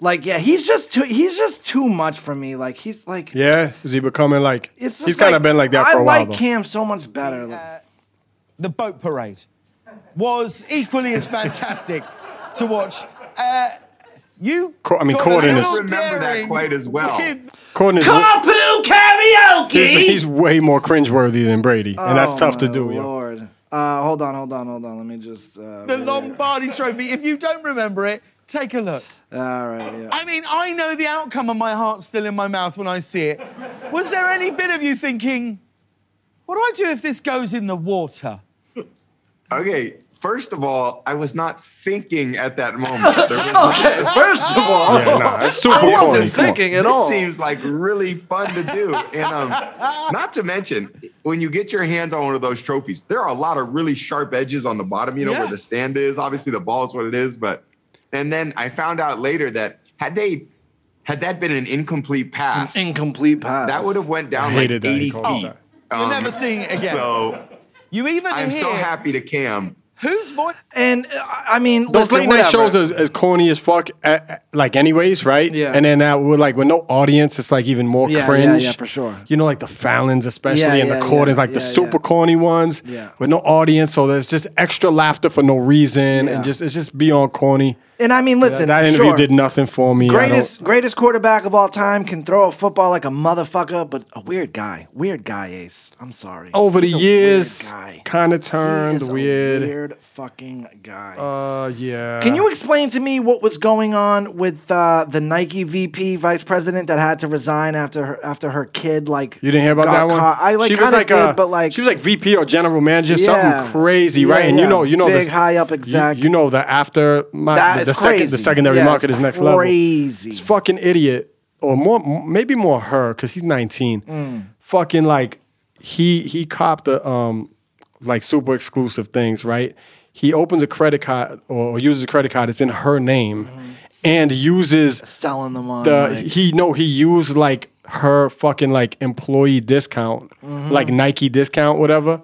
[SPEAKER 1] like yeah, he's just too he's just too much for me. Like he's like
[SPEAKER 2] Yeah, is he becoming like?
[SPEAKER 1] it's just
[SPEAKER 2] he's kind of
[SPEAKER 1] like,
[SPEAKER 2] been like that for
[SPEAKER 1] I
[SPEAKER 2] a while.
[SPEAKER 1] like
[SPEAKER 2] though.
[SPEAKER 1] Cam so much better. Like,
[SPEAKER 8] the boat parade was equally as fantastic to watch. Uh, you,
[SPEAKER 2] Co- I mean,
[SPEAKER 8] got a
[SPEAKER 2] Corden is-
[SPEAKER 8] little
[SPEAKER 9] remember that
[SPEAKER 8] daring
[SPEAKER 9] quite as well.
[SPEAKER 8] with-
[SPEAKER 2] Corden is-
[SPEAKER 1] Carpool karaoke.
[SPEAKER 2] He's, he's way more cringeworthy than Brady, and that's
[SPEAKER 1] Oh,
[SPEAKER 2] tough to
[SPEAKER 1] my
[SPEAKER 2] do. Yo.
[SPEAKER 1] Lord. Uh, hold on, hold on, hold on. Let me just.
[SPEAKER 8] the
[SPEAKER 1] Uh, really-
[SPEAKER 8] Lombardi Trophy. If you don't remember it, take a look.
[SPEAKER 1] All right, yeah.
[SPEAKER 8] I mean, I know the outcome, and my heart's still in my mouth when I see it. Was there any bit of you thinking, What do I do if this goes in the water?
[SPEAKER 9] Okay, first of all, I was not thinking at that moment. There was no-
[SPEAKER 1] First of all,
[SPEAKER 2] Yeah, nah, it's super
[SPEAKER 1] I
[SPEAKER 2] corny.
[SPEAKER 1] wasn't
[SPEAKER 2] Come on.
[SPEAKER 1] thinking at
[SPEAKER 9] this
[SPEAKER 1] all.
[SPEAKER 9] seems like really fun to do. And um, not to mention, when you get your hands on one of those trophies, there are a lot of really sharp edges on the bottom, you know, where
[SPEAKER 8] Yeah.
[SPEAKER 9] the stand is. Obviously, the ball is what it is. But, and then I found out later that had they, had that been an incomplete pass,
[SPEAKER 1] incomplete pass.
[SPEAKER 9] that would have went down like
[SPEAKER 2] hated that he
[SPEAKER 9] 80 feet.
[SPEAKER 2] called it that. Oh,
[SPEAKER 8] You're
[SPEAKER 9] Um,
[SPEAKER 8] never seeing it again.
[SPEAKER 9] So
[SPEAKER 8] you even
[SPEAKER 9] I'm
[SPEAKER 8] hear
[SPEAKER 9] so happy to Cam.
[SPEAKER 8] whose voice?
[SPEAKER 1] And uh, I mean,
[SPEAKER 2] Those
[SPEAKER 1] listen,
[SPEAKER 2] late night
[SPEAKER 1] whatever.
[SPEAKER 2] shows is, is corny as fuck, uh, uh, like anyways, right?
[SPEAKER 1] Yeah.
[SPEAKER 2] And then that with like with no audience, it's like even more
[SPEAKER 1] Yeah, yeah,
[SPEAKER 2] cringe.
[SPEAKER 1] yeah, for sure.
[SPEAKER 2] You know, like the Fallons especially,
[SPEAKER 1] Yeah,
[SPEAKER 2] and
[SPEAKER 1] yeah,
[SPEAKER 2] the
[SPEAKER 1] yeah,
[SPEAKER 2] Cordons, like the
[SPEAKER 1] yeah,
[SPEAKER 2] super
[SPEAKER 1] yeah.
[SPEAKER 2] corny ones.
[SPEAKER 1] Yeah.
[SPEAKER 2] With no audience, so there's just extra laughter for no reason,
[SPEAKER 1] Yeah.
[SPEAKER 2] and just it's just beyond corny.
[SPEAKER 1] And I mean, listen,
[SPEAKER 2] that interview
[SPEAKER 1] sure,
[SPEAKER 2] did nothing for me. I don't-
[SPEAKER 1] Greatest greatest quarterback of all time can throw a football like a motherfucker, but a weird guy, weird guy, Ace. I'm sorry.
[SPEAKER 2] over the
[SPEAKER 1] He's a
[SPEAKER 2] years,
[SPEAKER 1] weird guy.
[SPEAKER 2] kind of
[SPEAKER 1] He
[SPEAKER 2] turned
[SPEAKER 1] is a
[SPEAKER 2] weird.
[SPEAKER 1] weird fucking guy.
[SPEAKER 2] Uh, yeah.
[SPEAKER 1] Can you explain to me what was going on with uh, the Nike VP vice president that had to resign after her, after her kid? Like
[SPEAKER 2] You didn't hear about
[SPEAKER 1] got
[SPEAKER 2] that one?
[SPEAKER 1] caught? I like
[SPEAKER 2] she was
[SPEAKER 1] kind of
[SPEAKER 2] like
[SPEAKER 1] did,
[SPEAKER 2] a,
[SPEAKER 1] but like
[SPEAKER 2] she was like VP or general manager,
[SPEAKER 1] Yeah.
[SPEAKER 2] something crazy,
[SPEAKER 1] Yeah,
[SPEAKER 2] right? And
[SPEAKER 1] yeah.
[SPEAKER 2] you know, you know,
[SPEAKER 1] Big,
[SPEAKER 2] this,
[SPEAKER 1] high up
[SPEAKER 2] you-
[SPEAKER 1] exec.
[SPEAKER 2] You, know, the after my
[SPEAKER 1] That
[SPEAKER 2] the, the
[SPEAKER 1] is
[SPEAKER 2] second
[SPEAKER 1] crazy.
[SPEAKER 2] the secondary
[SPEAKER 1] Yeah,
[SPEAKER 2] market
[SPEAKER 1] it's
[SPEAKER 2] is next level.
[SPEAKER 1] crazy.
[SPEAKER 2] It's fucking idiot, or more maybe more her because he's nineteen.
[SPEAKER 1] Mm.
[SPEAKER 2] Fucking like he he copped the um like super exclusive things, right? He opens a credit card or uses a credit card that's in her name,
[SPEAKER 1] Mm-hmm.
[SPEAKER 2] and uses
[SPEAKER 1] selling them on.
[SPEAKER 2] the
[SPEAKER 1] like-
[SPEAKER 2] he no he used like her fucking like employee discount
[SPEAKER 1] Mm-hmm.
[SPEAKER 2] like nike discount whatever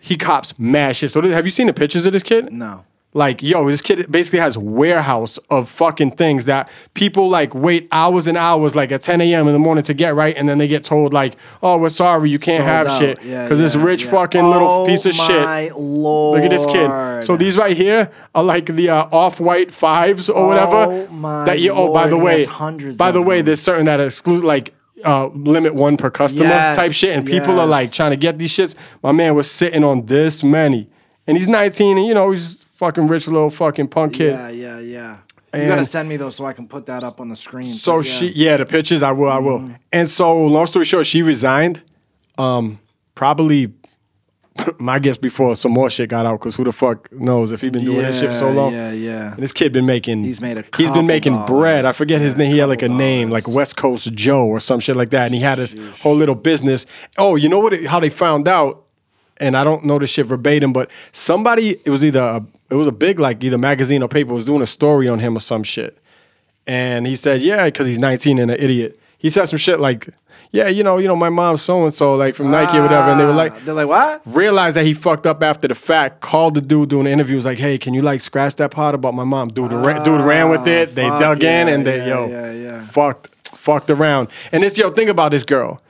[SPEAKER 2] he cops mad shit so th- have you seen the pictures of this kid
[SPEAKER 1] No.
[SPEAKER 2] like yo this kid basically has warehouse of fucking things that people like wait hours and hours like at 10 a.m in the morning to get right and then they get told like oh we're sorry you can't
[SPEAKER 1] Sold
[SPEAKER 2] have
[SPEAKER 1] out.
[SPEAKER 2] shit because
[SPEAKER 1] Yeah,
[SPEAKER 2] this
[SPEAKER 1] yeah,
[SPEAKER 2] rich
[SPEAKER 1] yeah.
[SPEAKER 2] fucking little
[SPEAKER 1] Oh
[SPEAKER 2] piece of shit
[SPEAKER 1] my lord.
[SPEAKER 2] Look at this kid. So these right here are like the uh, off-white fives or whatever.
[SPEAKER 1] my
[SPEAKER 2] that you, oh, by
[SPEAKER 1] lord,
[SPEAKER 2] the
[SPEAKER 1] he
[SPEAKER 2] way,
[SPEAKER 1] has hundreds
[SPEAKER 2] by the
[SPEAKER 1] of
[SPEAKER 2] way,
[SPEAKER 1] them.
[SPEAKER 2] there's certain that exclude like uh, limit one per customer
[SPEAKER 1] Yes,
[SPEAKER 2] type shit, and people are
[SPEAKER 1] yes.
[SPEAKER 2] like trying to get these shits. My man was sitting on this many, and he's 19, and you know he's fucking rich little fucking punk kid.
[SPEAKER 1] yeah, yeah, yeah. you gotta
[SPEAKER 2] And-
[SPEAKER 1] send me those so I can put that up on the screen.
[SPEAKER 2] So
[SPEAKER 1] but
[SPEAKER 2] she, yeah, the pictures. I will, I will.
[SPEAKER 1] Mm-hmm.
[SPEAKER 2] And so, long story short, she resigned. Um, probably, my guess before some more shit got out. Cause who the fuck knows if he been doing this shit for so
[SPEAKER 1] Yeah,
[SPEAKER 2] long?
[SPEAKER 1] yeah, yeah.
[SPEAKER 2] And this kid been making.
[SPEAKER 1] He's made a
[SPEAKER 2] He's
[SPEAKER 1] couple
[SPEAKER 2] been making bread. I
[SPEAKER 1] dollars.
[SPEAKER 2] forget his
[SPEAKER 1] Yeah,
[SPEAKER 2] name. He had like a
[SPEAKER 1] couple
[SPEAKER 2] name, like
[SPEAKER 1] dollars.
[SPEAKER 2] West Coast Joe or some shit like that. And he had his whole little business. Oh, you know what? it- How they found out? And I don't know this shit verbatim, but somebody it was either a, it was a big like either magazine or paper was doing a story on him or some shit. And he said, yeah, because he's 19 and an idiot. He said some shit like, yeah, you know, you know, my mom's so and so, like from Nike or whatever. And they were like,
[SPEAKER 1] they're like, what?
[SPEAKER 2] Realized that he fucked up after the fact. Called the dude doing the interview. Was like, hey, can you like scratch that part about my mom? Dude, ran, dude ran with it. They
[SPEAKER 1] Ah, fuck
[SPEAKER 2] dug in
[SPEAKER 1] yeah,
[SPEAKER 2] and they
[SPEAKER 1] yeah,
[SPEAKER 2] yo
[SPEAKER 1] yeah, yeah.
[SPEAKER 2] fucked fucked around. And this yo, think about this girl.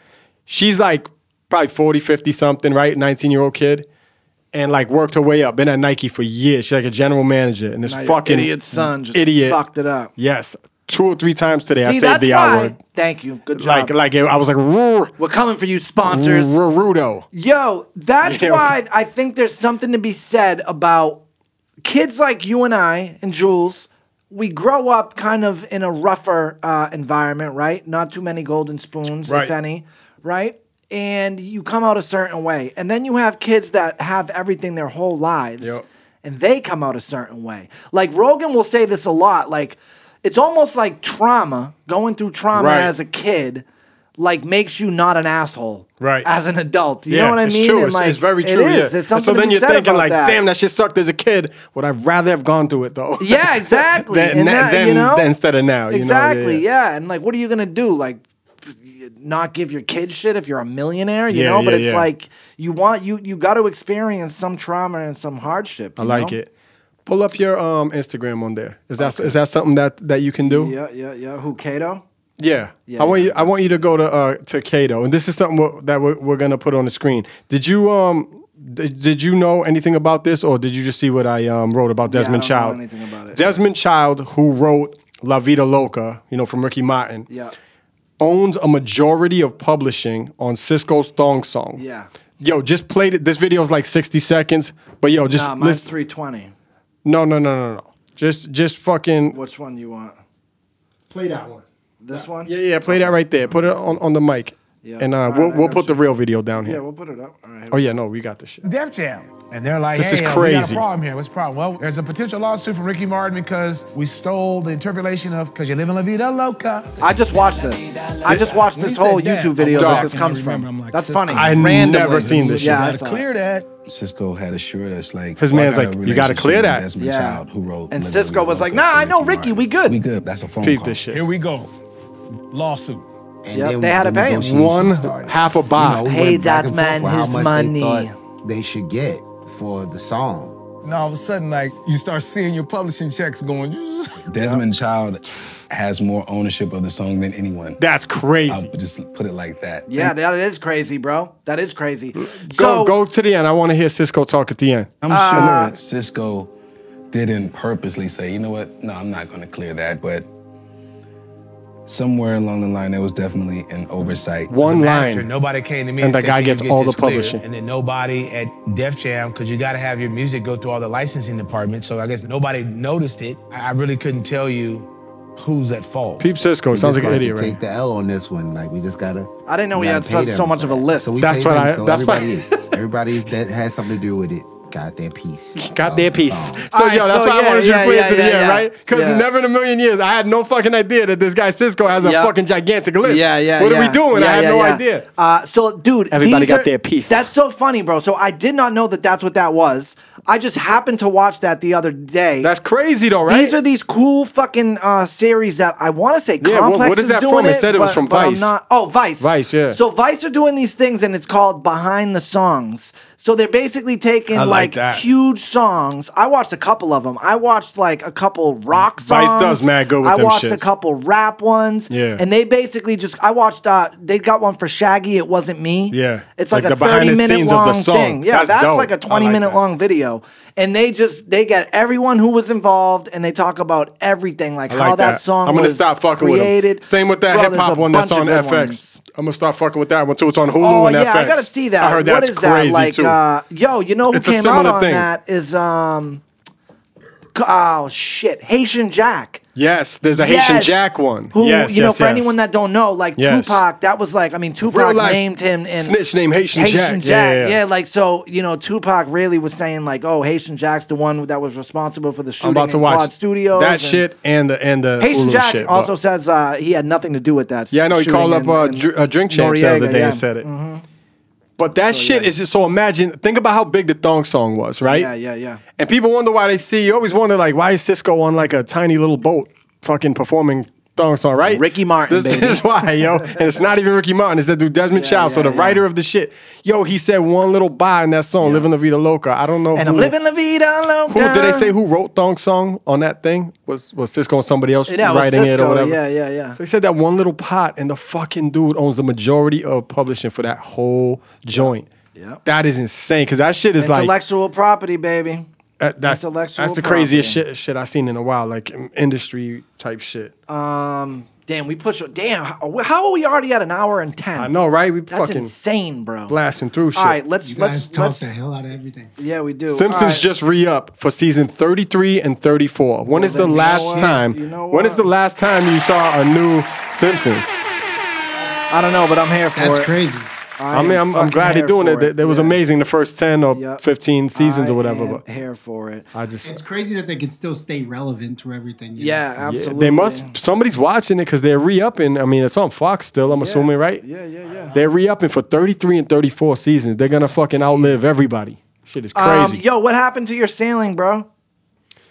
[SPEAKER 2] She's like probably 40, 50 something, right? 19 year old kid. And like worked her way up, been at Nike for years. She's like a general manager, and this
[SPEAKER 1] Now your
[SPEAKER 2] fucking
[SPEAKER 1] idiot son just
[SPEAKER 2] idiot
[SPEAKER 1] fucked it up.
[SPEAKER 2] Yes, two or three times today I
[SPEAKER 1] See,
[SPEAKER 2] saved
[SPEAKER 1] that's
[SPEAKER 2] the
[SPEAKER 1] why.
[SPEAKER 2] I word.
[SPEAKER 1] Thank you. Good job.
[SPEAKER 2] Like, like I was like, "Roar,
[SPEAKER 1] we're coming for you, sponsors.
[SPEAKER 2] Rudo.
[SPEAKER 1] Yo, that's
[SPEAKER 2] Yeah.
[SPEAKER 1] why I think there's something to be said about kids like you and I and Jules. We grow up kind of in a rougher uh, environment, right? Not too many golden spoons,
[SPEAKER 2] Right.
[SPEAKER 1] if any, right? And you come out a certain way. And then you have kids that have everything their whole lives
[SPEAKER 2] Yep.
[SPEAKER 1] and they come out a certain way. Like Rogan will say this a lot. Like, it's almost like trauma, going through trauma
[SPEAKER 2] Right.
[SPEAKER 1] as a kid, like makes you not an asshole
[SPEAKER 2] Right.
[SPEAKER 1] as an adult. You
[SPEAKER 2] yeah,
[SPEAKER 1] know what I mean?
[SPEAKER 2] It's true.
[SPEAKER 1] And,
[SPEAKER 2] It's, it's
[SPEAKER 1] like,
[SPEAKER 2] very
[SPEAKER 1] it
[SPEAKER 2] true.
[SPEAKER 1] is.
[SPEAKER 2] yeah.
[SPEAKER 1] It's
[SPEAKER 2] And
[SPEAKER 1] something
[SPEAKER 2] so
[SPEAKER 1] to
[SPEAKER 2] then
[SPEAKER 1] be
[SPEAKER 2] you're
[SPEAKER 1] said
[SPEAKER 2] thinking
[SPEAKER 1] about
[SPEAKER 2] like, damn, that shit sucked as a kid. Would I rather have gone through it though?
[SPEAKER 1] yeah, exactly.
[SPEAKER 2] than,
[SPEAKER 1] And
[SPEAKER 2] na-
[SPEAKER 1] that,
[SPEAKER 2] than,
[SPEAKER 1] you know?
[SPEAKER 2] than instead of now. you know?
[SPEAKER 1] exactly. yeah. And like, what are you gonna do? Like, not give your kids shit if you're a millionaire, you
[SPEAKER 2] Yeah,
[SPEAKER 1] know? But
[SPEAKER 2] yeah,
[SPEAKER 1] it's
[SPEAKER 2] yeah.
[SPEAKER 1] like you want you you got to experience some trauma and some hardship.
[SPEAKER 2] I like it. Pull up your um, Instagram on there. Is that is that something that, that you can do?
[SPEAKER 1] Yeah, yeah, yeah. Who Kato?
[SPEAKER 2] Yeah.
[SPEAKER 1] Yeah,
[SPEAKER 2] I want
[SPEAKER 1] yeah.
[SPEAKER 2] you. I want you to go to uh, to Cato, and this is something we're, that we're, we're gonna put on the screen. Did you um did, did you know anything about this, or did you just see what I um, wrote about
[SPEAKER 1] I
[SPEAKER 2] Desmond
[SPEAKER 1] don't know
[SPEAKER 2] Child?
[SPEAKER 1] anything about it.
[SPEAKER 2] Desmond Child, who wrote La Vida Loca, you know, from Ricky Martin,
[SPEAKER 1] Yeah.
[SPEAKER 2] owns a majority of publishing on Cisco's Thong Song.
[SPEAKER 1] Yeah.
[SPEAKER 2] Yo, just played it. This video is like sixty seconds, but yo, just
[SPEAKER 1] Nah, mine's
[SPEAKER 2] listen.
[SPEAKER 1] three twenty.
[SPEAKER 2] No, no, no, no, no. Just, just fucking
[SPEAKER 1] Which one you want?
[SPEAKER 2] play that one.
[SPEAKER 1] This one?
[SPEAKER 2] Yeah, yeah, play that right there. Put it on, on the mic.
[SPEAKER 1] Yeah.
[SPEAKER 2] And uh, we'll, we'll put the real video down here.
[SPEAKER 1] Yeah, we'll put it up. All right.
[SPEAKER 2] oh, yeah, no, we got this shit.
[SPEAKER 10] Def Jam. And they're like,
[SPEAKER 2] This
[SPEAKER 10] hey, uh,
[SPEAKER 2] is
[SPEAKER 10] we got
[SPEAKER 2] crazy.
[SPEAKER 10] a problem here. What's the problem? Well, there's a potential lawsuit from Ricky Martin because we stole the interpolation of because you live in La Vida Loca.
[SPEAKER 1] I just watched this. I just watched this
[SPEAKER 10] When he
[SPEAKER 1] whole
[SPEAKER 10] said that,
[SPEAKER 1] YouTube video
[SPEAKER 2] Dog.
[SPEAKER 1] that this comes
[SPEAKER 10] Remember,
[SPEAKER 1] from.
[SPEAKER 10] I'm like,
[SPEAKER 1] That's
[SPEAKER 10] sister,
[SPEAKER 1] funny.
[SPEAKER 2] I
[SPEAKER 1] Randomly.
[SPEAKER 2] never seen this
[SPEAKER 1] Yeah, I
[SPEAKER 2] shit.
[SPEAKER 1] saw it.
[SPEAKER 10] Clear that.
[SPEAKER 5] Cisco had assured us like
[SPEAKER 2] His
[SPEAKER 5] oh, I
[SPEAKER 2] man's
[SPEAKER 5] got a
[SPEAKER 2] like, you gotta clear
[SPEAKER 5] relationship with
[SPEAKER 2] that.
[SPEAKER 5] Desmond
[SPEAKER 1] Yeah.
[SPEAKER 5] Child, who wrote
[SPEAKER 1] And
[SPEAKER 5] Living
[SPEAKER 1] Cisco
[SPEAKER 5] La Vida
[SPEAKER 1] was like,
[SPEAKER 5] Loca
[SPEAKER 1] nah,
[SPEAKER 5] for
[SPEAKER 1] I know
[SPEAKER 5] Ricky
[SPEAKER 1] Ricky, we
[SPEAKER 5] Martin.
[SPEAKER 1] good.
[SPEAKER 5] We good. That's a phone
[SPEAKER 2] Peep
[SPEAKER 5] call.
[SPEAKER 2] this shit.
[SPEAKER 10] Here we go. Lawsuit.
[SPEAKER 5] And
[SPEAKER 1] Yep,
[SPEAKER 5] then
[SPEAKER 1] they had
[SPEAKER 5] the
[SPEAKER 1] to pay him.
[SPEAKER 5] negotiations
[SPEAKER 2] One
[SPEAKER 5] started.
[SPEAKER 2] half a bob.
[SPEAKER 5] we
[SPEAKER 1] Pay
[SPEAKER 5] went back
[SPEAKER 1] that
[SPEAKER 5] and forth
[SPEAKER 1] man
[SPEAKER 5] with how
[SPEAKER 1] his
[SPEAKER 5] much they
[SPEAKER 1] money.
[SPEAKER 5] thought They should get for the song.
[SPEAKER 10] Now all of a sudden, like you start seeing your publishing checks going.
[SPEAKER 5] Desmond Child has more ownership of the song than anyone.
[SPEAKER 2] That's
[SPEAKER 5] I'll
[SPEAKER 1] Um,
[SPEAKER 2] crazy.
[SPEAKER 5] just put it like that.
[SPEAKER 1] Yeah, that is crazy, bro. That is crazy. Go,
[SPEAKER 2] Go go to the end. I want to hear Cisco talk at the end.
[SPEAKER 5] I'm sure Cisco didn't purposely say, you know what? No, I'm not going to clear that. But somewhere along the line, there was definitely an oversight.
[SPEAKER 2] One
[SPEAKER 10] Manager,
[SPEAKER 2] line.
[SPEAKER 10] nobody came to me,
[SPEAKER 2] And
[SPEAKER 10] and,
[SPEAKER 2] the
[SPEAKER 10] said,
[SPEAKER 2] guy
[SPEAKER 10] "Can you
[SPEAKER 2] gets
[SPEAKER 10] get
[SPEAKER 2] all
[SPEAKER 10] this
[SPEAKER 2] the
[SPEAKER 10] cleared?"
[SPEAKER 2] publishing.
[SPEAKER 10] And then nobody at Def Jam, because you got to have your music go through all the licensing departments. So I guess nobody noticed it. I, I really couldn't tell you who's at fault.
[SPEAKER 2] Peep Cisco sounds like an idiot, right?
[SPEAKER 5] the L on this one. Like we just gotta.
[SPEAKER 1] I didn't know we had such, so much of a list.
[SPEAKER 2] That's what I. That's what.
[SPEAKER 5] Everybody that has something to do with it got their piece.
[SPEAKER 2] Got their piece. So
[SPEAKER 1] Oh. right,
[SPEAKER 2] yo, that's
[SPEAKER 1] so
[SPEAKER 2] why I
[SPEAKER 1] yeah,
[SPEAKER 2] wanted you to
[SPEAKER 1] yeah,
[SPEAKER 2] play
[SPEAKER 1] yeah,
[SPEAKER 2] it to the
[SPEAKER 1] yeah,
[SPEAKER 2] end,
[SPEAKER 1] yeah.
[SPEAKER 2] right? Because
[SPEAKER 1] Yeah.
[SPEAKER 2] never in a million years I had no fucking idea that this guy Cisco has a
[SPEAKER 1] Yep.
[SPEAKER 2] fucking gigantic list.
[SPEAKER 1] Yeah, yeah.
[SPEAKER 2] What are we
[SPEAKER 1] yeah.
[SPEAKER 2] doing? I
[SPEAKER 1] Yeah,
[SPEAKER 2] had
[SPEAKER 1] yeah,
[SPEAKER 2] no
[SPEAKER 1] yeah.
[SPEAKER 2] idea.
[SPEAKER 1] Uh, so, dude,
[SPEAKER 2] Everybody
[SPEAKER 1] these
[SPEAKER 2] got
[SPEAKER 1] are-
[SPEAKER 2] their piece.
[SPEAKER 1] That's so funny, bro. So I did not know that that's what that was. I just happened to watch that the other day.
[SPEAKER 2] That's crazy though, right?
[SPEAKER 1] These are these cool fucking uh, series that I want to say
[SPEAKER 2] Yeah, what-
[SPEAKER 1] Complex
[SPEAKER 2] what is
[SPEAKER 1] is
[SPEAKER 2] that
[SPEAKER 1] doing
[SPEAKER 2] from? It said it was
[SPEAKER 1] but-
[SPEAKER 2] from
[SPEAKER 1] but I'm
[SPEAKER 2] Vice.
[SPEAKER 1] not- oh, Vice.
[SPEAKER 2] Vice, yeah.
[SPEAKER 1] So Vice are doing these things, and it's called Behind the Songs. So they're basically taking
[SPEAKER 2] I
[SPEAKER 1] like,
[SPEAKER 2] like that.
[SPEAKER 1] huge songs. I watched a couple of them. I watched like a couple rock songs.
[SPEAKER 2] Vice does mad good with
[SPEAKER 1] I
[SPEAKER 2] them
[SPEAKER 1] watched a
[SPEAKER 2] shits.
[SPEAKER 1] couple rap ones.
[SPEAKER 2] Yeah.
[SPEAKER 1] and they basically just I watched. Uh, they got one for Shaggy. It wasn't me.
[SPEAKER 2] Yeah.
[SPEAKER 1] it's like,
[SPEAKER 2] Like
[SPEAKER 1] a
[SPEAKER 2] the behind
[SPEAKER 1] thirty
[SPEAKER 2] the
[SPEAKER 1] minute
[SPEAKER 2] scenes of the
[SPEAKER 1] long
[SPEAKER 2] song.
[SPEAKER 1] thing. Yeah,
[SPEAKER 2] That's
[SPEAKER 1] that's,
[SPEAKER 2] dope.
[SPEAKER 1] like
[SPEAKER 2] I
[SPEAKER 1] a
[SPEAKER 2] like
[SPEAKER 1] twenty minute
[SPEAKER 2] that.
[SPEAKER 1] long long video and they just they get everyone who was involved and they talk about everything like,
[SPEAKER 2] I
[SPEAKER 1] how
[SPEAKER 2] like
[SPEAKER 1] that, song
[SPEAKER 2] I'm gonna
[SPEAKER 1] was
[SPEAKER 2] stop fucking with
[SPEAKER 1] created
[SPEAKER 2] him. Same with that
[SPEAKER 1] Bro,
[SPEAKER 2] hip
[SPEAKER 1] there's
[SPEAKER 2] hop
[SPEAKER 1] a
[SPEAKER 2] one that's
[SPEAKER 1] bunch
[SPEAKER 2] on
[SPEAKER 1] of
[SPEAKER 2] FX.
[SPEAKER 1] good ones.
[SPEAKER 2] I'm gonna start fucking with that one too. It's on Hulu
[SPEAKER 1] Oh
[SPEAKER 2] and
[SPEAKER 1] yeah,
[SPEAKER 2] FX.
[SPEAKER 1] I gotta see that.
[SPEAKER 2] I heard
[SPEAKER 1] What
[SPEAKER 2] that's
[SPEAKER 1] is
[SPEAKER 2] crazy
[SPEAKER 1] that? Like,
[SPEAKER 2] too.
[SPEAKER 1] Uh, yo, you know who
[SPEAKER 2] It's a
[SPEAKER 1] came out
[SPEAKER 2] similar
[SPEAKER 1] on
[SPEAKER 2] thing.
[SPEAKER 1] that is um, c- oh shit, Haitian Jack.
[SPEAKER 2] yes, there's a Haitian
[SPEAKER 1] Yes.
[SPEAKER 2] Jack one.
[SPEAKER 1] Who
[SPEAKER 2] yes,
[SPEAKER 1] you know?
[SPEAKER 2] yes,
[SPEAKER 1] For
[SPEAKER 2] yes.
[SPEAKER 1] anyone that don't know, like
[SPEAKER 2] Yes.
[SPEAKER 1] Tupac, that was like I mean, Tupac
[SPEAKER 2] Real life
[SPEAKER 1] named him in
[SPEAKER 2] snitch named Haitian Jack. Yeah, yeah, yeah.
[SPEAKER 1] like so you know, Tupac really was saying like, oh, Haitian Jack's the one that was responsible for the shooting
[SPEAKER 2] I'm about to
[SPEAKER 1] in
[SPEAKER 2] watch
[SPEAKER 1] Quad Studios.
[SPEAKER 2] that
[SPEAKER 1] and-
[SPEAKER 2] shit and the and the
[SPEAKER 1] Haitian
[SPEAKER 2] Hulu
[SPEAKER 1] Jack
[SPEAKER 2] shit,
[SPEAKER 1] also
[SPEAKER 2] but-
[SPEAKER 1] says uh, he had nothing to do with that.
[SPEAKER 2] Yeah, I know. He
[SPEAKER 1] shooting
[SPEAKER 2] called up
[SPEAKER 1] in-
[SPEAKER 2] uh,
[SPEAKER 1] in
[SPEAKER 2] dr- uh, Drink Champs the other
[SPEAKER 1] Noriega, yeah.
[SPEAKER 2] day
[SPEAKER 1] Mm-hmm.
[SPEAKER 2] and said it. But that shit is just so imagine. Think about how big the thong song was, right?
[SPEAKER 1] Yeah, yeah, yeah.
[SPEAKER 2] And people wonder why they see. You always wonder like, why is Cisco on like a tiny little boat, fucking performing thong song, right?
[SPEAKER 1] Ricky Martin,
[SPEAKER 2] This
[SPEAKER 1] baby.
[SPEAKER 2] is why, yo. And it's not even Ricky Martin. It's that dude Desmond Child. so
[SPEAKER 1] yeah,
[SPEAKER 2] the
[SPEAKER 1] yeah.
[SPEAKER 2] writer of the shit, yo, he said one little bye in that song, "Living La Vida Loca." I don't know.
[SPEAKER 1] And
[SPEAKER 2] who,
[SPEAKER 1] I'm living la vida loca.
[SPEAKER 2] Who did they say who wrote thong song on that thing? Was was Cisco and somebody else
[SPEAKER 1] Yeah, it was
[SPEAKER 2] writing it
[SPEAKER 1] Cisco,
[SPEAKER 2] or whatever?
[SPEAKER 1] yeah, yeah, yeah.
[SPEAKER 2] So he said that one little pot, and the fucking dude owns the majority of publishing for that whole joint.
[SPEAKER 1] Yeah.
[SPEAKER 2] That is insane because that shit is like
[SPEAKER 1] Intellectual property, baby.
[SPEAKER 2] uh, that's
[SPEAKER 1] intellectual
[SPEAKER 2] that's the craziest
[SPEAKER 1] property. Oh,
[SPEAKER 2] shit shit I've seen in a while, like in- industry type shit.
[SPEAKER 1] Damn, we push. Damn, how, how are we already at an hour and ten?
[SPEAKER 2] I know, right? We
[SPEAKER 1] That's
[SPEAKER 2] fucking
[SPEAKER 1] insane, bro.
[SPEAKER 2] blasting through shit.
[SPEAKER 1] All right, let's
[SPEAKER 6] You guys
[SPEAKER 1] let's
[SPEAKER 6] talk
[SPEAKER 1] let's.
[SPEAKER 6] the hell out of everything.
[SPEAKER 1] Yeah, we do.
[SPEAKER 2] Simpsons
[SPEAKER 1] All right.
[SPEAKER 2] just re up for season 33 and 34. When is the
[SPEAKER 1] then you know
[SPEAKER 2] last
[SPEAKER 1] what?
[SPEAKER 2] time?
[SPEAKER 1] You know
[SPEAKER 2] when is
[SPEAKER 1] what?
[SPEAKER 2] the last time you saw a new Simpsons?
[SPEAKER 1] I don't know, but I'm here for
[SPEAKER 6] That's
[SPEAKER 1] it.
[SPEAKER 6] crazy.
[SPEAKER 2] I, mean, I'm, I'm
[SPEAKER 1] fucking
[SPEAKER 2] glad they're
[SPEAKER 1] here
[SPEAKER 2] doing
[SPEAKER 1] for
[SPEAKER 2] it. It, it was
[SPEAKER 1] Yeah.
[SPEAKER 2] amazing the first 10 or
[SPEAKER 1] Yep.
[SPEAKER 2] 15 seasons
[SPEAKER 1] I
[SPEAKER 2] or whatever.
[SPEAKER 1] am
[SPEAKER 2] But
[SPEAKER 1] here for it.
[SPEAKER 2] I just.
[SPEAKER 6] It's crazy that they can still stay relevant through everything. you know?
[SPEAKER 1] Yeah,
[SPEAKER 2] Yeah,
[SPEAKER 1] absolutely.
[SPEAKER 2] they must. Somebody's watching it because they're re-upping. I mean, it's on Fox still. I'm assuming, right?
[SPEAKER 1] Yeah, yeah, yeah.
[SPEAKER 2] They're re-upping for 33 and 34 seasons. They're gonna fucking outlive everybody. Shit is crazy.
[SPEAKER 1] Um, yo, what happened to your sailing, bro?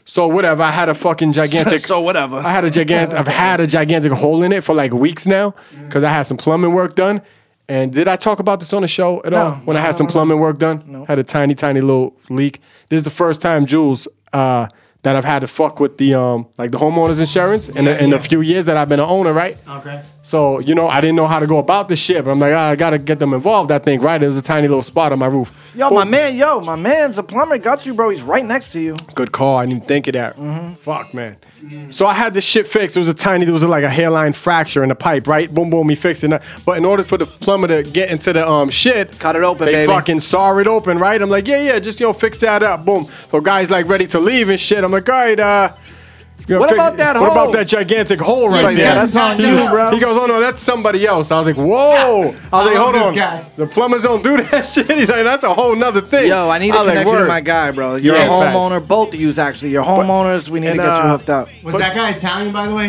[SPEAKER 2] So whatever. I had a fucking gigantic.
[SPEAKER 1] So whatever.
[SPEAKER 2] I had a gigantic. I've had a gigantic hole in it for like weeks now
[SPEAKER 1] Mm.
[SPEAKER 2] because I had some plumbing work done. And did I talk about this on the show at all? When I had some plumbing work done, had a tiny, tiny little leak. This is the first time, Jules, uh, that I've had to fuck with the um, like the homeowners insurance in, a, in a few years that I've been an owner, right?
[SPEAKER 6] Okay.
[SPEAKER 2] So, you know, I didn't know how to go about this shit, but I'm like, ah, I gotta get them involved, I think, right? It was a tiny little spot on my roof.
[SPEAKER 1] Yo, my man, yo, my man's a plumber. Got you, bro. He's right next to you.
[SPEAKER 2] Good call. I didn't even think of that.
[SPEAKER 1] Mm-hmm.
[SPEAKER 2] Fuck, man. So I had this shit fixed. It was a tiny, there was like a hairline fracture in the pipe, right? Boom, boom, we fixed it. But in order for the plumber to get into the um shit,
[SPEAKER 1] Cut it open,
[SPEAKER 2] they
[SPEAKER 1] baby.
[SPEAKER 2] fucking saw it open, right? I'm like, yeah, yeah, just, you know, fix that up. Boom. So guy's like ready to leave and shit. I'm like, all right, uh, You gotta
[SPEAKER 1] What
[SPEAKER 2] figure-
[SPEAKER 1] about that
[SPEAKER 2] What
[SPEAKER 1] hole?
[SPEAKER 2] about that gigantic hole right
[SPEAKER 1] Yeah,
[SPEAKER 2] there?
[SPEAKER 1] that's on
[SPEAKER 2] He-
[SPEAKER 1] you, bro.
[SPEAKER 2] He goes, "Oh no, that's somebody else." I was like, "Whoa!" I was
[SPEAKER 1] I
[SPEAKER 2] like,
[SPEAKER 1] love
[SPEAKER 2] "Hold
[SPEAKER 1] this
[SPEAKER 2] on,
[SPEAKER 1] guy.
[SPEAKER 2] the plumbers don't do that shit." He's like, "That's a whole nother thing."
[SPEAKER 1] Yo, I need to
[SPEAKER 2] was like,
[SPEAKER 1] connect you to
[SPEAKER 2] "Word."
[SPEAKER 1] my guy, bro. You're
[SPEAKER 2] Yeah,
[SPEAKER 1] a
[SPEAKER 2] facts.
[SPEAKER 1] homeowner. Both of yous, actually. You're homeowners. We need
[SPEAKER 2] and,
[SPEAKER 1] to get you
[SPEAKER 2] uh,
[SPEAKER 1] hooked up.
[SPEAKER 6] Was that guy Italian, by the way?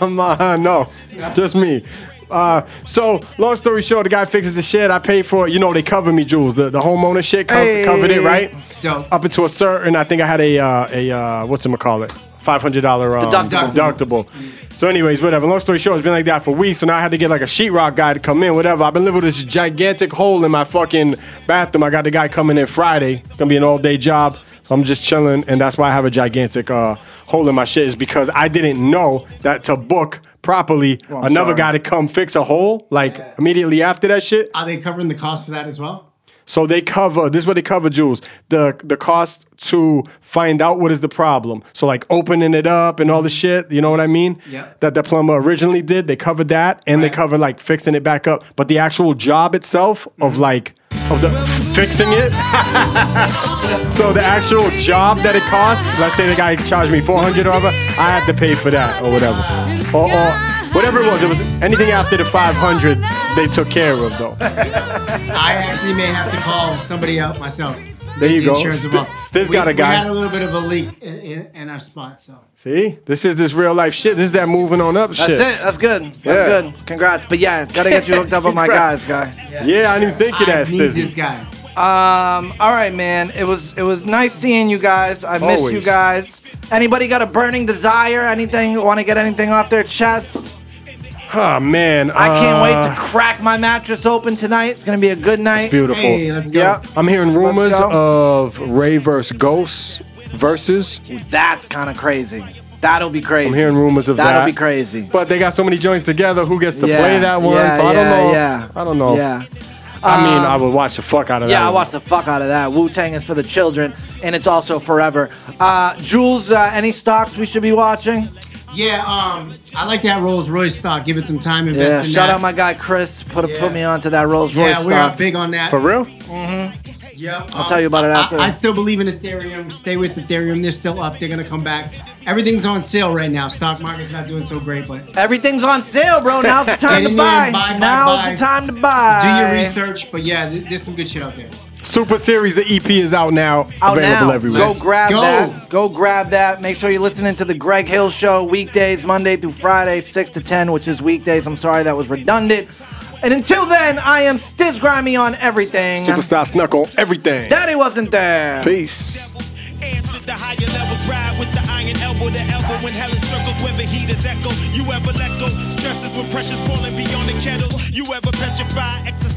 [SPEAKER 2] um, uh, no, just me. Uh, so long story short, the guy fixes the shit. I paid for it. You know, they cover me, Jules. The, the homeowner shit co-
[SPEAKER 1] Hey.
[SPEAKER 2] covered it, right?
[SPEAKER 6] Dope.
[SPEAKER 2] Up into a certain, I think I had a uh, a uh, what's it call it, five hundred dollar um,
[SPEAKER 1] Deductible.
[SPEAKER 2] deductible. So, anyways, whatever. Long story short, it's been like that for weeks. So now I had to get like a sheetrock guy to come in. Whatever. I've been living with this gigantic hole in my fucking bathroom. I got the guy coming in Friday. It's gonna be an all day job. So I'm just chilling, and that's why I have a gigantic uh, hole in my shit. Is because I didn't know that to book properly
[SPEAKER 1] Well, Oh, I'm
[SPEAKER 2] another
[SPEAKER 1] sorry.
[SPEAKER 2] guy to come fix a hole like immediately after that shit.
[SPEAKER 6] Are they covering the cost of that as well?
[SPEAKER 2] So they cover this is what they cover, Jules. The the cost to find out what is the problem. So like opening it up and all the shit, you know what I mean?
[SPEAKER 6] Mm-hmm. Yeah.
[SPEAKER 2] That the plumber originally did. They covered that and they
[SPEAKER 6] Right.
[SPEAKER 2] covered like fixing it back up. But the actual job itself of
[SPEAKER 6] Mm-hmm.
[SPEAKER 2] like of the fixing it. so the actual job that it cost, let's say the guy charged me 400 or whatever, I had to pay for that or whatever. Or, or whatever it was, it was anything after the 500 they took care of though.
[SPEAKER 6] I actually may have to call somebody out myself.
[SPEAKER 2] There you
[SPEAKER 6] The
[SPEAKER 2] go.
[SPEAKER 6] insurance
[SPEAKER 2] St-
[SPEAKER 6] above.
[SPEAKER 2] Stiz
[SPEAKER 6] We-
[SPEAKER 2] got a guy.
[SPEAKER 6] We had a little bit of a leak in, in, in our spot, so.
[SPEAKER 2] See, this is this real life shit. This is that moving on up
[SPEAKER 1] That's
[SPEAKER 2] shit.
[SPEAKER 1] it. That's good. That's
[SPEAKER 2] Yeah.
[SPEAKER 1] good. Congrats. But yeah, gotta get you hooked up with my guys, guy.
[SPEAKER 2] Yeah, I didn't even think of that,
[SPEAKER 6] I need
[SPEAKER 2] Stizzy.
[SPEAKER 6] this guy.
[SPEAKER 1] Um, all right, man. It was it was nice seeing you guys. I missed
[SPEAKER 2] Always.
[SPEAKER 1] you guys. Anybody got a burning desire? Anything? Want to get anything off their chest?
[SPEAKER 2] Oh man,
[SPEAKER 1] I can't wait
[SPEAKER 2] uh,
[SPEAKER 1] to crack my mattress open tonight. It's gonna be a good
[SPEAKER 2] It's
[SPEAKER 1] night.
[SPEAKER 2] beautiful.
[SPEAKER 6] Hey, let's go.
[SPEAKER 1] Yeah.
[SPEAKER 2] I'm hearing rumors
[SPEAKER 1] go.
[SPEAKER 2] of Ray versus Ghost versus.
[SPEAKER 1] That's kind of crazy. That'll be crazy.
[SPEAKER 2] I'm hearing rumors of
[SPEAKER 1] That'll
[SPEAKER 2] that.
[SPEAKER 1] be crazy.
[SPEAKER 2] But they got so many joints together. Who gets to
[SPEAKER 1] Yeah,
[SPEAKER 2] play that one?
[SPEAKER 1] yeah,
[SPEAKER 2] so I
[SPEAKER 1] yeah,
[SPEAKER 2] don't know.
[SPEAKER 1] yeah.
[SPEAKER 2] I don't know.
[SPEAKER 1] Yeah. Um,
[SPEAKER 2] I mean, I would watch the fuck out of that.
[SPEAKER 1] Yeah, I
[SPEAKER 2] one.
[SPEAKER 1] watched the fuck out of that. Wu Tang is for the children, and it's also forever. Uh, Jules, uh, any stocks we should be watching?
[SPEAKER 6] Yeah, um, I like that Rolls Royce stock. Give it some time. Invest
[SPEAKER 1] Yeah.
[SPEAKER 6] in
[SPEAKER 1] Shout
[SPEAKER 6] that.
[SPEAKER 1] out my guy Chris. Put a,
[SPEAKER 6] Yeah.
[SPEAKER 1] put me onto that Rolls Royce
[SPEAKER 6] Yeah, we're
[SPEAKER 1] stock.
[SPEAKER 6] big on that.
[SPEAKER 2] For real?
[SPEAKER 6] Yeah,
[SPEAKER 1] I'll tell you about it after.
[SPEAKER 6] I, I still believe in Ethereum. Stay with Ethereum. They're still up. They're gonna come back. Everything's on sale right now. Stock market's not doing so great, but
[SPEAKER 1] Everything's on sale, bro. Now's the time to
[SPEAKER 6] Amen.
[SPEAKER 1] buy.
[SPEAKER 6] Buy, buy,
[SPEAKER 1] Now's
[SPEAKER 6] buy.
[SPEAKER 1] the time to buy.
[SPEAKER 6] do your research. But yeah, th- there's some good shit out there.
[SPEAKER 2] Super Series, the EP is out now.
[SPEAKER 1] Out
[SPEAKER 2] available
[SPEAKER 1] now.
[SPEAKER 2] everywhere.
[SPEAKER 1] Go grab
[SPEAKER 6] go.
[SPEAKER 1] that. Go grab that. Make sure you're listening to the Greg Hill Show weekdays, Monday through Friday, 6 to 10, which is weekdays. I'm sorry that was redundant. And until then, I am Stiz Grimy on everything.
[SPEAKER 2] Superstar Snuck on everything.
[SPEAKER 1] Daddy wasn't there.
[SPEAKER 2] Peace.
[SPEAKER 11] Answer the higher levels, ride with the iron elbow to elbow when hell in circles where the heat is echo. You ever let go? Stresses when pressure's falling beyond the kettle. You ever petrify? Exercise